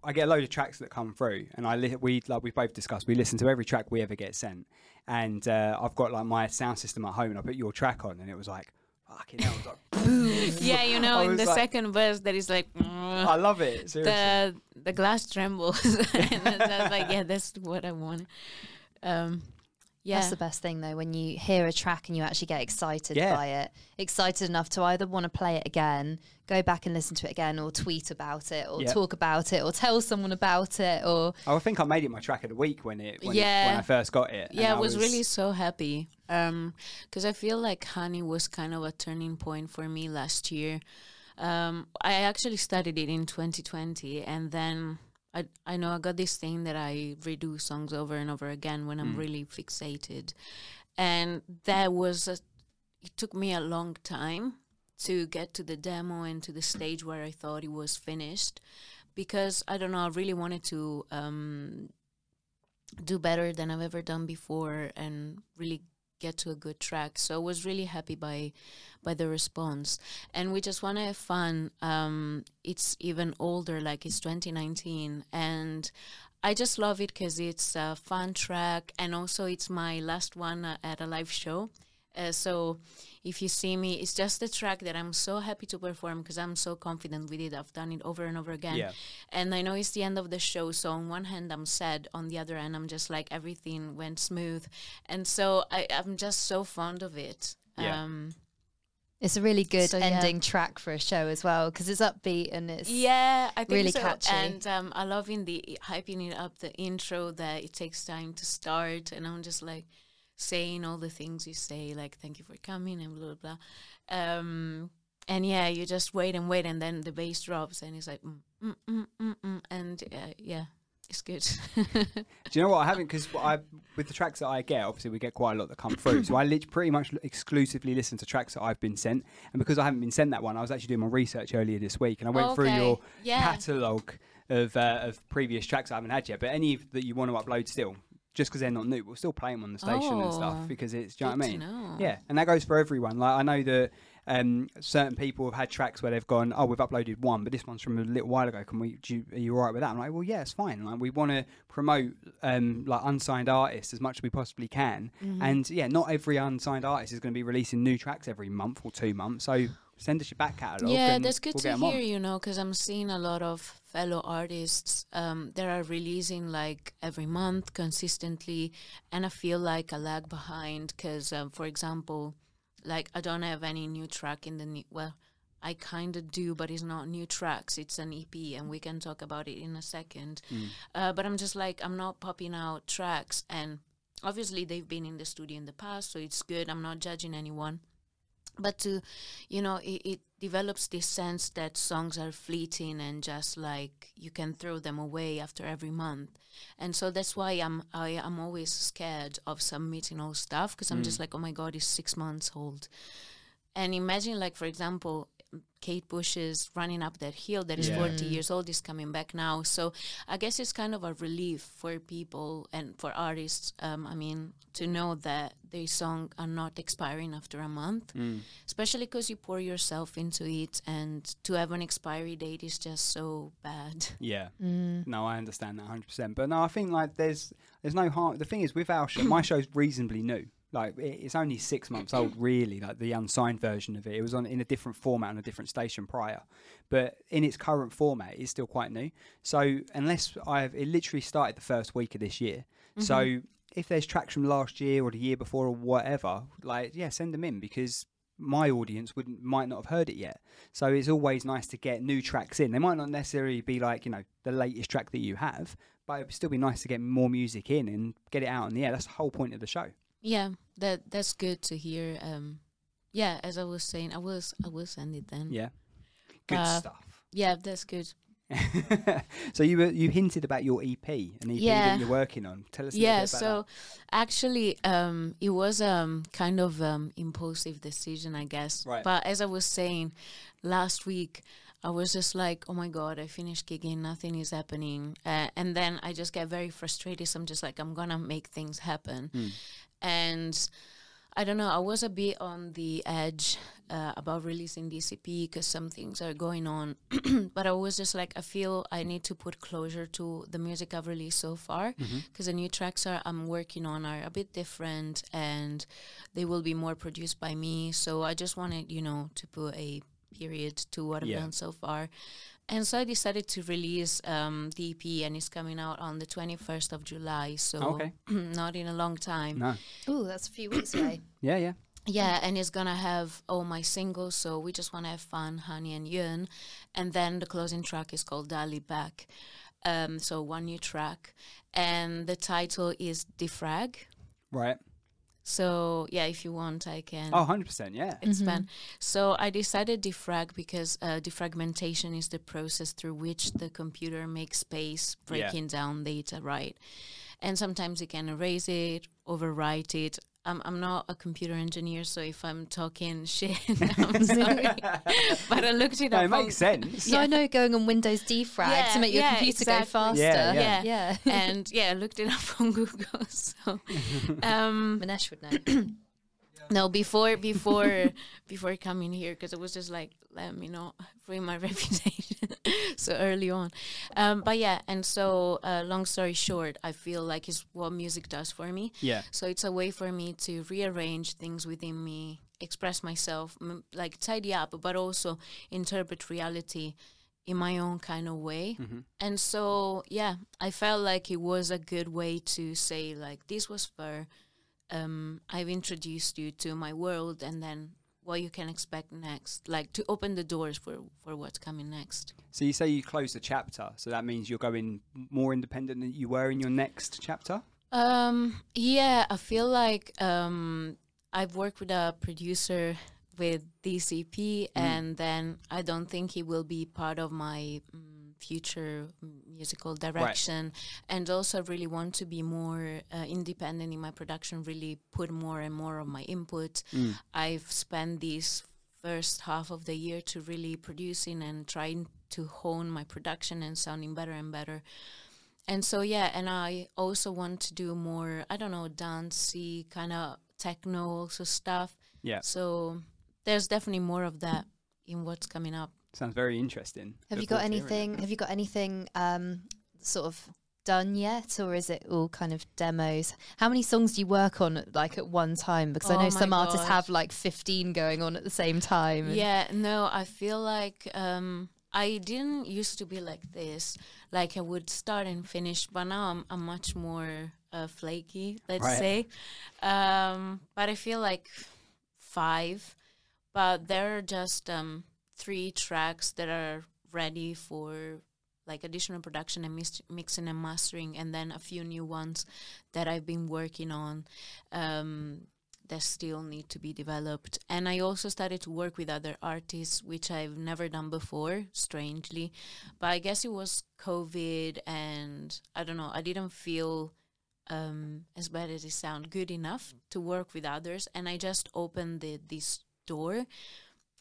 [SPEAKER 4] I get a load of tracks that come through, and I li- we like we both discussed, we listen to every track we ever get sent, and uh, I've got like my sound system at home, and I put your track on, and it was like, fucking hell, it was like,
[SPEAKER 5] yeah, you know,
[SPEAKER 4] I
[SPEAKER 5] in
[SPEAKER 4] was
[SPEAKER 5] the
[SPEAKER 4] like-
[SPEAKER 5] second verse, there is like
[SPEAKER 4] I love it. Seriously.
[SPEAKER 5] the the glass trembles. and I was like, yeah, that's what I want. Um, yeah,
[SPEAKER 3] That's the best thing though, when you hear a track and you actually get excited
[SPEAKER 4] Yeah.
[SPEAKER 3] by it, excited enough to either want to play it again, go back and listen to it again, or tweet about it, or
[SPEAKER 4] Yeah.
[SPEAKER 3] talk about it, or tell someone about it, or
[SPEAKER 4] I think I made it my track of the week when it when, it-
[SPEAKER 5] Yeah.
[SPEAKER 4] when I first got it. and
[SPEAKER 5] yeah, I was, really so happy because I feel like Honey was kind of a turning point for me last year. Um, I actually started it in 2020, and then I I know I got this thing that I redo songs over and over again when I'm really fixated, and that was a, it took me a long time to get to the demo and to the stage where I thought it was finished because I don't know I really wanted to um, do better than I've ever done before and really get to a good track. So I was really happy by by the response. And we just want to have fun. Um, it's even older, like it's 2019, and I just love it because it's a fun track, and also it's my last one uh, at a live show. Uh, so if you see me, it's just a track that I'm so happy to perform because I'm so confident with it. I've done it over and over again.
[SPEAKER 4] Yeah.
[SPEAKER 5] And I know it's the end of the show. So on one hand, I'm sad. On the other hand, I'm just like, everything went smooth. And so I, I'm just so fond of it.
[SPEAKER 4] Yeah.
[SPEAKER 5] Um,
[SPEAKER 3] it's a really good
[SPEAKER 5] So, yeah.
[SPEAKER 3] ending track for a show as well because it's upbeat and it's
[SPEAKER 5] yeah, I think
[SPEAKER 3] really
[SPEAKER 5] so.
[SPEAKER 3] catchy.
[SPEAKER 5] And um, I love in the hyping it up the intro that it takes time to start, and I'm just like saying all the things you say, like thank you for coming and blah blah. blah. Um, and yeah, you just wait and wait, and then the bass drops, and it's like mm, mm, mm, mm, mm, and uh, yeah, it's good.
[SPEAKER 4] Do you know what? I haven't because I with the tracks that I get, obviously we get quite a lot that come through. so I lit- pretty much exclusively listen to tracks that I've been sent, and because I haven't been sent that one, I was actually doing my research earlier this week, and I went through
[SPEAKER 5] Okay,
[SPEAKER 4] your
[SPEAKER 5] yeah.
[SPEAKER 4] catalogue of uh, of previous tracks I haven't had yet. But any that you want to upload still, just because they're not new, we'll still play them on the station and
[SPEAKER 5] Oh,
[SPEAKER 4] stuff because it's do you know
[SPEAKER 5] good
[SPEAKER 4] what
[SPEAKER 5] to
[SPEAKER 4] I mean?
[SPEAKER 5] know.
[SPEAKER 4] Yeah, and that goes for everyone. Like I know that. Um, certain people have had tracks where they've gone, oh, we've uploaded one, but this one's from a little while ago. Can we? Do you, are you all right with that? I'm like, well, yeah, it's fine. Like we want to promote um, like unsigned artists as much as we possibly can,
[SPEAKER 5] Mm-hmm.
[SPEAKER 4] and yeah, not every unsigned artist is going to be releasing new tracks every month or two months. So send us your back catalogue.
[SPEAKER 5] Yeah,
[SPEAKER 4] and
[SPEAKER 5] that's good
[SPEAKER 4] we'll
[SPEAKER 5] to
[SPEAKER 4] get 'em on.
[SPEAKER 5] hear, you know, because I'm seeing a lot of fellow artists um, that are releasing like every month consistently, and I feel like I lag behind because, um, for example, like I don't have any new track in the new, well, I kind of do, but it's not new tracks. It's an EP, and we can talk about it in a second. Uh, but I'm just like, I'm not popping out tracks, and obviously they've been in the studio in the past, so it's good. I'm not judging anyone but to you know it, it develops this sense that songs are fleeting and just like you can throw them away after every month and so that's why i'm I, i'm always scared of submitting old stuff because i'm just like oh my god it's six months old and imagine like for example kate bush is running up that hill that is
[SPEAKER 4] Yeah.
[SPEAKER 5] 40 years old is coming back now so i guess it's kind of a relief for people and for artists um, i mean to know that their song are not expiring after a month especially because you pour yourself into it and to have an expiry date is just so bad
[SPEAKER 4] Yeah. No, I understand that 100%. But no, I think like there's there's no harm. The thing is with our show, my show's reasonably new. Like it- it's only six months old, really. Like the unsigned version of it, it was on in a different format on a different station prior, but in its current format, it's still quite new. So unless I've it literally started the first week of this year, so if there's tracks from last year or the year before or whatever, like yeah, send them in because my audience wouldn't might not have heard it yet. So it's always nice to get new tracks in. They might not necessarily be like, you know, the latest track that you have, but it'd still be nice to get more music in and get it out in the air. That's the whole point of the show.
[SPEAKER 5] yeah that that's good to hear um yeah as i was saying i was i will send it then
[SPEAKER 4] Yeah. Good
[SPEAKER 5] Uh,
[SPEAKER 4] stuff.
[SPEAKER 5] yeah that's good
[SPEAKER 4] so you were, you hinted about your EP, an EP
[SPEAKER 5] Yeah.
[SPEAKER 4] that you're working on. Tell us.
[SPEAKER 5] yeah
[SPEAKER 4] A little bit about
[SPEAKER 5] so actually um it was um kind of um impulsive decision i guess
[SPEAKER 4] Right.
[SPEAKER 5] but as i was saying last week i was just like oh my god i finished gigging nothing is happening uh, and then i just get very frustrated so i'm just like i'm gonna make things happen
[SPEAKER 4] Hmm.
[SPEAKER 5] and I don't know. I was a bit on the edge uh, about releasing DCP because some things are going on, but I was just like, I feel I need to put closure to the music I've released so far because
[SPEAKER 4] Mm-hmm.
[SPEAKER 5] the new tracks are I'm working on are a bit different and they will be more produced by me. So I just wanted, you know, to put a period to what I've
[SPEAKER 4] Yeah.
[SPEAKER 5] done so far. And so I decided to release um, the EP, and it's coming out on the 21st of July. So
[SPEAKER 4] Okay.
[SPEAKER 5] not in a long time.
[SPEAKER 4] that. No.
[SPEAKER 3] Ooh, that's a few weeks away.
[SPEAKER 4] Yeah, yeah.
[SPEAKER 5] Yeah, and it's gonna have all my singles, so we just wanna have fun, honey and yearn. And then the closing track is called Dali Back. Um, so one new track. And the title is Defrag.
[SPEAKER 4] Right.
[SPEAKER 5] So yeah, if you want I can
[SPEAKER 4] Oh, 100 percent. Yeah.
[SPEAKER 3] Mm-hmm.
[SPEAKER 5] expand. So I decided defrag because uh, defragmentation is the process through which the computer makes space, breaking down data, right? And sometimes you can erase it, overwrite it. I'm, I'm not a computer engineer, so if I'm talking shit, I'm sorry. but I looked it
[SPEAKER 4] No,
[SPEAKER 5] up.
[SPEAKER 4] it
[SPEAKER 5] on-
[SPEAKER 4] makes sense.
[SPEAKER 3] So I know going on Windows defrag
[SPEAKER 5] Yeah,
[SPEAKER 3] to make your
[SPEAKER 5] yeah,
[SPEAKER 3] computer go
[SPEAKER 5] exactly.
[SPEAKER 3] faster.
[SPEAKER 4] Yeah,
[SPEAKER 5] Yeah.
[SPEAKER 3] yeah.
[SPEAKER 5] and yeah, I looked it up on Google. So um,
[SPEAKER 3] Manesh would know.
[SPEAKER 5] No, before before before coming here, because it was just like let me not ruin my reputation so early on. Um, but yeah, and so uh, long story short, I feel like it's what music does for me.
[SPEAKER 4] Yeah.
[SPEAKER 5] So it's a way for me to rearrange things within me, express myself, m- like tidy up, but also interpret reality in my own kind of way. And so yeah, I felt like it was a good way to say like this was fair um, I've introduced you to my world and then what you can expect next, like to open the doors for, for what's coming next.
[SPEAKER 4] So you say you closed a chapter, so that means you're going more independent than you were in your next chapter.
[SPEAKER 5] Um, yeah, I feel like um, I've worked with a producer with DCP, and then I don't think he will be part of my mm, future m- musical direction. And also, I really want to be more uh, independent in my production, really put more and more of my input. I've spent these first half of the year to really producing and trying to hone my production and sounding better and better and so yeah and i also want to do more i don't know dancey kind of techno also stuff
[SPEAKER 4] Yeah.
[SPEAKER 5] so there's definitely more of that in what's coming up
[SPEAKER 4] Sounds very interesting.
[SPEAKER 3] Have you
[SPEAKER 4] Look
[SPEAKER 3] got
[SPEAKER 4] forward to hearing it.
[SPEAKER 3] anything? Have you got anything um, sort of done yet, or is it all kind of demos? How many songs do you work on like at one time? Because
[SPEAKER 5] Oh
[SPEAKER 3] I know
[SPEAKER 5] my
[SPEAKER 3] some artists
[SPEAKER 5] gosh.
[SPEAKER 3] have like fifteen going on at the same time.
[SPEAKER 5] yeah no i feel like um i didn't used to be like this like i would start and finish but now i'm, I'm much more uh, flaky let's
[SPEAKER 4] Right.
[SPEAKER 5] say um but i feel like five but there are just um three tracks that are ready for like additional production and mis- mixing and mastering, and then a few new ones that I've been working on um, that still need to be developed. And I also started to work with other artists, which I've never done before, strangely. But I guess it was COVID, and I don't know, I didn't feel um, as bad as it sound good enough to work with others. And I just opened the, this door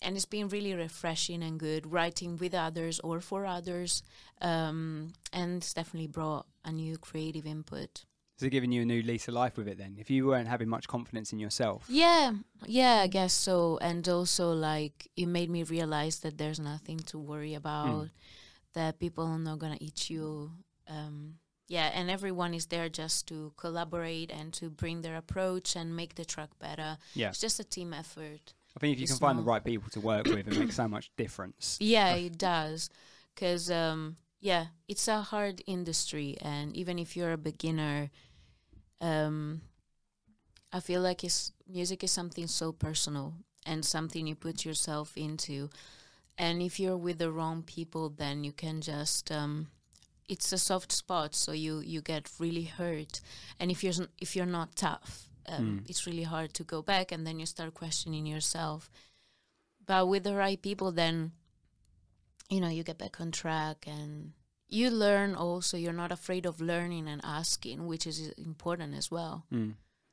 [SPEAKER 5] and it's been really refreshing and good writing with others or for others um, and it's definitely brought a new creative input
[SPEAKER 4] Is it giving you a new lease of life with it then? If you weren't having much confidence in yourself.
[SPEAKER 5] yeah yeah i guess so and also like it made me realize that there's nothing to worry
[SPEAKER 4] Hmm.
[SPEAKER 5] about that people are not gonna eat you um, yeah and everyone is there just to collaborate and to bring their approach and make the track better
[SPEAKER 4] Yeah.
[SPEAKER 5] it's just a team effort
[SPEAKER 4] I think if you
[SPEAKER 5] It's
[SPEAKER 4] can find the
[SPEAKER 5] not-
[SPEAKER 4] right people to work with, it makes so much difference.
[SPEAKER 5] Yeah, it does. Because, um, yeah, it's a hard industry. And even if you're a beginner, um, I feel like it's, music is something so personal and something you put yourself into. And if you're with the wrong people, then you can just. Um, it's a soft spot, so you, you get really hurt. And if you're s- if you're not tough, um, it's really hard to go back, and then you start questioning yourself. But with the right people, then you know you get back on track and you learn also you're not afraid of learning and asking which is important as well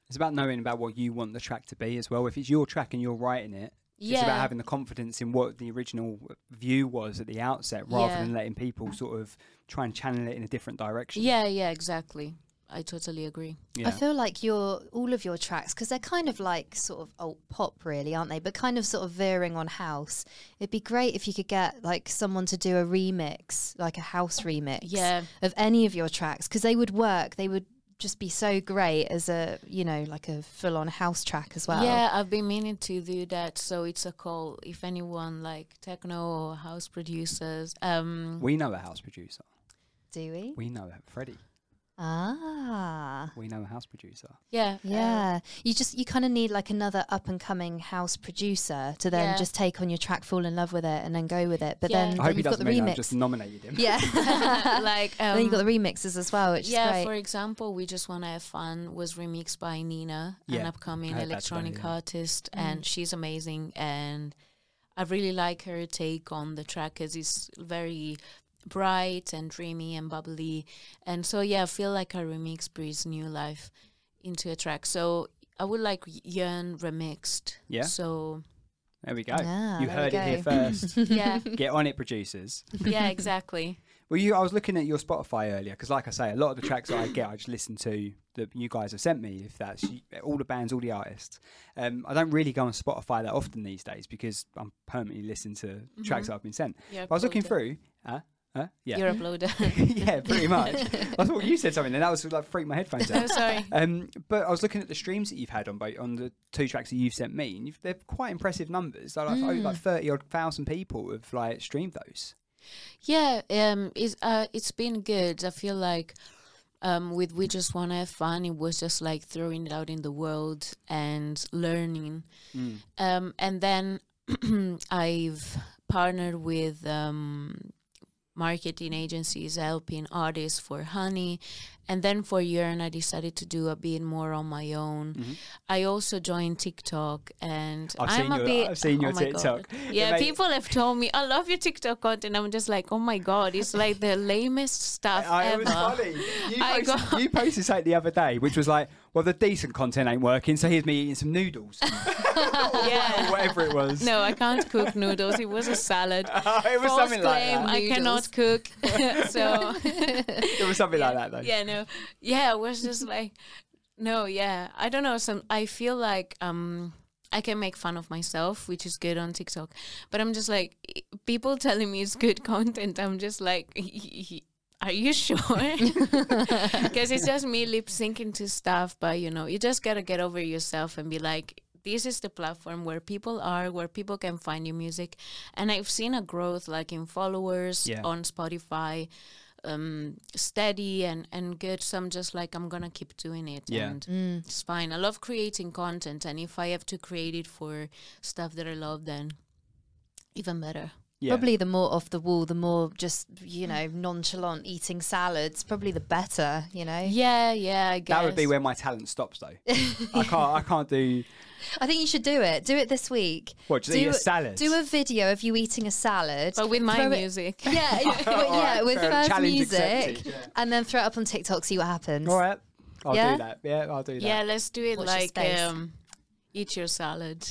[SPEAKER 4] It's about knowing about what you want the track to be as well. If it's your track and you're writing it, it's about
[SPEAKER 5] Yeah.
[SPEAKER 4] having the confidence in what the original view was at the outset, rather
[SPEAKER 5] Yeah.
[SPEAKER 4] than letting people sort of try and channel it in a different direction.
[SPEAKER 5] yeah yeah exactly i totally agree
[SPEAKER 4] Yeah.
[SPEAKER 3] I feel like your all of your tracks because they're kind of like sort of alt pop, really, aren't they? But kind of sort of veering on house. It'd be great if you could get like someone to do a remix, like a house remix,
[SPEAKER 5] Yeah.
[SPEAKER 3] of any of your tracks because they would work. They would just be so great as a you know like a full on house track as well.
[SPEAKER 5] Yeah, I've been meaning to do that. So it's a call if anyone like techno or house producers. Um,
[SPEAKER 4] We know a house producer.
[SPEAKER 3] Do we?
[SPEAKER 4] We know a Freddie.
[SPEAKER 3] Ah.
[SPEAKER 4] We know a house producer.
[SPEAKER 5] yeah, uh,
[SPEAKER 3] Yeah, you just you kind of need like another up and coming house producer to then
[SPEAKER 5] Yeah.
[SPEAKER 3] just take on your track, fall in love with it, and then go with it. But
[SPEAKER 5] Yeah.
[SPEAKER 3] then,
[SPEAKER 4] I
[SPEAKER 3] then
[SPEAKER 4] hope he
[SPEAKER 3] you've got
[SPEAKER 4] doesn't
[SPEAKER 3] the
[SPEAKER 4] mean
[SPEAKER 3] remix.
[SPEAKER 4] I've just nominated him.
[SPEAKER 3] Yeah.
[SPEAKER 5] like um,
[SPEAKER 3] then you've got the remixes as well, which
[SPEAKER 5] yeah.
[SPEAKER 3] is
[SPEAKER 5] For
[SPEAKER 3] great.
[SPEAKER 5] example, we just wanna have fun was remixed by Nina, an
[SPEAKER 4] Yeah, I
[SPEAKER 5] upcoming
[SPEAKER 4] heard Mm. that today,
[SPEAKER 5] electronic
[SPEAKER 4] yeah.
[SPEAKER 5] artist, and she's amazing. And I really like her take on the track because it's very bright and dreamy and bubbly. And so yeah, I feel like our remix breathes new life into a track. So I would like Yearn remixed.
[SPEAKER 4] Yeah.
[SPEAKER 5] So
[SPEAKER 4] There we go.
[SPEAKER 3] Yeah,
[SPEAKER 4] you
[SPEAKER 3] there we
[SPEAKER 4] heard it here
[SPEAKER 3] go.
[SPEAKER 4] first.
[SPEAKER 5] yeah,
[SPEAKER 4] Get on it, producers.
[SPEAKER 5] yeah, exactly.
[SPEAKER 4] Well, you, I was looking at your Spotify earlier because, like I say, a lot of the tracks that I get, I just listen to that you guys have sent me. If that's you- all the bands, all the artists, um, I don't really go on Spotify that often these days because I'm permanently listening to tracks that I've been sent.
[SPEAKER 5] You're
[SPEAKER 4] But I was looking
[SPEAKER 5] uploaded.
[SPEAKER 4] through, huh? Huh? Yeah,
[SPEAKER 5] Mm-hmm. You're a bloater.
[SPEAKER 4] yeah, pretty much. I thought you said something, and that was like freaked my headphones
[SPEAKER 5] oh,
[SPEAKER 4] out.
[SPEAKER 5] sorry.
[SPEAKER 4] Um, but I was looking at the streams that you've had on both on the two tracks that you've sent me, and you've, they're quite impressive numbers. They're like, over
[SPEAKER 5] Mm.
[SPEAKER 4] like thirty odd thousand people have like streamed those.
[SPEAKER 5] Yeah, um, it's uh, it's been good. I feel like um, with we just wanna have fun. It was just like throwing it out in the world and learning.
[SPEAKER 4] Mm.
[SPEAKER 5] Um, and then I've partnered with um, marketing agencies helping artists for Honey, and then for Yearn, I decided to do a bit more on my own. I also joined TikTok, and
[SPEAKER 4] Mm-hmm. I've seen
[SPEAKER 5] I'm a
[SPEAKER 4] your-
[SPEAKER 5] bit.
[SPEAKER 4] I've seen your
[SPEAKER 5] oh my
[SPEAKER 4] TikTok.
[SPEAKER 5] God. Yeah,
[SPEAKER 4] Mate.
[SPEAKER 5] people have told me I love your TikTok content. I'm just like, oh my god, it's like the lamest stuff
[SPEAKER 4] I,
[SPEAKER 5] ever.
[SPEAKER 4] it was funny. You
[SPEAKER 5] I
[SPEAKER 4] posted,
[SPEAKER 5] got-
[SPEAKER 4] you posted something the other day, which was like, well, the decent content ain't working, so here's me eating some noodles.
[SPEAKER 5] Yeah.
[SPEAKER 4] Whatever it was.
[SPEAKER 5] No, I can't cook noodles. It was a salad.
[SPEAKER 4] it was
[SPEAKER 5] False
[SPEAKER 4] something like
[SPEAKER 5] claim,
[SPEAKER 4] that.
[SPEAKER 5] I cannot cook. so
[SPEAKER 4] It was something like that, though.
[SPEAKER 5] yeah, no, yeah, it was just like, no, yeah, I don't know. Some I feel like um I can make fun of myself, which is good on TikTok, but I'm just like i- people telling me it's good content. I'm just like. Are you sure? Because it's just me lip syncing to stuff, but you know, you just gotta get over yourself and be like, this is the platform where people are, where people can find your music. And I've seen a growth like in followers
[SPEAKER 4] Yeah.
[SPEAKER 5] on Spotify, um, steady and, and good. So I'm just like, I'm gonna keep doing it.
[SPEAKER 4] Yeah.
[SPEAKER 5] And
[SPEAKER 3] Mm.
[SPEAKER 5] it's fine. I love creating content. And if I have to create it for stuff that I love, then even better.
[SPEAKER 4] Yeah.
[SPEAKER 3] Probably the more off the wall, the more just you know nonchalant eating salads. Probably the better, you know.
[SPEAKER 5] Yeah, yeah, I guess.
[SPEAKER 4] That would be where my talent stops, though. I can't. I can't do.
[SPEAKER 3] I think you should do it. Do it this week.
[SPEAKER 4] What, just
[SPEAKER 3] do
[SPEAKER 4] eat a salad?
[SPEAKER 3] Do a video of you eating a salad,
[SPEAKER 5] But with my
[SPEAKER 3] throw it-
[SPEAKER 5] music.
[SPEAKER 3] Yeah, yeah,
[SPEAKER 4] All right,
[SPEAKER 3] with
[SPEAKER 4] fair-
[SPEAKER 3] first
[SPEAKER 4] challenge
[SPEAKER 3] music,
[SPEAKER 4] accepted, yeah.
[SPEAKER 3] and then throw it up on TikTok, see what happens.
[SPEAKER 4] All right. I'll
[SPEAKER 3] Yeah?
[SPEAKER 4] do that. Yeah, I'll do that.
[SPEAKER 5] Yeah, let's do it
[SPEAKER 3] Watch your
[SPEAKER 5] like
[SPEAKER 3] space.
[SPEAKER 5] um, eat your salad.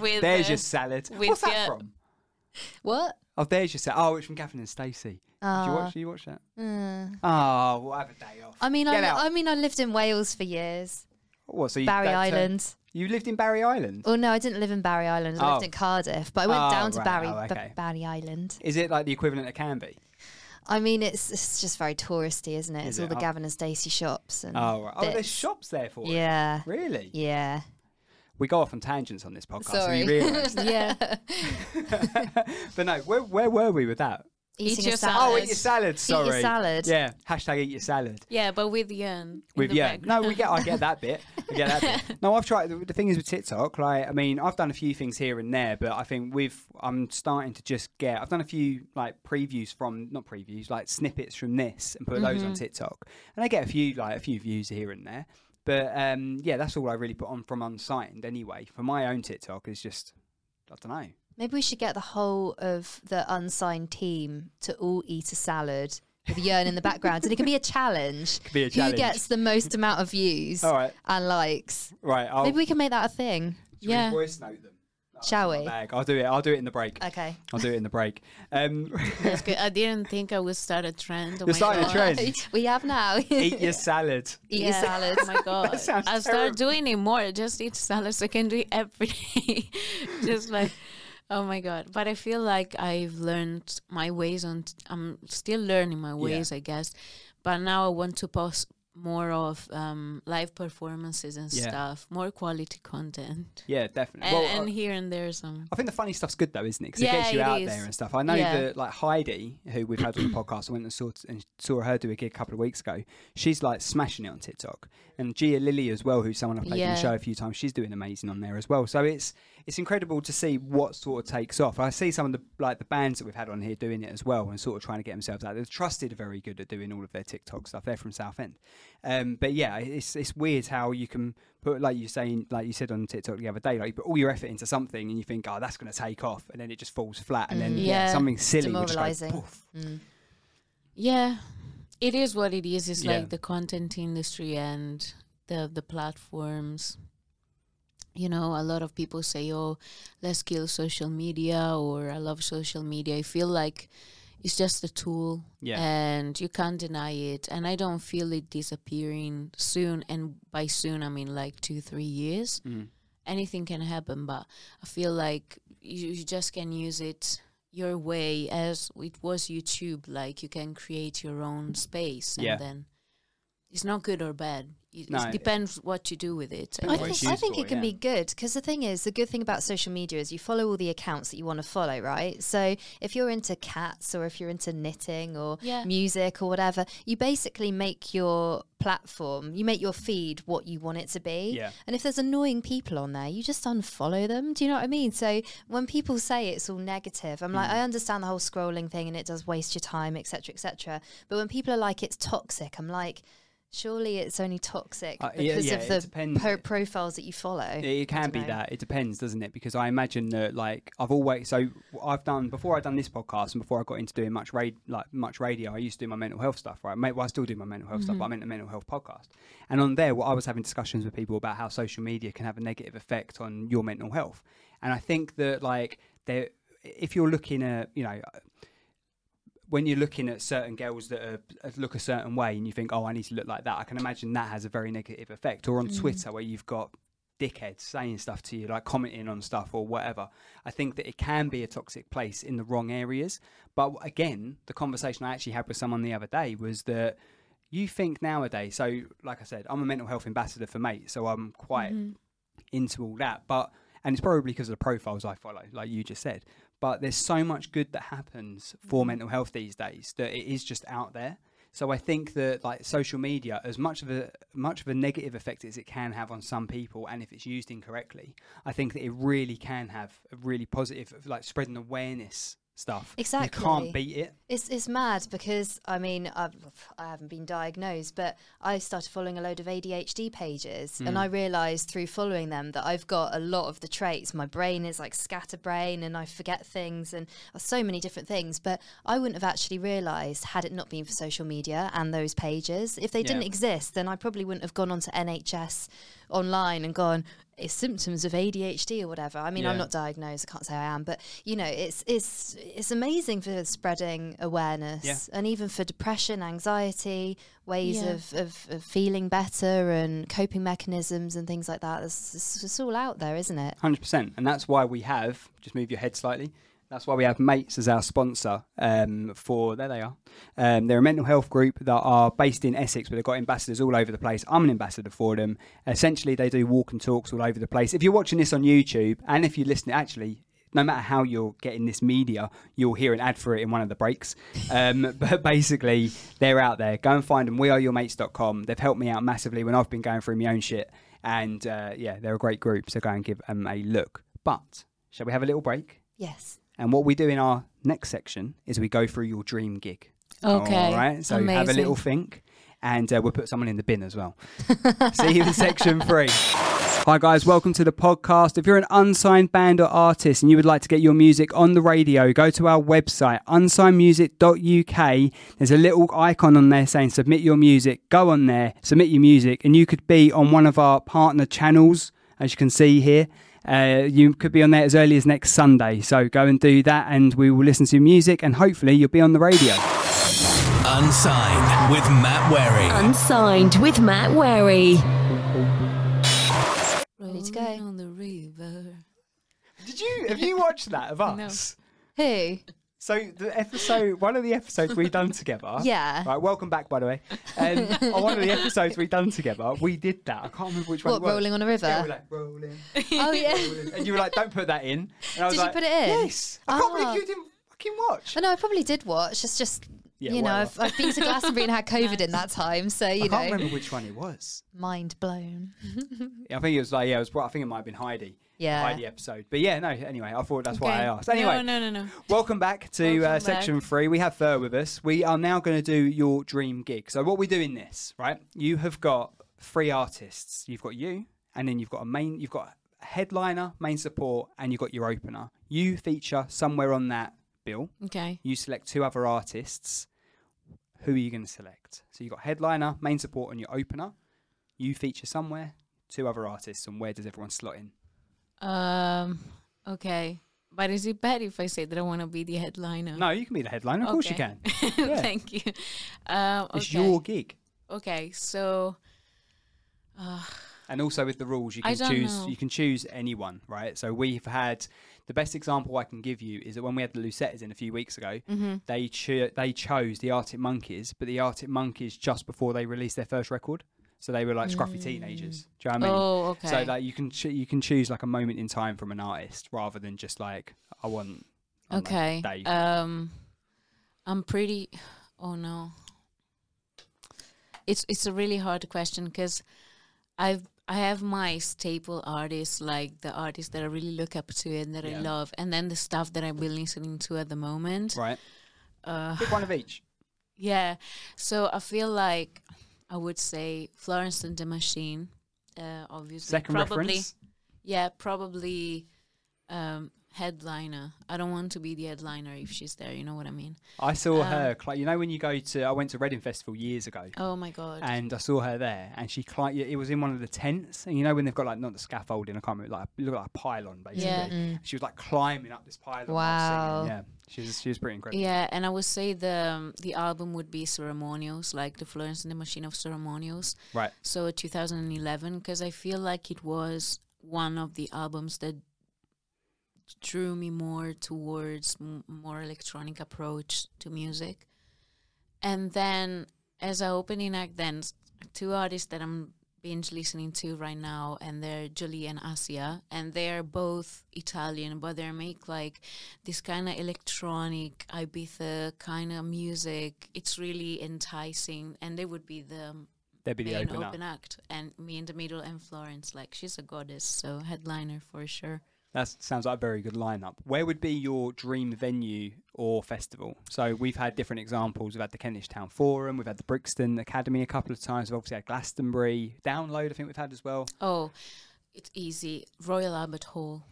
[SPEAKER 5] with
[SPEAKER 4] There's
[SPEAKER 5] uh,
[SPEAKER 4] your salad.
[SPEAKER 5] with
[SPEAKER 4] What's that
[SPEAKER 5] your-
[SPEAKER 4] from?
[SPEAKER 3] What?
[SPEAKER 4] Oh, there's your salad. Oh, it's from Gavin and Stacey. Did you watch? Did you watch that?
[SPEAKER 3] Ah. Mm.
[SPEAKER 4] Oh, we'll have a day off.
[SPEAKER 3] I mean,
[SPEAKER 4] Get
[SPEAKER 3] I,
[SPEAKER 4] out.
[SPEAKER 3] I mean, I lived in Wales for years,
[SPEAKER 4] What? So you,
[SPEAKER 3] Barry
[SPEAKER 4] that turned-
[SPEAKER 3] Island.
[SPEAKER 4] you lived in Barry Island.
[SPEAKER 3] Well, no, I didn't live in Barry Island. I lived
[SPEAKER 4] Oh.
[SPEAKER 3] in Cardiff, but I went
[SPEAKER 4] Oh,
[SPEAKER 3] down to
[SPEAKER 4] right.
[SPEAKER 3] Barry,
[SPEAKER 4] Oh,
[SPEAKER 3] B-
[SPEAKER 4] okay.
[SPEAKER 3] Barry Island.
[SPEAKER 4] Is it like the equivalent of Canby?
[SPEAKER 3] I mean, it's it's just very touristy, isn't it? It's
[SPEAKER 4] Is
[SPEAKER 3] all
[SPEAKER 4] it?
[SPEAKER 3] the
[SPEAKER 4] Oh.
[SPEAKER 3] Gavin and Stacey shops and
[SPEAKER 4] Oh, right. oh, there's
[SPEAKER 3] bits.
[SPEAKER 4] shops there for it.
[SPEAKER 3] yeah,
[SPEAKER 4] Really?
[SPEAKER 3] yeah.
[SPEAKER 4] We go off on tangents on this podcast.
[SPEAKER 3] Sorry.
[SPEAKER 4] You realise.
[SPEAKER 5] yeah.
[SPEAKER 4] but no, where, where were we with that?
[SPEAKER 3] Eating
[SPEAKER 5] your
[SPEAKER 3] a
[SPEAKER 5] salad.
[SPEAKER 4] Oh,
[SPEAKER 3] salad.
[SPEAKER 4] eat your salad.
[SPEAKER 3] your
[SPEAKER 4] Sorry.
[SPEAKER 3] salad.
[SPEAKER 4] Yeah. Hashtag eat your salad.
[SPEAKER 5] Yeah, but with Yearn.
[SPEAKER 4] With yeah, no, we get I get that bit. I get that bit. No, I've tried. The, the thing is with TikTok, like I mean, I've done a few things here and there, but I think we've I'm starting to just get. I've done a few like previews from not previews, like snippets from this, and put those on TikTok, and I get a few like a few views here and there. But um, yeah, that's all I really put on from unsigned anyway. For my own TikTok is just I don't know.
[SPEAKER 3] Maybe we should get the whole of the unsigned team to all eat a salad with Yearn in the background, and it can be a challenge.
[SPEAKER 4] be a challenge.
[SPEAKER 3] Who gets the most amount of views
[SPEAKER 4] All right. Oh.
[SPEAKER 3] and likes?
[SPEAKER 4] Right. I'll
[SPEAKER 3] Maybe we can make that a thing,
[SPEAKER 4] Should we
[SPEAKER 5] Yeah.
[SPEAKER 4] voice note them. That's
[SPEAKER 3] shall
[SPEAKER 4] in Oh, my
[SPEAKER 3] we?
[SPEAKER 4] bag. I'll do it. I'll do it in the break.
[SPEAKER 3] Okay.
[SPEAKER 4] I'll do it in the break. Um,
[SPEAKER 5] That's good. I didn't think I would start a trend. Oh
[SPEAKER 4] You're
[SPEAKER 5] my
[SPEAKER 4] starting a
[SPEAKER 5] God.
[SPEAKER 4] trend.
[SPEAKER 3] we have now.
[SPEAKER 4] eat your salad.
[SPEAKER 3] Eat your salad.
[SPEAKER 5] Oh my god. I
[SPEAKER 4] sounds
[SPEAKER 5] start
[SPEAKER 4] terrible.
[SPEAKER 5] doing it more. Just eat salads. I can do it every day. Just like oh my god. But I feel like I've learned my ways on I'm still learning my ways, I guess. But now I want to post more of um, live performances and
[SPEAKER 4] Yeah.
[SPEAKER 5] stuff, more quality content.
[SPEAKER 4] Yeah, definitely.
[SPEAKER 5] And,
[SPEAKER 4] well, uh,
[SPEAKER 5] and
[SPEAKER 4] I-
[SPEAKER 5] here and there some.
[SPEAKER 4] I think the funny stuff's good though, isn't it? 'Cause it
[SPEAKER 5] Yeah,
[SPEAKER 4] gets you
[SPEAKER 5] it
[SPEAKER 4] out
[SPEAKER 5] is.
[SPEAKER 4] there and stuff. I know
[SPEAKER 5] Yeah.
[SPEAKER 4] that like Heidi, who we've had on the podcast, I went and saw and saw her do a gig a couple of weeks ago. She's like smashing it on TikTok, and Gia Lily as well, who's someone I've played on
[SPEAKER 5] Yeah.
[SPEAKER 4] the show a few times. She's doing amazing on there as well. So it's it's incredible to see what sort of takes off. I see some of the like the bands that we've had on here doing it as well, and sort of trying to get themselves out. there. Trusted are very good at doing all of their TikTok stuff. They're from Southend, um, but yeah, it's it's weird how you can put like you saying like you said on TikTok the other day, like you put all your effort into something and you think, oh, that's going to take off, and then it just falls flat, and then
[SPEAKER 5] Yeah.
[SPEAKER 4] something silly, will just go
[SPEAKER 3] Demoralising.
[SPEAKER 4] poof.
[SPEAKER 5] Yeah. It is what it is. It's
[SPEAKER 4] Yeah.
[SPEAKER 5] like the content industry and the the platforms. You know, a lot of people say, "Oh, let's kill social media," or "I love social media." I feel like it's just a tool,
[SPEAKER 4] Yeah.
[SPEAKER 5] and you can't deny it. And I don't feel it disappearing soon. And by soon, I mean like two, three years. Anything can happen, but I feel like you, you just can use it your way as it was YouTube. Like you can create your own space, and
[SPEAKER 4] Yeah.
[SPEAKER 5] then it's not good or bad. It,
[SPEAKER 4] No.
[SPEAKER 5] it depends what you do with it. I
[SPEAKER 3] I
[SPEAKER 5] guess.
[SPEAKER 4] it's
[SPEAKER 3] think, I
[SPEAKER 4] used
[SPEAKER 3] think
[SPEAKER 4] for,
[SPEAKER 3] it can
[SPEAKER 4] yeah.
[SPEAKER 3] be good because the thing is, the good thing about social media is you follow all the accounts that you want to follow, right? So if you're into cats or if you're into knitting or
[SPEAKER 5] Yeah.
[SPEAKER 3] music or whatever, you basically make your platform, you make your feed what you want it to be.
[SPEAKER 4] Yeah.
[SPEAKER 3] And if there's annoying people on there, you just unfollow them. Do you know what I mean? So when people say it's all negative, I'm
[SPEAKER 4] Mm.
[SPEAKER 3] like, I understand the whole scrolling thing and it does waste your time, etc., etc. But when people are like, it's toxic, I'm like, surely it's only toxic
[SPEAKER 4] Uh, yeah,
[SPEAKER 3] because
[SPEAKER 4] yeah, it
[SPEAKER 3] of the
[SPEAKER 4] depends.
[SPEAKER 3] per- profiles that you follow.
[SPEAKER 4] It, it can be
[SPEAKER 3] dunno.
[SPEAKER 4] that. It depends, doesn't it? Because I imagine that, like, I've always so I've done before I done this podcast and before I got into doing much ra- like much radio. I used to do my mental health stuff, right? Mate, well, I still do my mental health stuff, but I meant a mental health podcast. And on there, what I was having discussions with people about how social media can have a negative effect on your mental health. And I think that, like, there, if you're looking at, you know, when you're looking at certain girls that are, uh, look a certain way and you think, oh, I need to look like that, I can imagine that has a very negative effect. Or on Twitter, where you've got dickheads saying stuff to you, like commenting on stuff or whatever. I think that it can be a toxic place in the wrong areas. But again, the conversation I actually had with someone the other day was that you think nowadays, so like I said, I'm a mental health ambassador for mate, so I'm quite into all that. But and it's probably because of the profiles I follow, like you just said. But there's so much good that happens for mental health these days that it is just out there. So I think that like social media, as much of a much of a negative effect as it can have on some people, and if it's used incorrectly, I think that it really can have a really positive, like spreading awareness stuff. you
[SPEAKER 3] Exactly.
[SPEAKER 4] can't beat it.
[SPEAKER 3] It's it's mad because I mean I've, I haven't been diagnosed, but I started following a load of ADHD pages,
[SPEAKER 4] Hmm.
[SPEAKER 3] and I realised through following them that I've got a lot of the traits. My brain is like scatterbrain, and I forget things and so many different things. But I wouldn't have actually realised had it not been for social media and those pages. If they didn't
[SPEAKER 4] Yeah.
[SPEAKER 3] exist, then I probably wouldn't have gone onto NHS online and gone. It's symptoms of ADHD or whatever. I mean, I'm
[SPEAKER 4] Yeah.
[SPEAKER 3] not diagnosed. I can't say I am, but you know, it's it's it's amazing for spreading awareness
[SPEAKER 4] Yeah.
[SPEAKER 3] and even for depression, anxiety, ways
[SPEAKER 5] Yeah.
[SPEAKER 3] of, of, of feeling better and coping mechanisms and things like that. It's, it's, it's all out there, isn't it?
[SPEAKER 4] Hundred percent, and that's why we have. Just move your head slightly. That's why we have Mates as our sponsor. Um, for there they are. Um, they're a mental health group that are based in Essex, but they've got ambassadors all over the place. I'm an ambassador for them. Essentially, they do walk and talks all over the place. If you're watching this on YouTube, and if you listen, actually, no matter how you're getting this media, you'll hear an ad for it in one of the breaks. Um, but basically, they're out there. Go and find them. WeAreYourMates.com. They've helped me out massively when I've been going through my own shit. And uh, yeah, they're a great group. So go and give them a look. But shall we have a little break?
[SPEAKER 3] Yes.
[SPEAKER 4] And what we do in our next section is we go through your dream gig.
[SPEAKER 5] Okay.
[SPEAKER 4] All right. So have a
[SPEAKER 5] Amazing.
[SPEAKER 4] little think. And uh, we'll put someone in the bin as well. See you in section three. Hi, guys. Welcome to the podcast. If you're an unsigned band or artist and you would like to get your music on the radio, go to our website, unsignedmusic.uk. There's a little icon on there saying submit your music. Go on there, submit your music, and you could be on one of our partner channels, as you can see here. Uh, you could be on there as early as next Sunday. So go and do that, and we will listen to your music, and hopefully, you'll be on the radio.
[SPEAKER 1] Unsigned with Matt Wherry.
[SPEAKER 2] Unsigned with Matt Wherry.
[SPEAKER 3] Ready to go.
[SPEAKER 5] Rolling on the river.
[SPEAKER 4] Did you have you watched that of us?
[SPEAKER 3] Who?
[SPEAKER 4] So the episode, one of the episodes we done together.
[SPEAKER 3] Yeah.
[SPEAKER 4] Right. Welcome back, by the way. Um, on one of the episodes we done together, we did that. I can't remember which one.
[SPEAKER 3] What,
[SPEAKER 4] it was.
[SPEAKER 3] rolling on a
[SPEAKER 4] Yeah, we
[SPEAKER 3] river?
[SPEAKER 4] were like rolling,
[SPEAKER 3] Oh, yeah.
[SPEAKER 4] rolling, and you were like, "Don't put that in." And I was
[SPEAKER 3] Did you
[SPEAKER 4] like,
[SPEAKER 3] put it in?
[SPEAKER 4] Yes. I can't
[SPEAKER 3] Ah.
[SPEAKER 4] believe you didn't fucking watch.
[SPEAKER 3] Oh, no, I probably did watch. It's just,
[SPEAKER 4] Yeah,
[SPEAKER 3] you know, I've,
[SPEAKER 4] whatever.
[SPEAKER 3] I've been to Glastonbury and had COVID in that time. So, you
[SPEAKER 4] I can't
[SPEAKER 3] know,
[SPEAKER 4] remember which one it was.
[SPEAKER 3] mind blown.
[SPEAKER 4] Yeah, I think it was like yeah, it was. I think it might have been Heidi.
[SPEAKER 3] Yeah.
[SPEAKER 4] Heidi episode. But yeah, no. Anyway, I thought that's why I
[SPEAKER 5] Okay.
[SPEAKER 4] asked. Anyway.
[SPEAKER 5] No, no, no, no.
[SPEAKER 4] Welcome back to
[SPEAKER 5] Welcome
[SPEAKER 4] uh,
[SPEAKER 5] back.
[SPEAKER 4] section three. We have Fur with us. We are now going to do your dream gig. So, what we do in this, right? You have got three artists. You've got you, and then you've got a main. You've got a headliner, main support, and you've got your opener. You feature somewhere on that bill.
[SPEAKER 5] Okay.
[SPEAKER 4] You select two other artists. Who are you going to select? So you've got headliner, main support, and your opener. You feature somewhere. Two other artists, and where does everyone slot in?
[SPEAKER 5] Um. Okay. But is it bad if I say that I want to be the headliner?
[SPEAKER 4] No, you can be the headliner. Of course you
[SPEAKER 5] Mm. Okay.
[SPEAKER 4] can. Yeah.
[SPEAKER 5] Thank you. Um, okay.
[SPEAKER 4] It's your gig.
[SPEAKER 5] Okay. So.
[SPEAKER 4] And also with the rules, you
[SPEAKER 5] I
[SPEAKER 4] can
[SPEAKER 5] don't
[SPEAKER 4] choose
[SPEAKER 5] know.
[SPEAKER 4] you can choose anyone, right? So we've had the best example I can give you is that when we had the Lucettas in a few weeks ago,
[SPEAKER 5] Mm-hmm.
[SPEAKER 4] they cho- they chose the Arctic Monkeys, but the Arctic Monkeys just before they released their first record, so they were like scruffy teenagers. Do you know what I mean?
[SPEAKER 5] Mm. Oh,
[SPEAKER 4] So
[SPEAKER 5] okay.
[SPEAKER 4] like you can cho- you can choose like a moment in time from an artist rather than just like I want. I don't know,
[SPEAKER 5] Okay.
[SPEAKER 4] Dave.
[SPEAKER 5] Um. I'm pretty. Oh no. It's it's a really hard question because I've I have my staple artists like the artists that I really look up to and that I
[SPEAKER 4] Yeah.
[SPEAKER 5] love, and then the stuff that I've been listening to at the moment.
[SPEAKER 4] right.
[SPEAKER 5] uh,
[SPEAKER 4] Pick one of each.
[SPEAKER 5] Yeah. So I feel like I would say Florence and the Machine, uh, obviously.
[SPEAKER 4] Second
[SPEAKER 5] probably,
[SPEAKER 4] reference.
[SPEAKER 5] Yeah, probably um, headliner. I don't want to be the headliner if she's there. You know what I mean?
[SPEAKER 4] I
[SPEAKER 5] Uh,
[SPEAKER 4] saw her. cli- You know when you go to I went to Reading Festival years ago.
[SPEAKER 5] Oh my God.
[SPEAKER 4] and I saw her there, and she climbed. It was in one of the tents, and you know when they've got like not the scaffolding, I can't remember, like it looked like a pylon basically.
[SPEAKER 5] Yeah. Mm.
[SPEAKER 4] She was like climbing up this pylon.
[SPEAKER 3] Wow.
[SPEAKER 4] while singing. Yeah, she was she was pretty incredible.
[SPEAKER 5] yeah, and I would say the um, the album would be Ceremonials, like the Florence and the Machine of Ceremonials.
[SPEAKER 4] Right.
[SPEAKER 5] So 2011, because I feel like it was one of the albums that drew me more towards m- more electronic approach to music. And then as I opening act, then s- two artists that I'm binge listening to right now, and they're Julie and Asia, and they are both Italian, but they make like this kind of electronic Ibiza kind of music. It's really enticing, and they would be the um,
[SPEAKER 4] There'd be the
[SPEAKER 5] main
[SPEAKER 4] opener.
[SPEAKER 5] open, act and me in the middle and Florence like she's a goddess so headliner for sure
[SPEAKER 4] That sounds like a very good lineup. Where would be your dream venue or festival? So we've had different examples. We've had the Kentish Town Forum. We've had the Brixton Academy a couple of times. We've obviously had Glastonbury Download. I think we've had as well.
[SPEAKER 5] oh it's easy Royal Albert Hall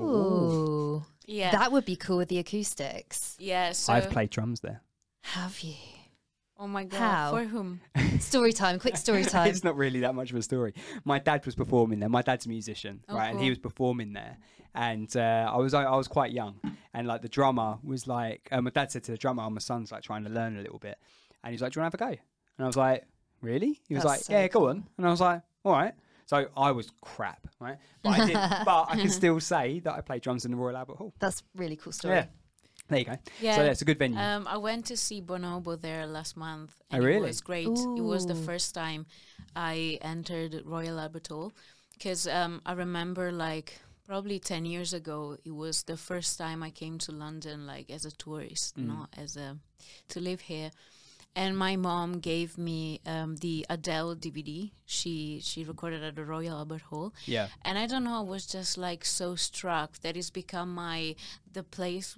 [SPEAKER 3] Ooh.
[SPEAKER 5] yeah
[SPEAKER 3] That would be cool with the acoustics.
[SPEAKER 5] yeah so
[SPEAKER 4] I've played drums there.
[SPEAKER 3] Have you?
[SPEAKER 5] oh my god
[SPEAKER 3] How?
[SPEAKER 5] for whom
[SPEAKER 3] Story time, quick story time.
[SPEAKER 4] it's not really that much of a story. My dad was performing there. My dad's a musician,
[SPEAKER 5] Oh,
[SPEAKER 4] right? And he
[SPEAKER 5] cool.
[SPEAKER 4] was performing there, and uh, I was I, I was quite young, and like the drummer was like, uh, my dad said to the drummer, oh, "My son's like trying to learn a little bit," and he was like, "Do you want to have a go?" And I was like, "Really?" He
[SPEAKER 3] That's
[SPEAKER 4] was like,
[SPEAKER 3] so
[SPEAKER 4] "Yeah, go on." And I was like, "All right." So I was crap, right? But I, did, but I can still say that I played drums in the Royal Albert Hall.
[SPEAKER 3] That's really cool story.
[SPEAKER 4] Yeah, there you go.
[SPEAKER 5] Yeah.
[SPEAKER 4] So that's a good venue.
[SPEAKER 3] uh,
[SPEAKER 5] um I went to see Bonobo there last month
[SPEAKER 4] Oh,
[SPEAKER 5] and it
[SPEAKER 4] really?
[SPEAKER 5] was great it was the first time I entered Royal Albert Hall because um I remember like probably 10 years ago it was the first time I came to London like as a tourist
[SPEAKER 4] Mm.
[SPEAKER 5] not as a to live here and my mom gave me um, the Adele DVD. She she recorded at the Royal Albert Hall.
[SPEAKER 4] Yeah.
[SPEAKER 5] And I don't know, I was just like so struck that it's become my the place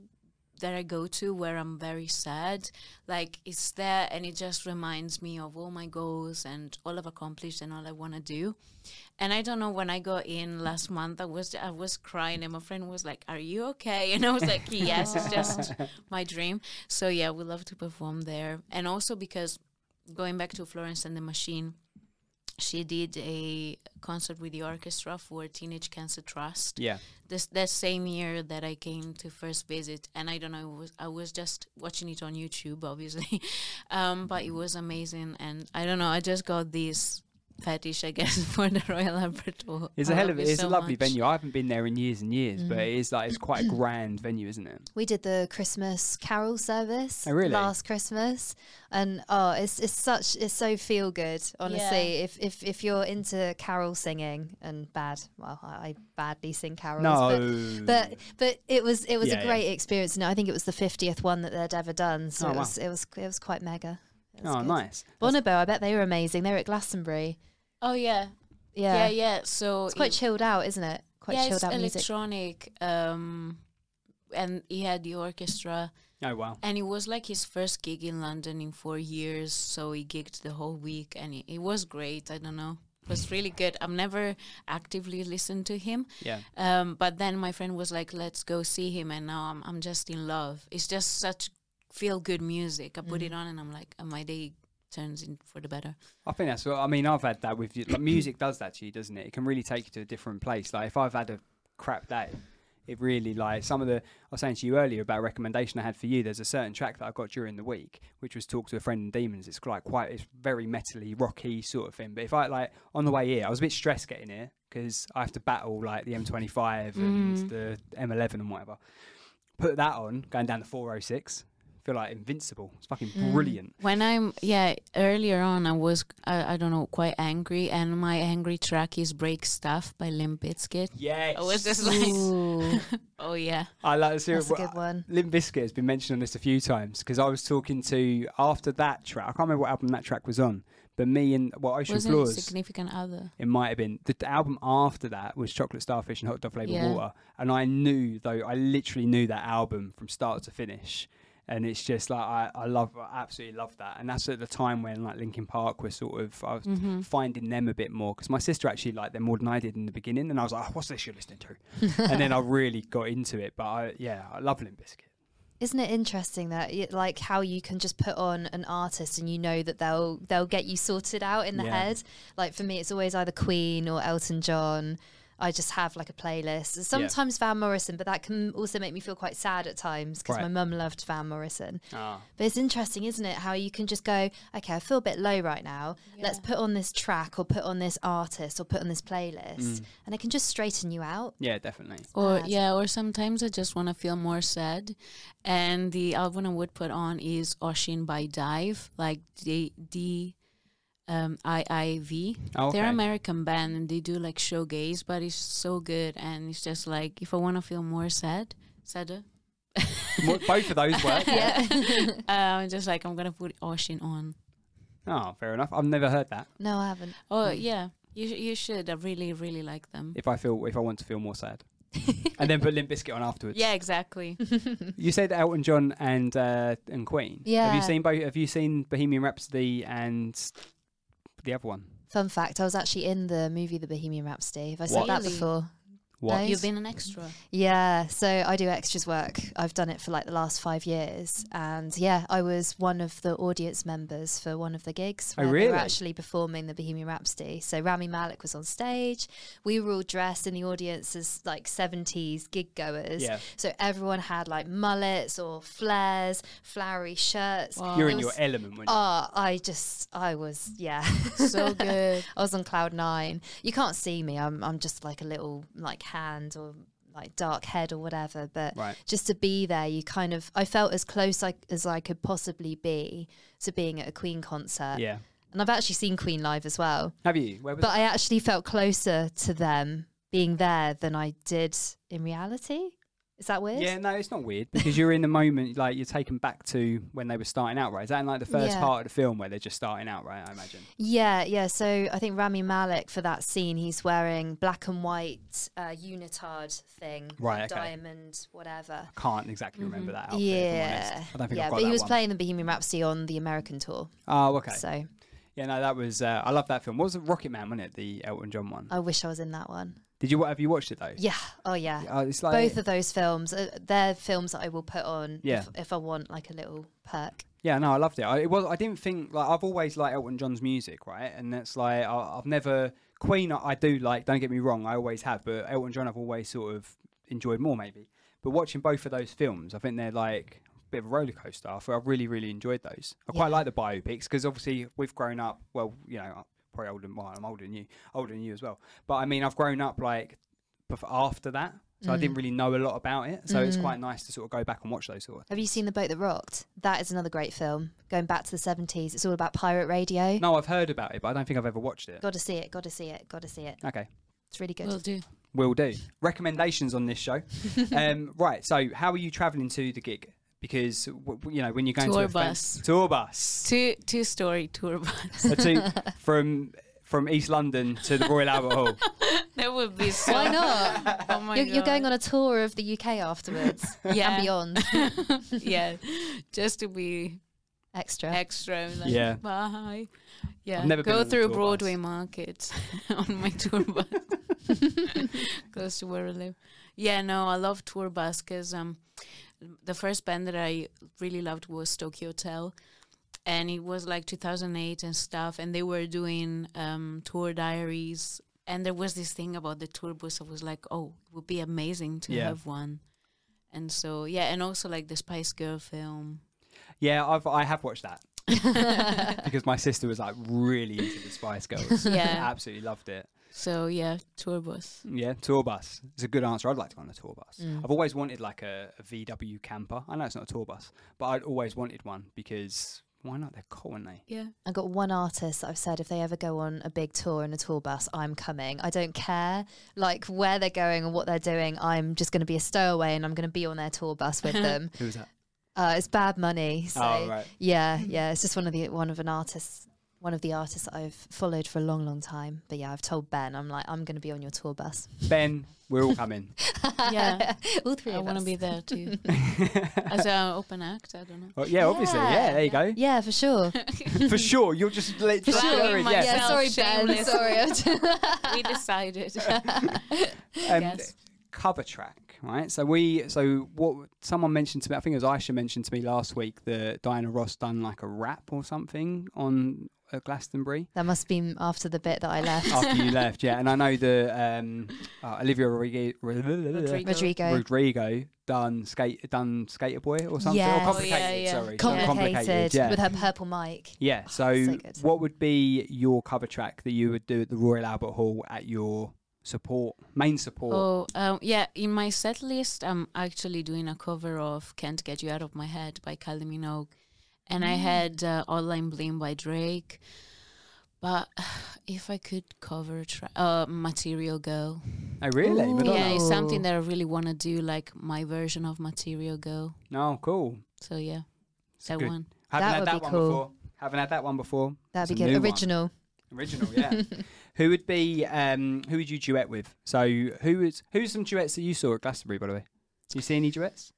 [SPEAKER 5] that I go to where I'm very sad. Like it's there and it just reminds me of all my goals and all I've accomplished and all I want to do. And I don't know when I got in last month, I was I was crying and my friend was like, "Are you okay?" And I was like, "Yes, it's just my dream." So yeah, we love to perform there, and also because going back to Florence and the Machine, she did a concert with the orchestra for Teenage Cancer Trust
[SPEAKER 4] Yeah.
[SPEAKER 5] this that same year that I came to first visit, and I don't know, it was, I was just watching it on YouTube, obviously, um, but it was amazing, and I don't know, I just got this fetish, I guess, for the Royal Albert Hall.
[SPEAKER 4] It's
[SPEAKER 5] a
[SPEAKER 4] a hell of it. It's a lovely venue. I haven't been there in years and years, but it is like it's quite a grand venue, isn't it?
[SPEAKER 3] We did the Christmas carol service
[SPEAKER 4] Oh, really?
[SPEAKER 3] last Christmas, and oh, it's it's such it's so feel good. Honestly, if if if you're into carol singing and bad, well, I, I badly sing carols, but,
[SPEAKER 4] No.
[SPEAKER 3] but but it was it was
[SPEAKER 4] Yeah,
[SPEAKER 3] a
[SPEAKER 4] yeah.
[SPEAKER 3] great experience. No, I think it was the fiftieth one that they'd ever done, so
[SPEAKER 4] Oh,
[SPEAKER 3] it
[SPEAKER 4] wow.
[SPEAKER 3] was it was it was quite mega. It was
[SPEAKER 4] Oh,
[SPEAKER 3] good.
[SPEAKER 4] nice.
[SPEAKER 3] Bonobo, I bet they were amazing. They were at Glastonbury.
[SPEAKER 5] Oh yeah,
[SPEAKER 3] Yeah,
[SPEAKER 5] yeah, yeah. So
[SPEAKER 3] it's quite
[SPEAKER 5] it-
[SPEAKER 3] chilled out, isn't it? Quite
[SPEAKER 5] yeah,
[SPEAKER 3] chilled
[SPEAKER 5] it's
[SPEAKER 3] out music.
[SPEAKER 5] electronic. Um, and he had the orchestra,
[SPEAKER 4] Oh wow.
[SPEAKER 5] and it was like his first gig in London in four years. So he gigged the whole week, and it, it was great. I don't know, it was really good. I've never actively listened to him,
[SPEAKER 4] Yeah.
[SPEAKER 5] Um, but then my friend was like, "Let's go see him," and now I'm I'm just in love. It's just such feel good music. I put it on, and I'm like, and my day turns in for the better.
[SPEAKER 4] I think that's what I mean. I've had that with you. Like, music does that to you, doesn't it? It can really take you to a different place. Like if I've had a crap day, it really like some of the I was saying to you earlier about a recommendation I had for you. There's a certain track that I got during the week, which was "Talk to a Friend in Demons." It's like quite it's very metally, rocky sort of thing. But if I like on the way here, I was a bit stressed getting here because I have to battle like the M25 and the M11 and whatever. Put that on, going down the 406. Feel like invincible. It's fucking brilliant.
[SPEAKER 5] When I'm yeah, earlier on I was I, I don't know quite angry, and my angry track is "Break Stuff" by Limp Bizkit.
[SPEAKER 4] Yes.
[SPEAKER 5] I was just like,
[SPEAKER 3] Ooh,
[SPEAKER 5] oh yeah,
[SPEAKER 4] I like so
[SPEAKER 3] that's a
[SPEAKER 4] wha-
[SPEAKER 3] good one.
[SPEAKER 4] Limp Bizkit has been mentioned on this a few times because I was talking to after that track. I can't remember what album that track was on, but me and well, Ocean
[SPEAKER 5] wasn't it
[SPEAKER 4] Floors.
[SPEAKER 5] significant other.
[SPEAKER 4] It might have been the the album after that was Chocolate Starfish and Hot Dog Flavored
[SPEAKER 5] Yeah.
[SPEAKER 4] Water, and I knew though I literally knew that album from start to finish, and it's just like I, I love I absolutely love that, and that's at the time when like Linkin Park was sort of I was finding them a bit more because my sister actually liked them more than I did in the beginning, and I was like, oh, what's this you're listening to, and then I really got into it, but I, yeah, I love Limp Bizkit.
[SPEAKER 3] Isn't it interesting that y- like how you can just put on an artist and you know that they'll they'll get you sorted out in the
[SPEAKER 4] Yeah.
[SPEAKER 3] head? Like for me, it's always either Queen or Elton John. I just have like a playlist. Sometimes Van Morrison, but that can also make me feel quite sad at times because
[SPEAKER 4] Right. Ah.
[SPEAKER 3] my mum loved Van Morrison. But it's interesting, isn't it, how you can just go, okay, I feel a bit low right now. Let's put on this track or put on this artist or put on this playlist,
[SPEAKER 4] Mm.
[SPEAKER 3] and it can just straighten you out.
[SPEAKER 4] Yeah, definitely.
[SPEAKER 5] Or
[SPEAKER 3] Sad.
[SPEAKER 5] yeah, or sometimes I just want to feel more sad, and the album I would put on is Oshin by Dive, like D D um, I I V.
[SPEAKER 4] Oh,
[SPEAKER 5] They're
[SPEAKER 4] okay.
[SPEAKER 5] American band and they do like showgaze, but it's so good, and it's just like if I want to feel more sad, sadder,
[SPEAKER 4] Mo- Both of those work.
[SPEAKER 5] uh, I'm just like I'm gonna put Oshin on.
[SPEAKER 4] Oh, fair enough. I've never heard that.
[SPEAKER 3] No, I haven't.
[SPEAKER 5] Oh yeah, you sh- you should. I really really like them.
[SPEAKER 4] If I feel if I want to feel more sad, and then put Limp Bizkit on afterwards.
[SPEAKER 5] Yeah, exactly.
[SPEAKER 4] You said Elton John and uh, and Queen. Have
[SPEAKER 3] Yeah.
[SPEAKER 4] you seen both? Have you seen Bohemian Rhapsody and the other one?
[SPEAKER 3] Fun fact: I was actually in the movie The Bohemian Rhapsody. Have I said
[SPEAKER 4] What?
[SPEAKER 3] that
[SPEAKER 5] Really?
[SPEAKER 3] before?
[SPEAKER 4] What?
[SPEAKER 3] No?
[SPEAKER 5] You've been an extra.
[SPEAKER 3] Yeah, so I do extras work. I've done it for like the last five years, and yeah, I was one of the audience members for one of the gigs
[SPEAKER 4] Oh,
[SPEAKER 3] where they were
[SPEAKER 4] really?
[SPEAKER 3] actually performing the Bohemian Rhapsody. So Rami Malik was on stage. We were all dressed in the audience as like seventies gig goers.
[SPEAKER 4] Yeah.
[SPEAKER 3] So everyone had like mullets or flares, flowery shirts.
[SPEAKER 4] You're
[SPEAKER 3] It
[SPEAKER 4] in your
[SPEAKER 3] was-
[SPEAKER 4] element. When
[SPEAKER 3] Oh, I just, I was, yeah.
[SPEAKER 5] So good.
[SPEAKER 3] I was on cloud nine. You can't see me. I'm I'm just like a little like hand or like dark head or whatever. But
[SPEAKER 4] Right.
[SPEAKER 3] just to be there, you kind of I felt as close I, as I could possibly be to being at a Queen concert.
[SPEAKER 4] yeah.
[SPEAKER 3] And I've actually seen Queen live as well.
[SPEAKER 4] Have you? Where was
[SPEAKER 3] But I actually felt closer to them being there than I did in reality. Is that weird?
[SPEAKER 4] Yeah, no, it's not weird because you're in the moment, like you're taken back to when they were starting out, right? Is that in, like the first
[SPEAKER 3] Yeah.
[SPEAKER 4] part of the film where they're just starting out, right? I imagine.
[SPEAKER 3] Yeah, yeah. So I think Rami Malek for that scene, he's wearing black and white uh, unitard thing,
[SPEAKER 4] Right, okay.
[SPEAKER 3] diamond, whatever.
[SPEAKER 4] I can't exactly remember that outfit. if I'm
[SPEAKER 3] Mm-hmm. Yeah,
[SPEAKER 4] honest. I don't think
[SPEAKER 3] yeah.
[SPEAKER 4] I've got
[SPEAKER 3] but
[SPEAKER 4] that
[SPEAKER 3] he was
[SPEAKER 4] one.
[SPEAKER 3] playing the Bohemian Rhapsody on the American tour,
[SPEAKER 4] Oh, okay.
[SPEAKER 3] so
[SPEAKER 4] Yeah, no, that was. Uh, I love that film. What was it? Rocket Man, wasn't it? The Elton John one.
[SPEAKER 3] I wish I was in that one.
[SPEAKER 4] Did you? Have you watched it though?
[SPEAKER 3] Yeah. Oh yeah.
[SPEAKER 4] Uh, it's like
[SPEAKER 3] Both of those films, uh, they're films that I will put on
[SPEAKER 4] Yeah.
[SPEAKER 3] if, if I want like a little perk.
[SPEAKER 4] Yeah, no, I loved it. I, it was. I didn't think like I've always liked Elton John's music, right? And that's like I, I've never Queen. I, I do like. Don't get me wrong. I always have, but Elton John, I've always sort of enjoyed more, maybe. But watching both of those films, I think they're like a bit of a roller coaster. I feel- I've really, really enjoyed those. I quite like the biopics because obviously we've grown up. Well, you know, I'm probably older than well, I'm older than you, older than you as well. But I mean, I've grown up like bef- after that. So I didn't really know a lot about it, so it's quite nice to sort of go back and watch those sort of.
[SPEAKER 3] Have you seen The Boat That Rocked? That is another great film. Going back to the 70s, it's all about pirate radio.
[SPEAKER 4] No, I've heard about it, but I don't think I've ever watched it.
[SPEAKER 3] Got to see it, got to see it, got to see it.
[SPEAKER 4] Okay,
[SPEAKER 3] It's really good.
[SPEAKER 5] Will do.
[SPEAKER 4] will do. Recommendations on this show. um, right, so how are you travelling to the gig? Because w- w- you know when you're going
[SPEAKER 5] Tour
[SPEAKER 4] to a fan-
[SPEAKER 5] bus.
[SPEAKER 4] tour bus,
[SPEAKER 5] Two two story tour bus.
[SPEAKER 4] A two- from from East London to the Royal Albert Hall.
[SPEAKER 5] that would be so.
[SPEAKER 3] Why not?
[SPEAKER 5] Oh my
[SPEAKER 3] you're, you're going
[SPEAKER 5] God.
[SPEAKER 3] on a tour of the UK afterwards
[SPEAKER 5] Yeah.
[SPEAKER 3] and beyond.
[SPEAKER 5] yeah, just to be
[SPEAKER 3] Extra.
[SPEAKER 5] extra. like,
[SPEAKER 4] Yeah.
[SPEAKER 5] Bye. Yeah.
[SPEAKER 4] never been
[SPEAKER 5] Go
[SPEAKER 4] on a
[SPEAKER 5] through
[SPEAKER 4] tour
[SPEAKER 5] Broadway
[SPEAKER 4] bus.
[SPEAKER 5] Market on my tour bus, close to where I live. Yeah. No, I love tour bus because um, the first band that I really loved was Tokyo Hotel. And it was like 2008 and stuff, and they were doing um, tour diaries. And there was this thing about the tour bus. I was like, oh, it would be amazing to
[SPEAKER 4] Yeah.
[SPEAKER 5] have one. And so, yeah, and also like the Spice Girl film.
[SPEAKER 4] Yeah, I've I have watched that because my sister was like really into the Spice Girls.
[SPEAKER 5] Yeah.
[SPEAKER 4] absolutely loved it.
[SPEAKER 5] So yeah, tour bus.
[SPEAKER 4] Yeah, tour bus. It's a good answer. I'd like to go on a tour bus. I've always wanted like a, a VW camper. I know it's not a tour bus, but I'd always wanted one because why not? They're cool, aren't they?
[SPEAKER 5] Yeah.
[SPEAKER 3] I've got one artist that I've said if they ever go on a big tour in a tour bus, I'm coming. I don't care like where they're going or what they're doing. I'm just going to be a stowaway and I'm going to be on their tour bus with them.
[SPEAKER 4] Who was that?
[SPEAKER 3] Uh, it's bad money. So
[SPEAKER 4] Oh, right.
[SPEAKER 3] yeah, yeah. It's just one of the one of an artist, one of the artists that I've followed for a long, long time. But yeah, I've told Ben, I'm like, I'm going to be on your tour bus.
[SPEAKER 4] Ben, we're all coming.
[SPEAKER 5] Yeah.
[SPEAKER 3] All three
[SPEAKER 5] I
[SPEAKER 3] of
[SPEAKER 5] want to
[SPEAKER 3] us.
[SPEAKER 5] be there too. As an open act, I don't know.
[SPEAKER 4] Well, yeah, obviously. Yeah, there you go.
[SPEAKER 3] Yeah, for sure.
[SPEAKER 4] For sure. You'll just let
[SPEAKER 5] sure.
[SPEAKER 4] sure.
[SPEAKER 5] Flattering
[SPEAKER 4] Yeah.
[SPEAKER 5] myself.
[SPEAKER 3] yeah, sorry, Ben.
[SPEAKER 5] shameless.
[SPEAKER 3] Sorry.
[SPEAKER 5] We decided.
[SPEAKER 4] Um,
[SPEAKER 5] Yes.
[SPEAKER 4] Cover track, right? So we, so what? Someone mentioned to me. I think it was Aisha mentioned to me last week that Diana Ross done like a rap or something on uh, Glastonbury.
[SPEAKER 3] that must have been after the bit that I left.
[SPEAKER 4] after you left, yeah. And I know the um, uh, Olivia Rodrigo, Rodrigo.
[SPEAKER 5] Rodrigo.
[SPEAKER 3] Rodrigo.
[SPEAKER 4] done skate done Skater Boy or something. Or
[SPEAKER 3] Yes. Oh,
[SPEAKER 4] complicated,
[SPEAKER 5] yeah, yeah.
[SPEAKER 4] sorry. sorry,
[SPEAKER 3] complicated,
[SPEAKER 4] yeah.
[SPEAKER 3] with her purple mic.
[SPEAKER 4] yeah. So,
[SPEAKER 3] so good.
[SPEAKER 4] what would be your cover track that you would do at the Royal Albert Hall at your support main support?
[SPEAKER 5] oh um, yeah, in my set list, I'm actually doing a cover of "Can't Get You Out of My Head" by Kylie Minogue, and I had uh, "Online Bling" by Drake. But if I could cover tra- uh, "Material Girl,"
[SPEAKER 4] Oh, really? Madonna?
[SPEAKER 5] yeah, it's something
[SPEAKER 3] Ooh.
[SPEAKER 5] that I really want to do, like my version of "Material Girl."
[SPEAKER 4] No, Oh, cool.
[SPEAKER 5] So yeah,
[SPEAKER 4] It's
[SPEAKER 5] that
[SPEAKER 4] good.
[SPEAKER 5] one.
[SPEAKER 4] Haven't
[SPEAKER 3] That
[SPEAKER 4] had
[SPEAKER 3] would
[SPEAKER 4] that
[SPEAKER 3] be
[SPEAKER 4] one
[SPEAKER 3] cool.
[SPEAKER 4] before. Haven't had that one before.
[SPEAKER 3] That'd
[SPEAKER 4] It's
[SPEAKER 3] be
[SPEAKER 4] a
[SPEAKER 3] good.
[SPEAKER 4] new one.
[SPEAKER 3] Original.
[SPEAKER 4] Original, yeah. who would be um who would you duet with? So who is who's some duets that you saw at Glastonbury, by the way? Do you see any duets?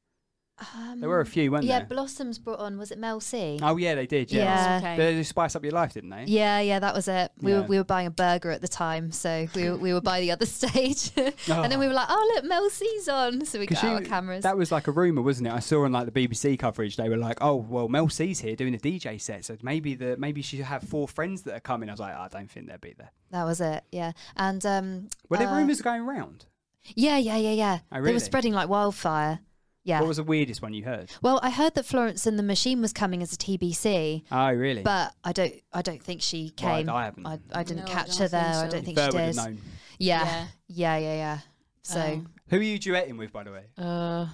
[SPEAKER 3] Um,
[SPEAKER 4] There were a few, weren't
[SPEAKER 3] Yeah,
[SPEAKER 4] there?
[SPEAKER 3] Blossoms brought on. Was it Mel C?
[SPEAKER 4] oh yeah, they did, yeah.
[SPEAKER 3] Yeah.
[SPEAKER 5] Okay.
[SPEAKER 4] They spice up your life, didn't they?
[SPEAKER 3] Yeah, yeah, that was it. We
[SPEAKER 4] Yeah.
[SPEAKER 3] were we were buying a burger at the time, so we were, we were by the other stage, and then we were like, "Oh, look, Mel C's on!" So we
[SPEAKER 4] 'Cause
[SPEAKER 3] got out our
[SPEAKER 4] you-
[SPEAKER 3] cameras.
[SPEAKER 4] That was like a rumor, wasn't it? I saw on like the BBC coverage, they were like, "Oh, well, Mel C's here doing a DJ set, so maybe the maybe she have four friends that are coming." I was like, "I don't think they'll be there."
[SPEAKER 3] that was it. Yeah, and um,
[SPEAKER 4] Were there
[SPEAKER 3] uh,
[SPEAKER 4] rumors going round?
[SPEAKER 3] Yeah, yeah, yeah, yeah.
[SPEAKER 4] Oh,
[SPEAKER 3] They
[SPEAKER 4] really?
[SPEAKER 3] were spreading like wildfire. Yeah.
[SPEAKER 4] What was the weirdest one you heard?
[SPEAKER 3] well, I heard that Florence and the Machine was coming as a TBC,
[SPEAKER 4] Oh, really?
[SPEAKER 3] but I don't I don't think she
[SPEAKER 4] Well, I-
[SPEAKER 3] came.
[SPEAKER 4] I haven't.
[SPEAKER 3] I, I didn't
[SPEAKER 5] No, I
[SPEAKER 3] catch
[SPEAKER 5] don't
[SPEAKER 3] her
[SPEAKER 5] think
[SPEAKER 3] there. I
[SPEAKER 5] so.
[SPEAKER 3] don't think
[SPEAKER 4] Ver
[SPEAKER 3] she
[SPEAKER 4] would have
[SPEAKER 3] did.
[SPEAKER 4] known.
[SPEAKER 3] Yeah. yeah, yeah, yeah, So
[SPEAKER 5] Um,
[SPEAKER 4] Who are you duetting with, by the way?
[SPEAKER 5] Uh,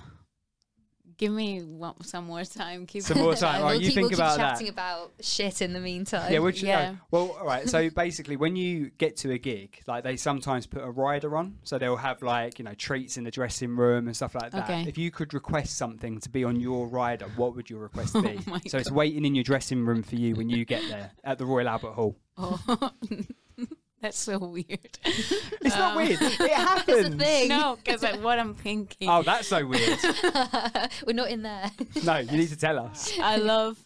[SPEAKER 5] give me one, some more time. Keep
[SPEAKER 4] Some more time.
[SPEAKER 3] Right,
[SPEAKER 4] All right,
[SPEAKER 3] we'll
[SPEAKER 4] you
[SPEAKER 3] keep,
[SPEAKER 4] think
[SPEAKER 3] we'll keep
[SPEAKER 4] about that.
[SPEAKER 3] chatting about shit in the meantime.
[SPEAKER 4] Yeah, which yeah.
[SPEAKER 5] Yeah.
[SPEAKER 4] well, all right. So basically, when you get to a gig, like they sometimes put a rider on, so they'll have like you know treats in the dressing room and stuff like that.
[SPEAKER 5] Okay.
[SPEAKER 4] If you could request something to be on your rider, what would your request be?
[SPEAKER 5] my
[SPEAKER 4] so it's waiting in your dressing room for you when you get there at the Royal Albert Hall.
[SPEAKER 5] Oh, that's so weird.
[SPEAKER 4] It's not weird. It
[SPEAKER 3] It's a
[SPEAKER 4] happens.
[SPEAKER 3] thing.
[SPEAKER 5] no, because like, what I'm thinking.
[SPEAKER 4] Oh, that's so weird.
[SPEAKER 3] We're not in there.
[SPEAKER 4] No, you need to tell us
[SPEAKER 5] I love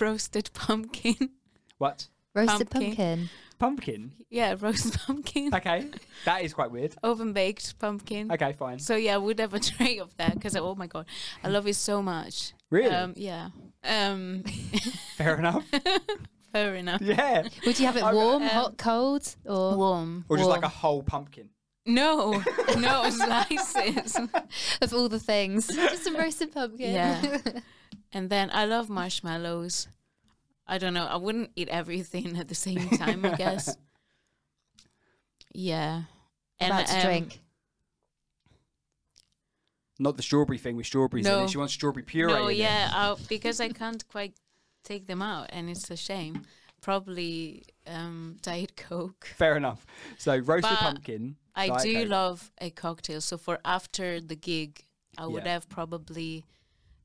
[SPEAKER 5] roasted pumpkin.
[SPEAKER 4] what
[SPEAKER 3] Roasted
[SPEAKER 5] Pumpkin.
[SPEAKER 3] pumpkin.
[SPEAKER 4] pumpkin.
[SPEAKER 5] yeah, roast pumpkin,
[SPEAKER 4] Okay, that is quite weird.
[SPEAKER 5] oven baked pumpkin.
[SPEAKER 4] Okay, fine.
[SPEAKER 5] So yeah, I would have a tray of that because oh my god, I love it so much.
[SPEAKER 4] Really?
[SPEAKER 5] Um, yeah. Um,
[SPEAKER 4] Fair enough.
[SPEAKER 5] fair enough.
[SPEAKER 4] Yeah.
[SPEAKER 3] Would you have it
[SPEAKER 4] Okay.
[SPEAKER 3] warm,
[SPEAKER 5] Um,
[SPEAKER 3] hot, cold, or
[SPEAKER 5] Warm.
[SPEAKER 4] Or just like a
[SPEAKER 3] Warm.
[SPEAKER 4] whole pumpkin.
[SPEAKER 5] No, no slices.
[SPEAKER 3] of all the things? Just some roasted pumpkin.
[SPEAKER 5] Yeah. And then I love marshmallows. I don't know. I wouldn't eat everything at the same time. I guess. Yeah.
[SPEAKER 3] About to
[SPEAKER 5] um,
[SPEAKER 3] drink.
[SPEAKER 4] Not the strawberry thing with strawberries in
[SPEAKER 5] No.
[SPEAKER 4] it. She wants strawberry puree.
[SPEAKER 5] No,
[SPEAKER 4] in it.
[SPEAKER 5] yeah, i because I can't quite take them out, and it's a shame. Probably um, diet coke.
[SPEAKER 4] Fair enough. So roasted
[SPEAKER 5] But
[SPEAKER 4] pumpkin.
[SPEAKER 5] I
[SPEAKER 4] diet
[SPEAKER 5] do
[SPEAKER 4] Coke.
[SPEAKER 5] love a cocktail. So for after the gig, I would
[SPEAKER 4] Yeah.
[SPEAKER 5] have probably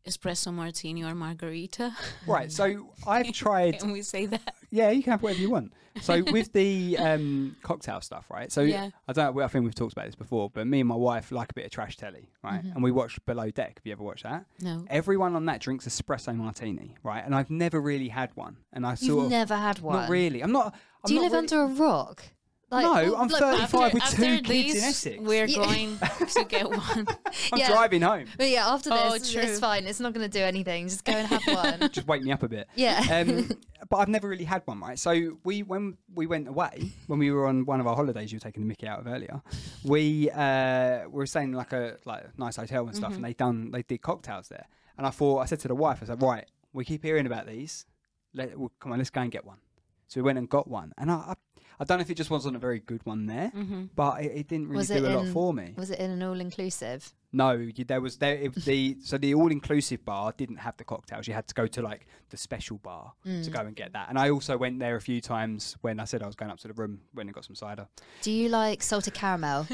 [SPEAKER 5] espresso martini or margarita.
[SPEAKER 4] Right. So I've tried.
[SPEAKER 5] Can we say that?
[SPEAKER 4] yeah, you can have whatever you want. So with the um, cocktail stuff, right? So
[SPEAKER 5] Yeah.
[SPEAKER 4] I don't. know, I think we've talked about this before, but me and my wife like a bit of trash telly, right? And we watched Below Deck. Have you ever watched that?
[SPEAKER 5] No.
[SPEAKER 4] Everyone on that drinks espresso martini, right? And I've never really had one. And I sort
[SPEAKER 3] You've
[SPEAKER 4] of
[SPEAKER 3] never had one.
[SPEAKER 4] not really. I'm not. I'm
[SPEAKER 3] Do you
[SPEAKER 4] not
[SPEAKER 3] live
[SPEAKER 4] really-
[SPEAKER 3] under a rock?
[SPEAKER 4] No, I'm
[SPEAKER 3] like-
[SPEAKER 4] 35 with
[SPEAKER 5] After,
[SPEAKER 4] two
[SPEAKER 5] after
[SPEAKER 4] kids in
[SPEAKER 5] these,
[SPEAKER 4] Essex.
[SPEAKER 5] we're
[SPEAKER 3] Yeah.
[SPEAKER 5] going to get one.
[SPEAKER 4] I'm
[SPEAKER 3] yeah.
[SPEAKER 4] driving home.
[SPEAKER 3] But yeah, after
[SPEAKER 5] Oh,
[SPEAKER 3] this,
[SPEAKER 5] true.
[SPEAKER 3] it's fine. It's not going to do anything. Just go and have one.
[SPEAKER 4] Just wake me up a bit.
[SPEAKER 3] Yeah.
[SPEAKER 4] um, but I've never really had one, right? So we, when we went away, when we were on one of our holidays, you were taking the Mickey out of earlier. We uh, were staying in like a like a nice hotel and stuff,
[SPEAKER 3] Mm-hmm.
[SPEAKER 4] and they done they did cocktails there. And I thought I said to the wife, I said, right, we keep hearing about these. Let well, come on, let's go and get one. So we went and got one, and I I, I don't know if it just wasn't a very good one there, but it, it didn't really
[SPEAKER 3] Mm-hmm. was
[SPEAKER 4] do
[SPEAKER 3] it
[SPEAKER 4] a
[SPEAKER 3] in,
[SPEAKER 4] lot for me.
[SPEAKER 3] Was it in an all-inclusive?
[SPEAKER 4] No, you, there was there it, the so the all inclusive bar didn't have the cocktails. You had to go to like the special bar
[SPEAKER 3] Mm.
[SPEAKER 4] to go and get that. And I also went there a few times when I said I was going up to the room when I got some cider.
[SPEAKER 3] Do you like salted caramel?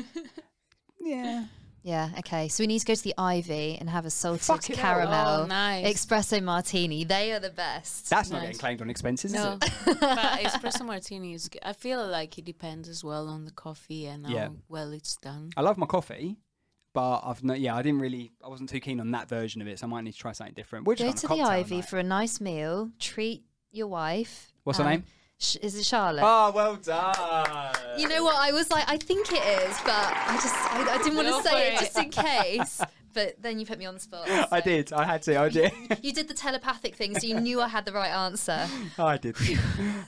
[SPEAKER 4] Yeah,
[SPEAKER 3] yeah. Okay. So we need to go to the Ivy and have a salted
[SPEAKER 4] Fucking hell.
[SPEAKER 3] caramel
[SPEAKER 5] Oh, nice.
[SPEAKER 3] espresso martini. They are the best.
[SPEAKER 4] that's not
[SPEAKER 5] Nice.
[SPEAKER 4] getting claimed on expenses.
[SPEAKER 5] no,
[SPEAKER 4] Is it?
[SPEAKER 5] but espresso martini is. Good. I feel like it depends as well on the coffee and
[SPEAKER 4] Yeah.
[SPEAKER 5] how well it's done.
[SPEAKER 4] I love my coffee, but I've not. Yeah, I didn't really. I wasn't too keen on that version of it, so I might need to try something different. Which
[SPEAKER 3] go to the Ivy for a nice meal. Treat your wife.
[SPEAKER 4] What's her
[SPEAKER 3] and-
[SPEAKER 4] name?
[SPEAKER 3] Sh- is it Charlotte?
[SPEAKER 4] Oh, well done.
[SPEAKER 3] You know what? I was like, I think it is, but I just I, I didn't want
[SPEAKER 5] Go
[SPEAKER 3] to
[SPEAKER 5] for
[SPEAKER 3] say it,
[SPEAKER 5] it.
[SPEAKER 3] just in case. But then you put me on the spot.
[SPEAKER 4] I
[SPEAKER 3] so-
[SPEAKER 4] did. I had to. I did.
[SPEAKER 3] You did the telepathic thing, so you knew I had the right answer.
[SPEAKER 4] I didn't.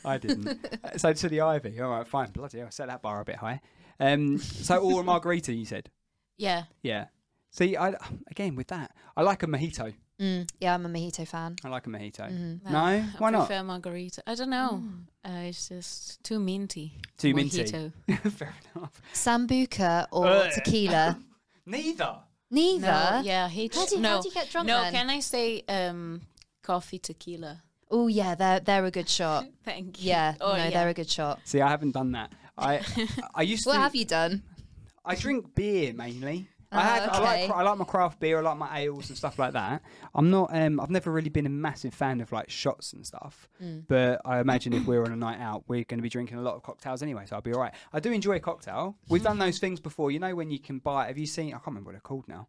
[SPEAKER 4] I didn't. Uh, so to the Ivy. All right, fine. Bloody hell, I set that bar a bit high. Um, so or a margarita, you said.
[SPEAKER 5] Yeah.
[SPEAKER 4] Yeah. See, I again with that, I like a mojito.
[SPEAKER 3] Mm, Yeah, I'm a mojito fan.
[SPEAKER 4] I like a mojito.
[SPEAKER 5] No,
[SPEAKER 4] No,
[SPEAKER 5] I
[SPEAKER 4] why not?
[SPEAKER 5] prefer margarita. I don't know.
[SPEAKER 3] Mm.
[SPEAKER 5] Uh, it's just too minty.
[SPEAKER 4] Too minty.
[SPEAKER 5] Mojito.
[SPEAKER 4] Fair enough.
[SPEAKER 3] Sambuca or
[SPEAKER 4] Ugh.
[SPEAKER 3] tequila?
[SPEAKER 4] Neither.
[SPEAKER 3] Neither.
[SPEAKER 5] No, yeah, I hate.
[SPEAKER 3] How do you-
[SPEAKER 5] no,
[SPEAKER 3] how do you get drunk
[SPEAKER 5] No,
[SPEAKER 3] then?
[SPEAKER 5] can I say um, coffee tequila?
[SPEAKER 3] Oh yeah, they're they're a good shot.
[SPEAKER 5] Thank you.
[SPEAKER 3] Yeah,
[SPEAKER 5] Oh,
[SPEAKER 3] no,
[SPEAKER 5] yeah.
[SPEAKER 3] they're a good shot.
[SPEAKER 4] See, I haven't done that. I I used
[SPEAKER 3] What
[SPEAKER 4] to.
[SPEAKER 3] have you done?
[SPEAKER 4] I drink beer mainly.
[SPEAKER 5] Ah,
[SPEAKER 4] I, had, I
[SPEAKER 3] okay.
[SPEAKER 4] like I like my craft beer. I like my ales and stuff like that. I'm not. Um, I've never really been a massive fan of like shots and stuff.
[SPEAKER 5] Hmm.
[SPEAKER 4] But I imagine if we're on a night out, we're going to be drinking a lot of cocktails anyway, so I'll be all right. I do enjoy a cocktail. We've done those things before. You know when you can buy. Have you seen? I can't remember what they're called now.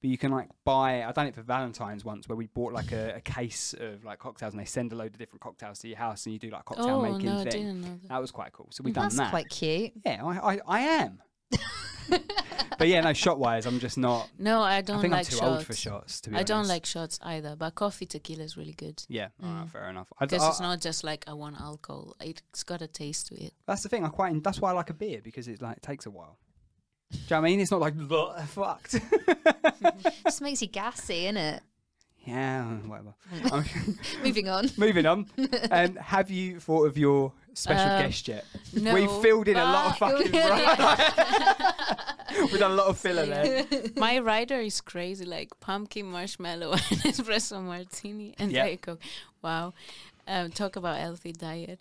[SPEAKER 4] But you can like buy. I've done it for Valentine's once, where we bought like a, a case of like cocktails, and they send a load of different cocktails to your house, and you do like cocktail
[SPEAKER 5] Oh,
[SPEAKER 4] making
[SPEAKER 5] no, I
[SPEAKER 4] thing.
[SPEAKER 5] didn't know that.
[SPEAKER 4] That was quite cool. So we've done
[SPEAKER 3] That's
[SPEAKER 4] that.
[SPEAKER 3] quite cute.
[SPEAKER 4] Yeah, I, I, I am. but yeah, no, shot wise, I'm just not.
[SPEAKER 5] No, I don't
[SPEAKER 4] I think
[SPEAKER 5] like
[SPEAKER 4] I'm too
[SPEAKER 5] shots.
[SPEAKER 4] old for shots, to be
[SPEAKER 5] I
[SPEAKER 4] honest.
[SPEAKER 5] don't like shots either, but coffee tequila is really good
[SPEAKER 4] Yeah, alright, fair enough. I,
[SPEAKER 5] because
[SPEAKER 4] I-
[SPEAKER 5] it's not just like I want alcohol. It's got a taste to it.
[SPEAKER 4] That's the thing. I quite. That's why I like a beer because it like takes a while. Do you know what I mean? It's not like "Blah, fucked.
[SPEAKER 3] Just makes you gassy, innit?
[SPEAKER 4] Yeah, whatever. Um,
[SPEAKER 3] Moving on.
[SPEAKER 4] Moving on. um, have you thought of your special
[SPEAKER 5] Um,
[SPEAKER 4] guest yet?
[SPEAKER 5] no,
[SPEAKER 4] we filled in a lot of
[SPEAKER 5] but-
[SPEAKER 4] Oh, fucking. right- We've done a lot of filler there.
[SPEAKER 5] My rider is crazy, like pumpkin marshmallow and espresso martini and
[SPEAKER 4] Yeah.
[SPEAKER 5] diet coke. Wow, um, talk about healthy diet.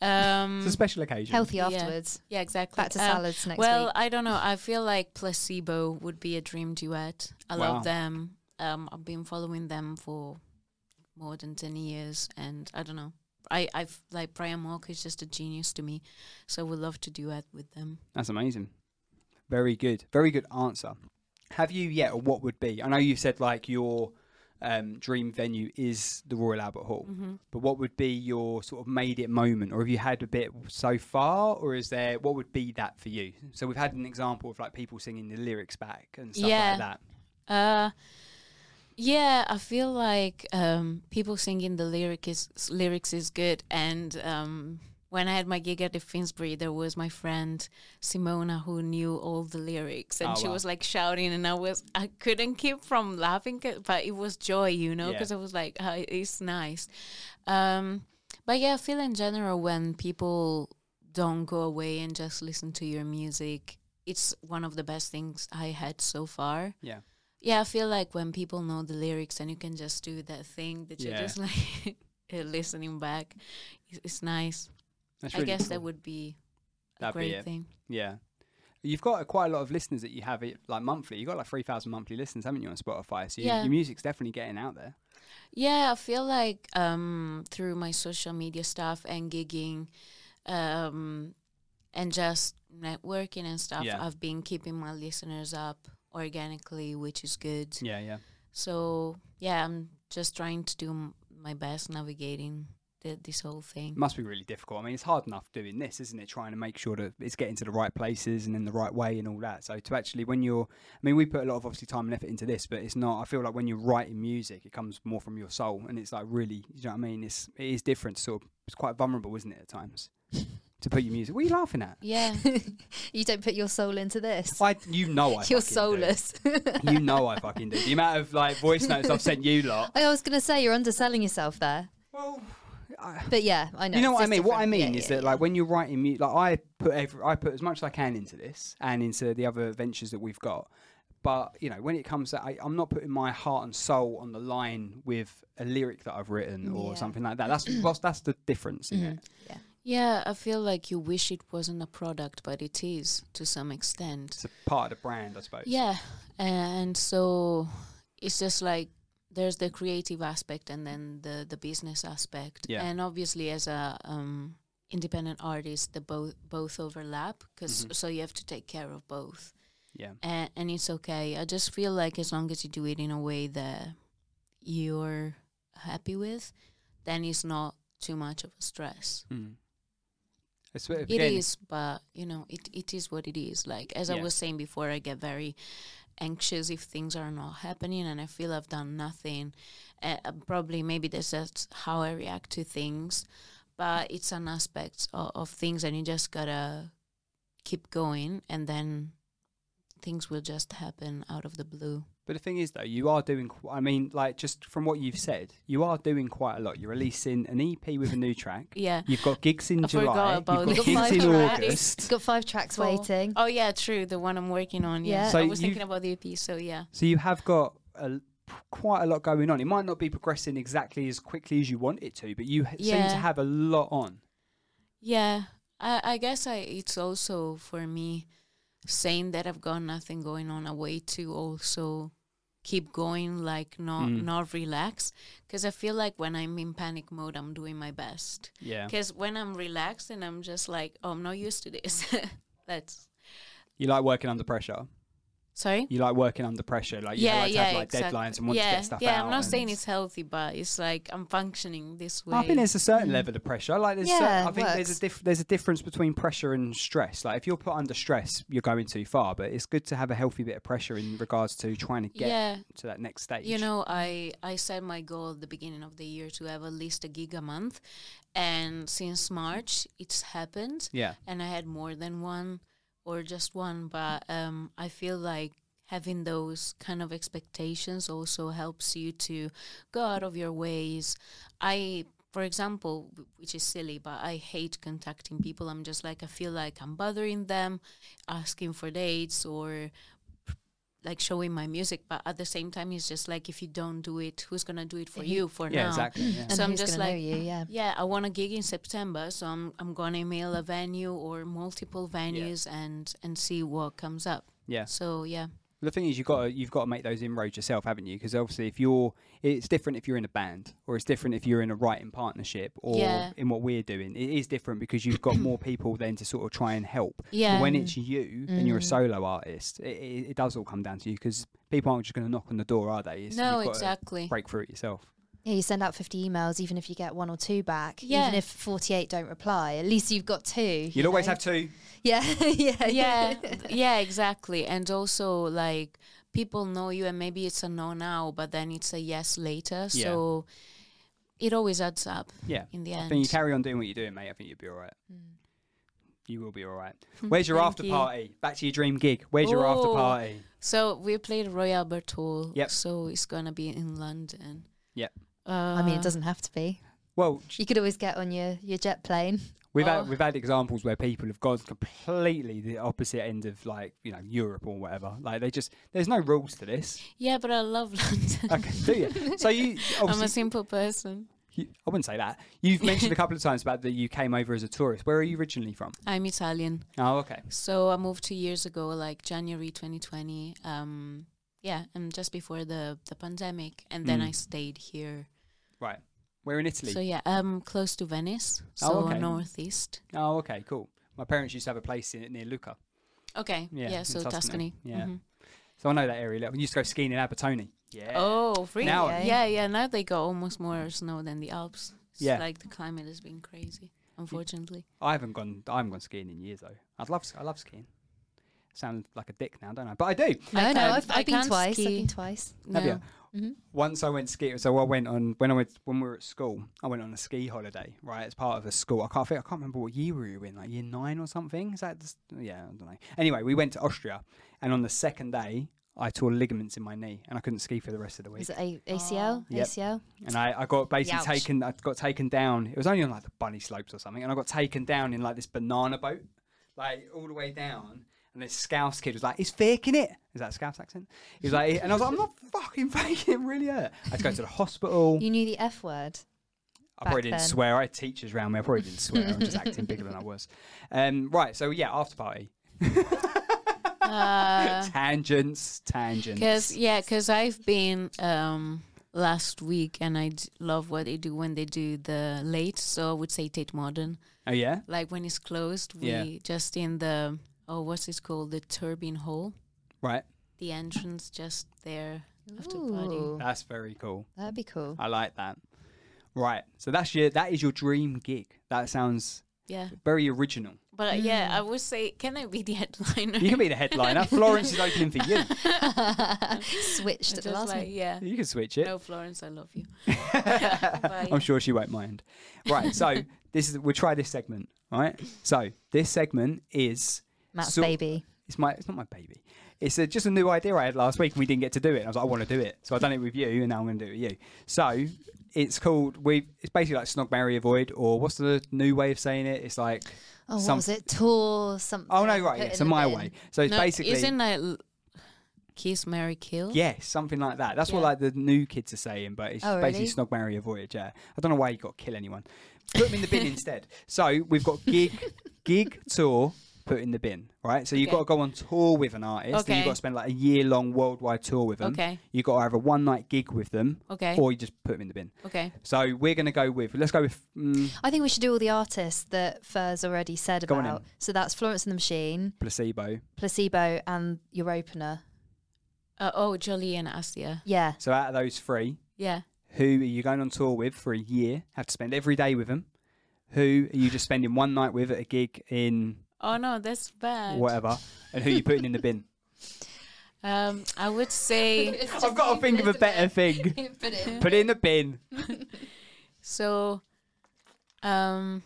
[SPEAKER 5] Um,
[SPEAKER 4] It's a special occasion.
[SPEAKER 3] Healthy
[SPEAKER 5] Yeah.
[SPEAKER 3] afterwards.
[SPEAKER 5] Yeah, exactly. Um,
[SPEAKER 3] Back to salads next
[SPEAKER 5] well,
[SPEAKER 3] week.
[SPEAKER 5] I don't know. I feel like Placebo would be a dream duet. I
[SPEAKER 4] Wow.
[SPEAKER 5] love them. Um, I've been following them for more than ten years, and I don't know. I I've like Brian Walker is just a genius to me, so would love to duet with them.
[SPEAKER 4] That's amazing. Very good. Very good answer. Have you yet, or what would be? I know you said like your um, dream venue is the Royal Albert Hall,
[SPEAKER 5] Mm-hmm.
[SPEAKER 4] but what would be your sort of made it moment, or have you had a bit so far, or is there what would be that for you? So we've had an example of like people singing the lyrics back and stuff
[SPEAKER 5] Yeah.
[SPEAKER 4] like that.
[SPEAKER 5] Uh, yeah, I feel like um, people singing the lyric is, lyrics is good. And um, when I had my gig at the Finsbury, there was my friend Simona who knew all the lyrics, and
[SPEAKER 4] Oh,
[SPEAKER 5] she
[SPEAKER 4] wow.
[SPEAKER 5] was like shouting, and I was I couldn't keep from laughing, 'cause- but it was joy, you know,
[SPEAKER 4] Yeah.
[SPEAKER 5] because I was like, "Ah, it's nice. Um, but yeah, I feel in general when people don't go away and just listen to your music. It's one of the best things I had so far.
[SPEAKER 4] Yeah.
[SPEAKER 5] Yeah, I feel like when people know the lyrics and you can just do that thing that
[SPEAKER 4] Yeah.
[SPEAKER 5] you're just like uh, listening back, it's, it's nice.
[SPEAKER 4] That's
[SPEAKER 5] I
[SPEAKER 4] really
[SPEAKER 5] guess that
[SPEAKER 4] cool.
[SPEAKER 5] would be a
[SPEAKER 4] That'd be
[SPEAKER 5] great
[SPEAKER 4] it.
[SPEAKER 5] thing.
[SPEAKER 4] Yeah. You've got quite a lot of listeners that you have it like monthly. You've got like 3,000 monthly listeners, haven't you, on Spotify? So you,
[SPEAKER 5] Yeah.
[SPEAKER 4] your music's definitely getting out there.
[SPEAKER 5] Yeah, I feel like um, through my social media stuff and gigging um, and just networking and stuff,
[SPEAKER 4] Yeah.
[SPEAKER 5] I've been keeping my listeners up organically, which is good.
[SPEAKER 4] Yeah, yeah.
[SPEAKER 5] So yeah, I'm just trying to do m- my best navigating the, this whole
[SPEAKER 4] It
[SPEAKER 5] thing.
[SPEAKER 4] must be really difficult. I mean, it's hard enough doing this, isn't it? Trying to make sure that it's getting to the right places and in the right way and all that. So to actually, when you're, I mean, we put a lot of obviously time and effort into this, but it's not. I feel like when you're writing music, it comes more from your soul, and it's like really, you know what I mean? It's it is different. Sort of, it's quite vulnerable, isn't it? At times, to put your music. What are you laughing at?
[SPEAKER 5] Yeah,
[SPEAKER 3] You don't put your soul into this.
[SPEAKER 4] I, you know, I.
[SPEAKER 3] You're
[SPEAKER 4] fucking do.
[SPEAKER 3] soulless.
[SPEAKER 4] You know, I fucking do. The amount of like voice notes I've sent you lot.
[SPEAKER 3] I was going to say you're underselling yourself there,
[SPEAKER 4] Well,
[SPEAKER 3] but yeah, I know.
[SPEAKER 4] you know
[SPEAKER 3] it's
[SPEAKER 4] what I
[SPEAKER 3] just
[SPEAKER 4] mean. What I
[SPEAKER 3] different.
[SPEAKER 4] mean
[SPEAKER 3] Yeah,
[SPEAKER 4] is
[SPEAKER 3] yeah,
[SPEAKER 4] that like when you're writing music, like I put every, I put as much as I can into this and into the other ventures that we've got. But you know, when it comes to, I, I'm not putting my heart and soul on the line with a lyric that I've written or
[SPEAKER 3] Yeah.
[SPEAKER 4] something like that. That's that's, that's the difference in it.
[SPEAKER 5] yeah. I feel like you wish it wasn't a product, but it is to some extent.
[SPEAKER 4] It's a part of the brand, I suppose.
[SPEAKER 5] Yeah, and so it's just like there's the creative aspect and then the the business aspect.
[SPEAKER 4] Yeah.
[SPEAKER 5] And obviously, as a um, independent artist, the both both overlap because so you have to take care of both.
[SPEAKER 4] yeah,
[SPEAKER 5] and, and it's okay. I just feel like as long as you do it in a way that you're happy with, then it's not too much of a stress.
[SPEAKER 4] Mm. I swear,
[SPEAKER 5] It
[SPEAKER 4] again,
[SPEAKER 5] is, but you know, it, it is what it is. Like as I
[SPEAKER 4] Yeah.
[SPEAKER 5] was saying before, I get very anxious if things are not happening, and I feel I've done nothing. Uh, uh, probably, maybe that's just how I react to things, but it's an aspect of, of things, and you just gotta keep going, and then things will just happen out of the blue.
[SPEAKER 4] But the thing is, though, you are doing. qu- I mean, like just from what you've said, you are doing quite a lot. You're releasing an EP with a new track.
[SPEAKER 5] Yeah.
[SPEAKER 4] You've got gigs in
[SPEAKER 5] I forgot
[SPEAKER 4] July.
[SPEAKER 5] about
[SPEAKER 4] You've
[SPEAKER 5] that.
[SPEAKER 4] got gigs
[SPEAKER 3] You've
[SPEAKER 4] in
[SPEAKER 3] got five
[SPEAKER 4] August.
[SPEAKER 3] It's got five tracks
[SPEAKER 5] Four.
[SPEAKER 3] waiting.
[SPEAKER 5] Oh yeah, true. The one I'm working on. Yeah,
[SPEAKER 3] Yeah.
[SPEAKER 4] So
[SPEAKER 5] I was
[SPEAKER 4] you-
[SPEAKER 5] thinking about the EP. So yeah,
[SPEAKER 4] So you have got a, quite a lot going on. It might not be progressing exactly as quickly as you want it to, but you h seem
[SPEAKER 5] Yeah.
[SPEAKER 4] to have a lot on.
[SPEAKER 5] yeah. I, I guess I it's also for me saying that I've got nothing going on a way to also keep going like not
[SPEAKER 4] Mm.
[SPEAKER 5] not relax because I feel like when I'm in panic mode I'm doing my best
[SPEAKER 4] Yeah.
[SPEAKER 5] because when I'm relaxed and I'm just like oh I'm not used to this let's
[SPEAKER 4] You like working under pressure.
[SPEAKER 5] sorry
[SPEAKER 4] You like working under pressure. Like you know, like to have like
[SPEAKER 5] exactly.
[SPEAKER 4] deadlines and want
[SPEAKER 5] yeah,
[SPEAKER 4] to get stuff
[SPEAKER 5] yeah
[SPEAKER 4] out.
[SPEAKER 5] I'm not
[SPEAKER 4] and-
[SPEAKER 5] saying it's healthy but it's like I'm functioning this way
[SPEAKER 4] I think there's a
[SPEAKER 5] Mm.
[SPEAKER 4] certain level of pressure. Like there's,
[SPEAKER 3] Yeah,
[SPEAKER 4] certain, I
[SPEAKER 3] it
[SPEAKER 4] think there's a
[SPEAKER 3] works.
[SPEAKER 4] diff- there's a difference between pressure and stress. Like if you're put under stress, you're going too far. But it's good to have a healthy bit of pressure in regards to trying to get
[SPEAKER 5] yeah
[SPEAKER 4] to that next stage.
[SPEAKER 5] You know, I I set my goal at the beginning of the year to have at least a gig a month, and since March it's happened,
[SPEAKER 4] Yeah.
[SPEAKER 5] and I had more than one or just one, but um, I feel like having those kind of expectations also helps you to go out of your ways. I, for example, w- which is silly, but I hate contacting people. I'm just like, I feel like I'm bothering them, asking for dates or like showing my music. But at the same time, it's just like, if you don't do it, who's going to do it for you for
[SPEAKER 4] Mm-hmm. yeah,
[SPEAKER 5] now?
[SPEAKER 4] exactly. Yeah.
[SPEAKER 5] So
[SPEAKER 3] And
[SPEAKER 5] I'm
[SPEAKER 3] who's
[SPEAKER 5] just
[SPEAKER 3] gonna know
[SPEAKER 5] like,
[SPEAKER 3] you, yeah.
[SPEAKER 5] yeah, I want a gig in September, so I'm I'm gonna mail a venue or multiple venues and and see what comes up.
[SPEAKER 4] yeah.
[SPEAKER 5] So yeah,
[SPEAKER 4] The thing is, you've got to, you've got to make those inroads yourself, haven't you? Because obviously, if you're, it's different if you're in a band, or it's different if you're in a writing partnership, or
[SPEAKER 5] Yeah.
[SPEAKER 4] in what we're doing. It is different because you've got more people then to sort of try and help.
[SPEAKER 5] Yeah. Mm.
[SPEAKER 4] But when it's you and you're a solo artist, it, it, it does all come down to you because people aren't just going to knock on the door, are they? It's-
[SPEAKER 5] no,
[SPEAKER 4] you've got to
[SPEAKER 5] exactly.
[SPEAKER 4] Break through it yourself.
[SPEAKER 3] Yeah, you send out 50 emails, even if you get one or two back.
[SPEAKER 5] Yeah.
[SPEAKER 3] Even if 48 don't reply, at least you've got two.
[SPEAKER 4] You'll always have two.
[SPEAKER 3] Yeah, yeah,
[SPEAKER 5] yeah, yeah, exactly. And also like people know you, and maybe it's a no now, but then it's a yes later.
[SPEAKER 4] Yeah.
[SPEAKER 5] So it always adds up.
[SPEAKER 4] Yeah.
[SPEAKER 5] In the
[SPEAKER 4] I think you
[SPEAKER 5] end,
[SPEAKER 4] carry on doing what you're doing, mate. I think you'll be all right. You will be all right. Where's your after
[SPEAKER 5] Mm. you.
[SPEAKER 4] party? Back to your dream gig. Where's your after
[SPEAKER 5] Oh.
[SPEAKER 4] party?
[SPEAKER 5] so we played Royal Albert Hall.
[SPEAKER 4] Yep.
[SPEAKER 5] So it's gonna be in London.
[SPEAKER 4] Yep.
[SPEAKER 5] Uh,
[SPEAKER 3] I mean, it doesn't have to be.
[SPEAKER 4] Well,
[SPEAKER 3] You could always get on your, your jet plane.
[SPEAKER 4] We've
[SPEAKER 5] Oh.
[SPEAKER 4] had we've had examples where people have gone completely the opposite end of like you know Europe or whatever. Like they just there's no rules to this.
[SPEAKER 5] Yeah, but I love London.
[SPEAKER 4] Okay, do you? So you
[SPEAKER 5] I'm a
[SPEAKER 4] obviously
[SPEAKER 5] simple person.
[SPEAKER 4] you, I wouldn't say that. You've mentioned a couple of times about that you came over as a tourist. Where are you originally from?
[SPEAKER 5] I'm Italian.
[SPEAKER 4] Oh, okay.
[SPEAKER 5] So I moved two years ago, like January 2020. Um, yeah, and just before the, the pandemic. And then
[SPEAKER 4] Mm.
[SPEAKER 5] I stayed here.
[SPEAKER 4] Right. We're in Italy.
[SPEAKER 5] So yeah, um, close to Venice. So
[SPEAKER 4] Oh, okay.
[SPEAKER 5] northeast.
[SPEAKER 4] oh, okay, cool. My parents used to have a place in, near Lucca.
[SPEAKER 5] Okay.
[SPEAKER 4] Yeah,
[SPEAKER 5] Yeah,
[SPEAKER 4] in
[SPEAKER 5] so
[SPEAKER 4] Tuscany.
[SPEAKER 5] Tuscany.
[SPEAKER 4] Yeah.
[SPEAKER 5] Mhm.
[SPEAKER 4] So I know that area. Like, we used to go skiing in Abertone.
[SPEAKER 3] Eh.
[SPEAKER 4] Yeah.
[SPEAKER 5] Oh, really?
[SPEAKER 4] Now-
[SPEAKER 5] yeah, yeah. Now they got almost more snow than the Alps. It's
[SPEAKER 4] Yeah.
[SPEAKER 5] Like the climate has been crazy, unfortunately.
[SPEAKER 4] I haven't gone. I haven't gone skiing in years though. I'd love. I love skiing. Sound like a dick now, don't I? But I do.
[SPEAKER 3] No, no,
[SPEAKER 5] can't-
[SPEAKER 3] I've,
[SPEAKER 5] I
[SPEAKER 3] I've been
[SPEAKER 5] can't
[SPEAKER 3] twice. I've
[SPEAKER 5] ski.
[SPEAKER 3] been twice.
[SPEAKER 5] No.
[SPEAKER 4] Have you? Once I went skiing, so I went on when I went when we were at school. I went on a ski holiday, right? As part of a school, I can't think, I can't remember what year we were in, like year nine or something. Is that just, yeah? I don't know. Anyway, we went to Austria, and on the second day, I tore ligaments in my knee, and I couldn't ski for the rest of the week.
[SPEAKER 3] Was it a- ACL?
[SPEAKER 4] Yep.
[SPEAKER 3] ACL?
[SPEAKER 4] And I, I got basically
[SPEAKER 3] Youch.
[SPEAKER 4] taken, I got taken down. It was only on like the bunny slopes or something, and I got taken down in like this banana boat, like all the way down. And this Scouse kid was like, "He's faking it." Is that a Scouse accent? He was like, and I was like, "I'm not fucking faking it. it Really hurt." I had to go to the hospital.
[SPEAKER 3] You knew the F word. back
[SPEAKER 4] I probably didn't
[SPEAKER 3] then.
[SPEAKER 4] swear. I had teachers around me. I probably didn't swear. I was just acting bigger than I was. Um, right. So yeah, after party.
[SPEAKER 3] Uh.
[SPEAKER 4] tangents, tangents.
[SPEAKER 5] Cause yeah, cause I've been um last week and I d- love what they do when they do the late. So I would say Tate Modern.
[SPEAKER 4] Oh yeah.
[SPEAKER 5] Like when it's closed, we
[SPEAKER 4] Yeah.
[SPEAKER 5] just in the oh what's it called the turbine hall,
[SPEAKER 4] Right.
[SPEAKER 5] the entrance just there after party.
[SPEAKER 3] Ooh,
[SPEAKER 4] That's very cool.
[SPEAKER 3] that'd be cool.
[SPEAKER 4] I like that. Right. So that's your that is your dream gig. That sounds
[SPEAKER 5] Yeah,
[SPEAKER 4] very original.
[SPEAKER 5] but uh, yeah, I would say can I be the headliner?
[SPEAKER 4] Mm. You can be the headliner. Florence is opening for you.
[SPEAKER 3] Switched at the
[SPEAKER 5] just
[SPEAKER 3] last
[SPEAKER 5] like
[SPEAKER 3] minute.
[SPEAKER 5] yeah.
[SPEAKER 4] You can switch it.
[SPEAKER 5] No, Florence, I love you.
[SPEAKER 4] I'm sure she won't mind. Right. So this is we'll try this segment. All right. So this segment is
[SPEAKER 3] Matt's
[SPEAKER 4] sort-
[SPEAKER 3] baby.
[SPEAKER 4] It's my it's not my baby. It's a, just a new idea I had last week and we didn't get to do it. I was like, I want to do it, so I done it with you, and now I'm going to do it with you. So it's called we. It's basically like snog, marry, avoid, or what's the new way of saying it? It's like
[SPEAKER 3] Oh, what
[SPEAKER 4] some-
[SPEAKER 3] was it? Tour something.
[SPEAKER 4] oh no,
[SPEAKER 3] put
[SPEAKER 4] right, yeah,
[SPEAKER 3] in the
[SPEAKER 4] so my
[SPEAKER 3] bin.
[SPEAKER 4] way. So it's
[SPEAKER 5] No,
[SPEAKER 4] basically
[SPEAKER 5] isn't that l- kiss, marry, kill?
[SPEAKER 4] Yeah, something like that. That's what
[SPEAKER 5] Oh. Yeah.
[SPEAKER 4] like the new kids are saying, but it's
[SPEAKER 3] Oh,
[SPEAKER 4] basically
[SPEAKER 3] really?
[SPEAKER 4] snog, marry, avoid. Yeah, I don't know why you got to kill anyone. Put them in the bin instead. So we've got gig, gig tour. Put in the bin, right? So you've
[SPEAKER 5] Okay.
[SPEAKER 4] got to go on tour with an artist, then you've
[SPEAKER 5] Okay.
[SPEAKER 4] got to spend like a year long worldwide tour with them.
[SPEAKER 5] Okay.
[SPEAKER 4] You've got to have a one night gig with them,
[SPEAKER 5] Okay.
[SPEAKER 4] or you just put them in the bin.
[SPEAKER 5] Okay.
[SPEAKER 4] So we're going to go with, let's go with, mm,
[SPEAKER 3] I think we should do all the artists that Fur's already said
[SPEAKER 4] Go on
[SPEAKER 3] about.
[SPEAKER 4] then.
[SPEAKER 3] So that's Florence and the Machine,
[SPEAKER 4] placebo.
[SPEAKER 3] Placebo, and Your Opener.
[SPEAKER 5] Uh, oh, Jolie and Asia.
[SPEAKER 3] Yeah.
[SPEAKER 4] So out of those three,
[SPEAKER 5] Yeah.
[SPEAKER 4] who are you going on tour with for a year? Have to spend every day with them. Who are you just spending one night with at a gig in
[SPEAKER 5] Oh no, that's bad.
[SPEAKER 4] whatever, and who you putting in the bin.
[SPEAKER 5] Um, I would say
[SPEAKER 4] I've got to think of a better thing. Put it in the bin.
[SPEAKER 5] so. Um,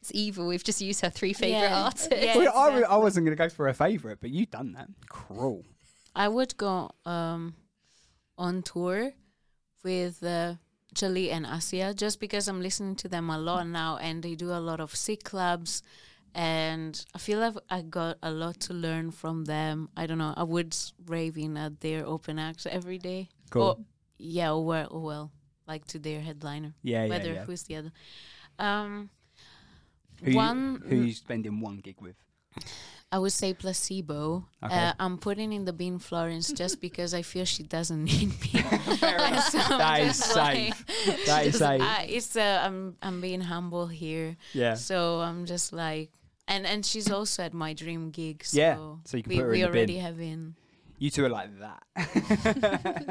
[SPEAKER 3] It's evil. We've just used her three favorite
[SPEAKER 5] Yeah.
[SPEAKER 3] artists.
[SPEAKER 5] Yeah.
[SPEAKER 4] Well, I,
[SPEAKER 5] exactly.
[SPEAKER 4] re- I wasn't going to go for a favourite, but you've done that. Cruel.
[SPEAKER 5] I would go um, on tour with uh, Chali and Asia just because I'm listening to them a lot now and they do a lot of sick clubs. And I feel I've I got a lot to learn from them. I don't know. I would s- rave in at their open acts every day.
[SPEAKER 4] Cool.
[SPEAKER 5] Or- yeah, or well, or well, like to their headliner.
[SPEAKER 4] Yeah, yeah,
[SPEAKER 5] Whether
[SPEAKER 4] yeah.
[SPEAKER 5] who's the other. Um,
[SPEAKER 4] Who
[SPEAKER 5] one
[SPEAKER 4] You, who you spending one gig with?
[SPEAKER 5] I would say placebo.
[SPEAKER 4] Okay.
[SPEAKER 5] Uh, I'm putting in the bean Florence just because I feel she doesn't need me. So I'm
[SPEAKER 4] That is
[SPEAKER 5] just like-
[SPEAKER 4] safe. That is safe.
[SPEAKER 5] I, it's uh, I'm I'm being humble here.
[SPEAKER 4] Yeah.
[SPEAKER 5] So I'm just like, and and she's also at my dream gig. So
[SPEAKER 4] Yeah, so you can
[SPEAKER 5] we,
[SPEAKER 4] put her
[SPEAKER 5] we
[SPEAKER 4] in the bin.
[SPEAKER 5] already have in.
[SPEAKER 4] You two are like that.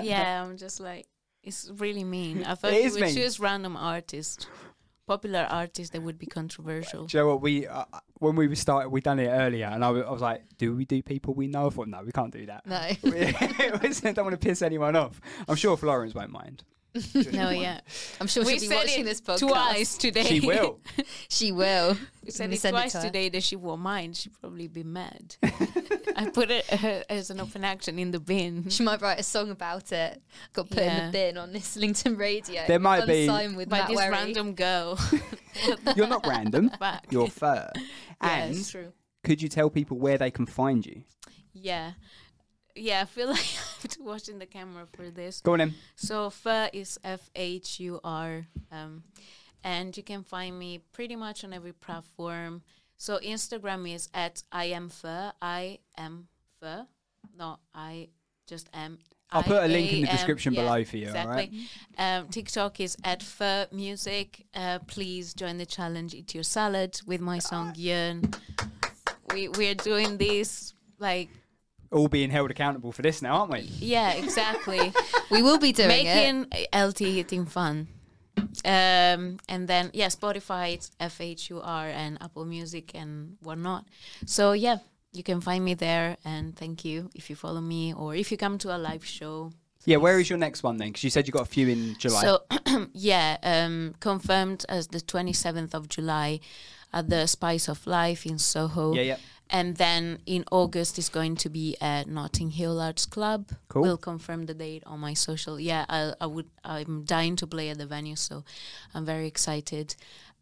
[SPEAKER 5] Yeah, I'm just like, it's really mean. I thought
[SPEAKER 4] It
[SPEAKER 5] you
[SPEAKER 4] is
[SPEAKER 5] would
[SPEAKER 4] mean.
[SPEAKER 5] choose random artists, popular artists that would be controversial.
[SPEAKER 4] Do you know what we uh, when we started? We done it earlier, and I wa- I was like, "Do we do people we know?" I thought, "No, we can't do that."
[SPEAKER 3] No.
[SPEAKER 4] I don't want to piss anyone off. I'm sure Florence won't mind.
[SPEAKER 5] No, yeah.
[SPEAKER 3] I'm sure she'll be watching this podcast.
[SPEAKER 5] twice today.
[SPEAKER 4] She will.
[SPEAKER 3] She will.
[SPEAKER 5] We said
[SPEAKER 3] We
[SPEAKER 5] it
[SPEAKER 3] said it
[SPEAKER 5] twice
[SPEAKER 3] to her.
[SPEAKER 5] today that she won't mind. She'd probably be mad. I put it uh, as an open action in the bin.
[SPEAKER 3] She might write a song about it. Got put in
[SPEAKER 5] Yeah.
[SPEAKER 3] the bin on Islington Radio.
[SPEAKER 4] There might
[SPEAKER 3] on
[SPEAKER 4] be-
[SPEAKER 3] sign with
[SPEAKER 5] By
[SPEAKER 3] Matt
[SPEAKER 5] this
[SPEAKER 3] Werry.
[SPEAKER 5] random girl.
[SPEAKER 4] You're not random.
[SPEAKER 5] Back.
[SPEAKER 4] You're fur.
[SPEAKER 5] yeah,
[SPEAKER 4] and
[SPEAKER 5] it's true.
[SPEAKER 4] could you tell people where they can find you?
[SPEAKER 5] Yeah. Yeah, I feel like I have to watch in the camera for this.
[SPEAKER 4] Go on in.
[SPEAKER 5] So fur is F H U R, um, and you can find me pretty much on every platform. So Instagram is at I am fur. I am fur. No, I just am.
[SPEAKER 4] I'll put a link in the
[SPEAKER 5] I A M,
[SPEAKER 4] description
[SPEAKER 5] yeah,
[SPEAKER 4] below for you,
[SPEAKER 5] Exactly. Um, TikTok is at fur music. Uh, please join the challenge. Eat your salad with my song Yearn. We we are doing this like
[SPEAKER 4] All being held accountable for this now, aren't we?
[SPEAKER 5] yeah exactly.
[SPEAKER 3] We will be doing it.
[SPEAKER 5] making LT hitting fun. Um, and then yeah, Spotify, it's F H U R, and Apple Music and whatnot. So yeah, you can find me there. And thank you if you follow me or if you come to a live show.
[SPEAKER 4] Yeah. Where is your next one then? Because you said you got a few in July.
[SPEAKER 5] So yeah, um, confirmed as the twenty seventh of July at the Spice of Life in Soho.
[SPEAKER 4] Yeah, yeah.
[SPEAKER 5] And then in August is going to be at Notting Hill Arts Club.
[SPEAKER 4] Cool.
[SPEAKER 5] We'll confirm the date on my social. Yeah, I, I would. I'm dying to play at the venue, so I'm very excited.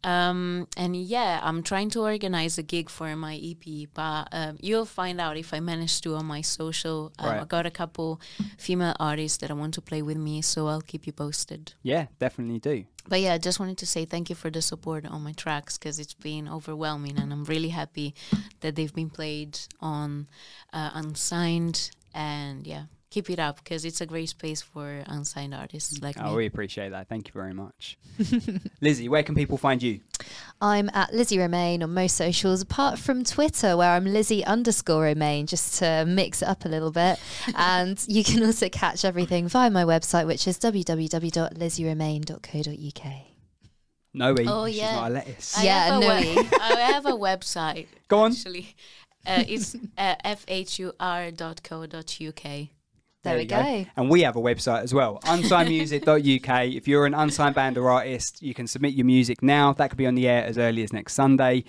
[SPEAKER 5] Um, and yeah, I'm trying to organize a gig for my EP, but um, you'll find out if I manage to on my social. Um, I
[SPEAKER 4] Right.
[SPEAKER 5] got a couple female artists that I want to play with me, so I'll keep you posted.
[SPEAKER 4] yeah, definitely do.
[SPEAKER 5] But yeah, I just wanted to say thank you for the support on my tracks because it's been overwhelming, and I'm really happy that they've been played on uh, unsigned. And yeah, keep it up because it's a great space for unsigned artists like
[SPEAKER 4] Oh,
[SPEAKER 5] me.
[SPEAKER 4] we appreciate that. Thank you very much, Lizzie. Where can people find you?
[SPEAKER 3] I'm at Lizzie Romaine on most socials, apart from Twitter, where I'm Lizzie underscore Romaine, just to mix it up a little bit. and you can also catch everything via my website, which is www.lizzieromaine.co.uk.
[SPEAKER 4] Noe.
[SPEAKER 5] Oh,
[SPEAKER 4] She's
[SPEAKER 5] yeah.
[SPEAKER 4] not a lettuce.
[SPEAKER 5] I
[SPEAKER 3] Yeah,
[SPEAKER 5] have a
[SPEAKER 3] no.
[SPEAKER 5] web- I have a website.
[SPEAKER 4] Go on.
[SPEAKER 5] Actually, uh, it's uh, fhur.co.uk.
[SPEAKER 3] There, we go.
[SPEAKER 4] And we have a website as well, unsignedmusic.uk. if you're an unsigned band or artist, you can submit your music now. That could be on the air as early as next Sunday.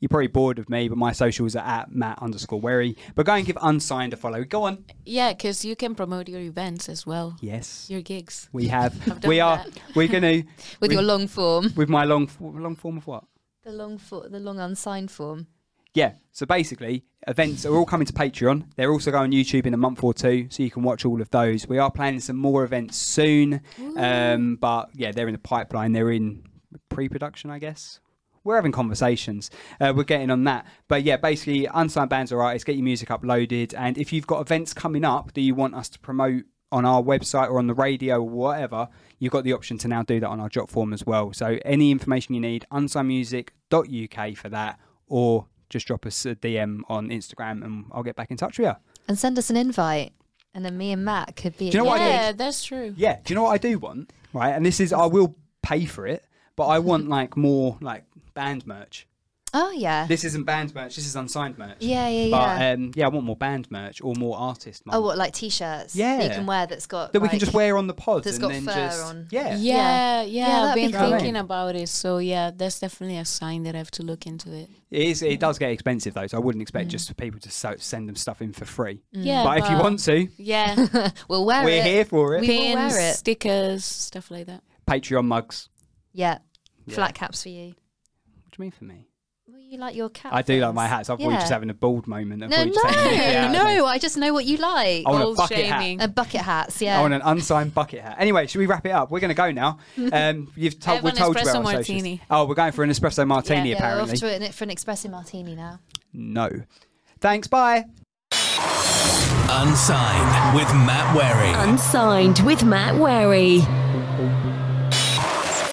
[SPEAKER 4] You're probably bored of me, but my socials are at Matt underscore Wary. But go and give Unsigned a follow. Go on.
[SPEAKER 5] Yeah, because you can promote your events as well,
[SPEAKER 4] Yes.
[SPEAKER 5] your gigs.
[SPEAKER 4] We have.
[SPEAKER 5] done
[SPEAKER 4] We are.
[SPEAKER 5] that.
[SPEAKER 4] We're gonna
[SPEAKER 3] With your long form.
[SPEAKER 4] with my long f- long form of what?
[SPEAKER 3] The long for- the long unsigned form.
[SPEAKER 4] Yeah. So basically, events are all coming to Patreon. They're also going on YouTube in a month or two, so you can watch all of those. We are planning some more events soon, um, but yeah, they're in the pipeline. They're in pre-production, I guess. We're having conversations. Uh, we're getting on that. But yeah, basically, unsigned bands are artists. Get your music uploaded, and if you've got events coming up that you want us to promote on our website or on the radio or whatever, you've got the option to now do that on our jot form as well. So any information you need, unsignedmusic.uk for that, or just drop us a DM on Instagram and I'll get back in touch with you.
[SPEAKER 3] And send us an invite. And then me and Matt could be
[SPEAKER 4] Do you know
[SPEAKER 3] at
[SPEAKER 4] what
[SPEAKER 3] your
[SPEAKER 4] I
[SPEAKER 3] gig.
[SPEAKER 5] Yeah, that's true.
[SPEAKER 4] Yeah. Do you know what I do want? Right. And this is, I will pay for it, but I want like more like band merch.
[SPEAKER 3] Oh yeah.
[SPEAKER 4] This isn't band merch. This is unsigned merch.
[SPEAKER 3] yeah, yeah,
[SPEAKER 4] But
[SPEAKER 3] yeah.
[SPEAKER 4] um, yeah, I want more band merch or more artist. merch
[SPEAKER 3] oh, what like t-shirts? that you
[SPEAKER 4] Yeah.
[SPEAKER 3] can wear that's got
[SPEAKER 4] that we can
[SPEAKER 3] like-
[SPEAKER 4] just wear on the pod
[SPEAKER 3] that's
[SPEAKER 4] and
[SPEAKER 3] got
[SPEAKER 4] then
[SPEAKER 3] fur
[SPEAKER 4] just
[SPEAKER 3] on.
[SPEAKER 4] yeah.
[SPEAKER 5] Yeah, yeah, I've
[SPEAKER 3] that'd be
[SPEAKER 5] been
[SPEAKER 4] cool.
[SPEAKER 5] thinking
[SPEAKER 4] Right.
[SPEAKER 5] about it. So yeah, that's definitely a sign that I have to look into it.
[SPEAKER 4] It is. It does get expensive though, so I wouldn't
[SPEAKER 3] Mm.
[SPEAKER 4] expect just for people to so, send them stuff in for free.
[SPEAKER 5] Yeah,
[SPEAKER 4] but if you want to,
[SPEAKER 5] yeah,
[SPEAKER 3] We'll wear
[SPEAKER 4] we're
[SPEAKER 3] it.
[SPEAKER 4] here for it.
[SPEAKER 3] We will
[SPEAKER 5] pins,
[SPEAKER 3] wear it.
[SPEAKER 5] stickers, stuff like that.
[SPEAKER 4] Patreon mugs.
[SPEAKER 3] Yeah.
[SPEAKER 4] Yeah.
[SPEAKER 3] Flat caps for you.
[SPEAKER 4] What do you mean for me?
[SPEAKER 3] Well, you like your cap.
[SPEAKER 4] I do like
[SPEAKER 3] things.
[SPEAKER 4] my hats. I'm probably just
[SPEAKER 3] Yeah.
[SPEAKER 4] having a bald moment. I'm
[SPEAKER 3] No,
[SPEAKER 4] probably just taking it
[SPEAKER 3] no,
[SPEAKER 4] out.
[SPEAKER 3] no. I just know what you like.
[SPEAKER 4] I want a
[SPEAKER 5] Old
[SPEAKER 4] bucket
[SPEAKER 5] shaming.
[SPEAKER 4] hat.
[SPEAKER 3] And bucket hats.
[SPEAKER 4] I
[SPEAKER 3] Yeah.
[SPEAKER 4] want an unsigned bucket hat. Anyway, should we wrap it up? We're going to go now. Um, you've
[SPEAKER 5] I
[SPEAKER 4] told,
[SPEAKER 5] have
[SPEAKER 4] we're
[SPEAKER 5] an
[SPEAKER 4] told you about
[SPEAKER 5] espresso
[SPEAKER 4] our socials.
[SPEAKER 5] martini.
[SPEAKER 4] Oh, we're going for an espresso martini
[SPEAKER 5] Yeah,
[SPEAKER 3] yeah, we're
[SPEAKER 4] apparently.
[SPEAKER 3] off to it for an espresso martini now.
[SPEAKER 4] no. Thanks. Bye.
[SPEAKER 1] Unsigned with Matt Wary.
[SPEAKER 2] Unsigned with Matt Wary.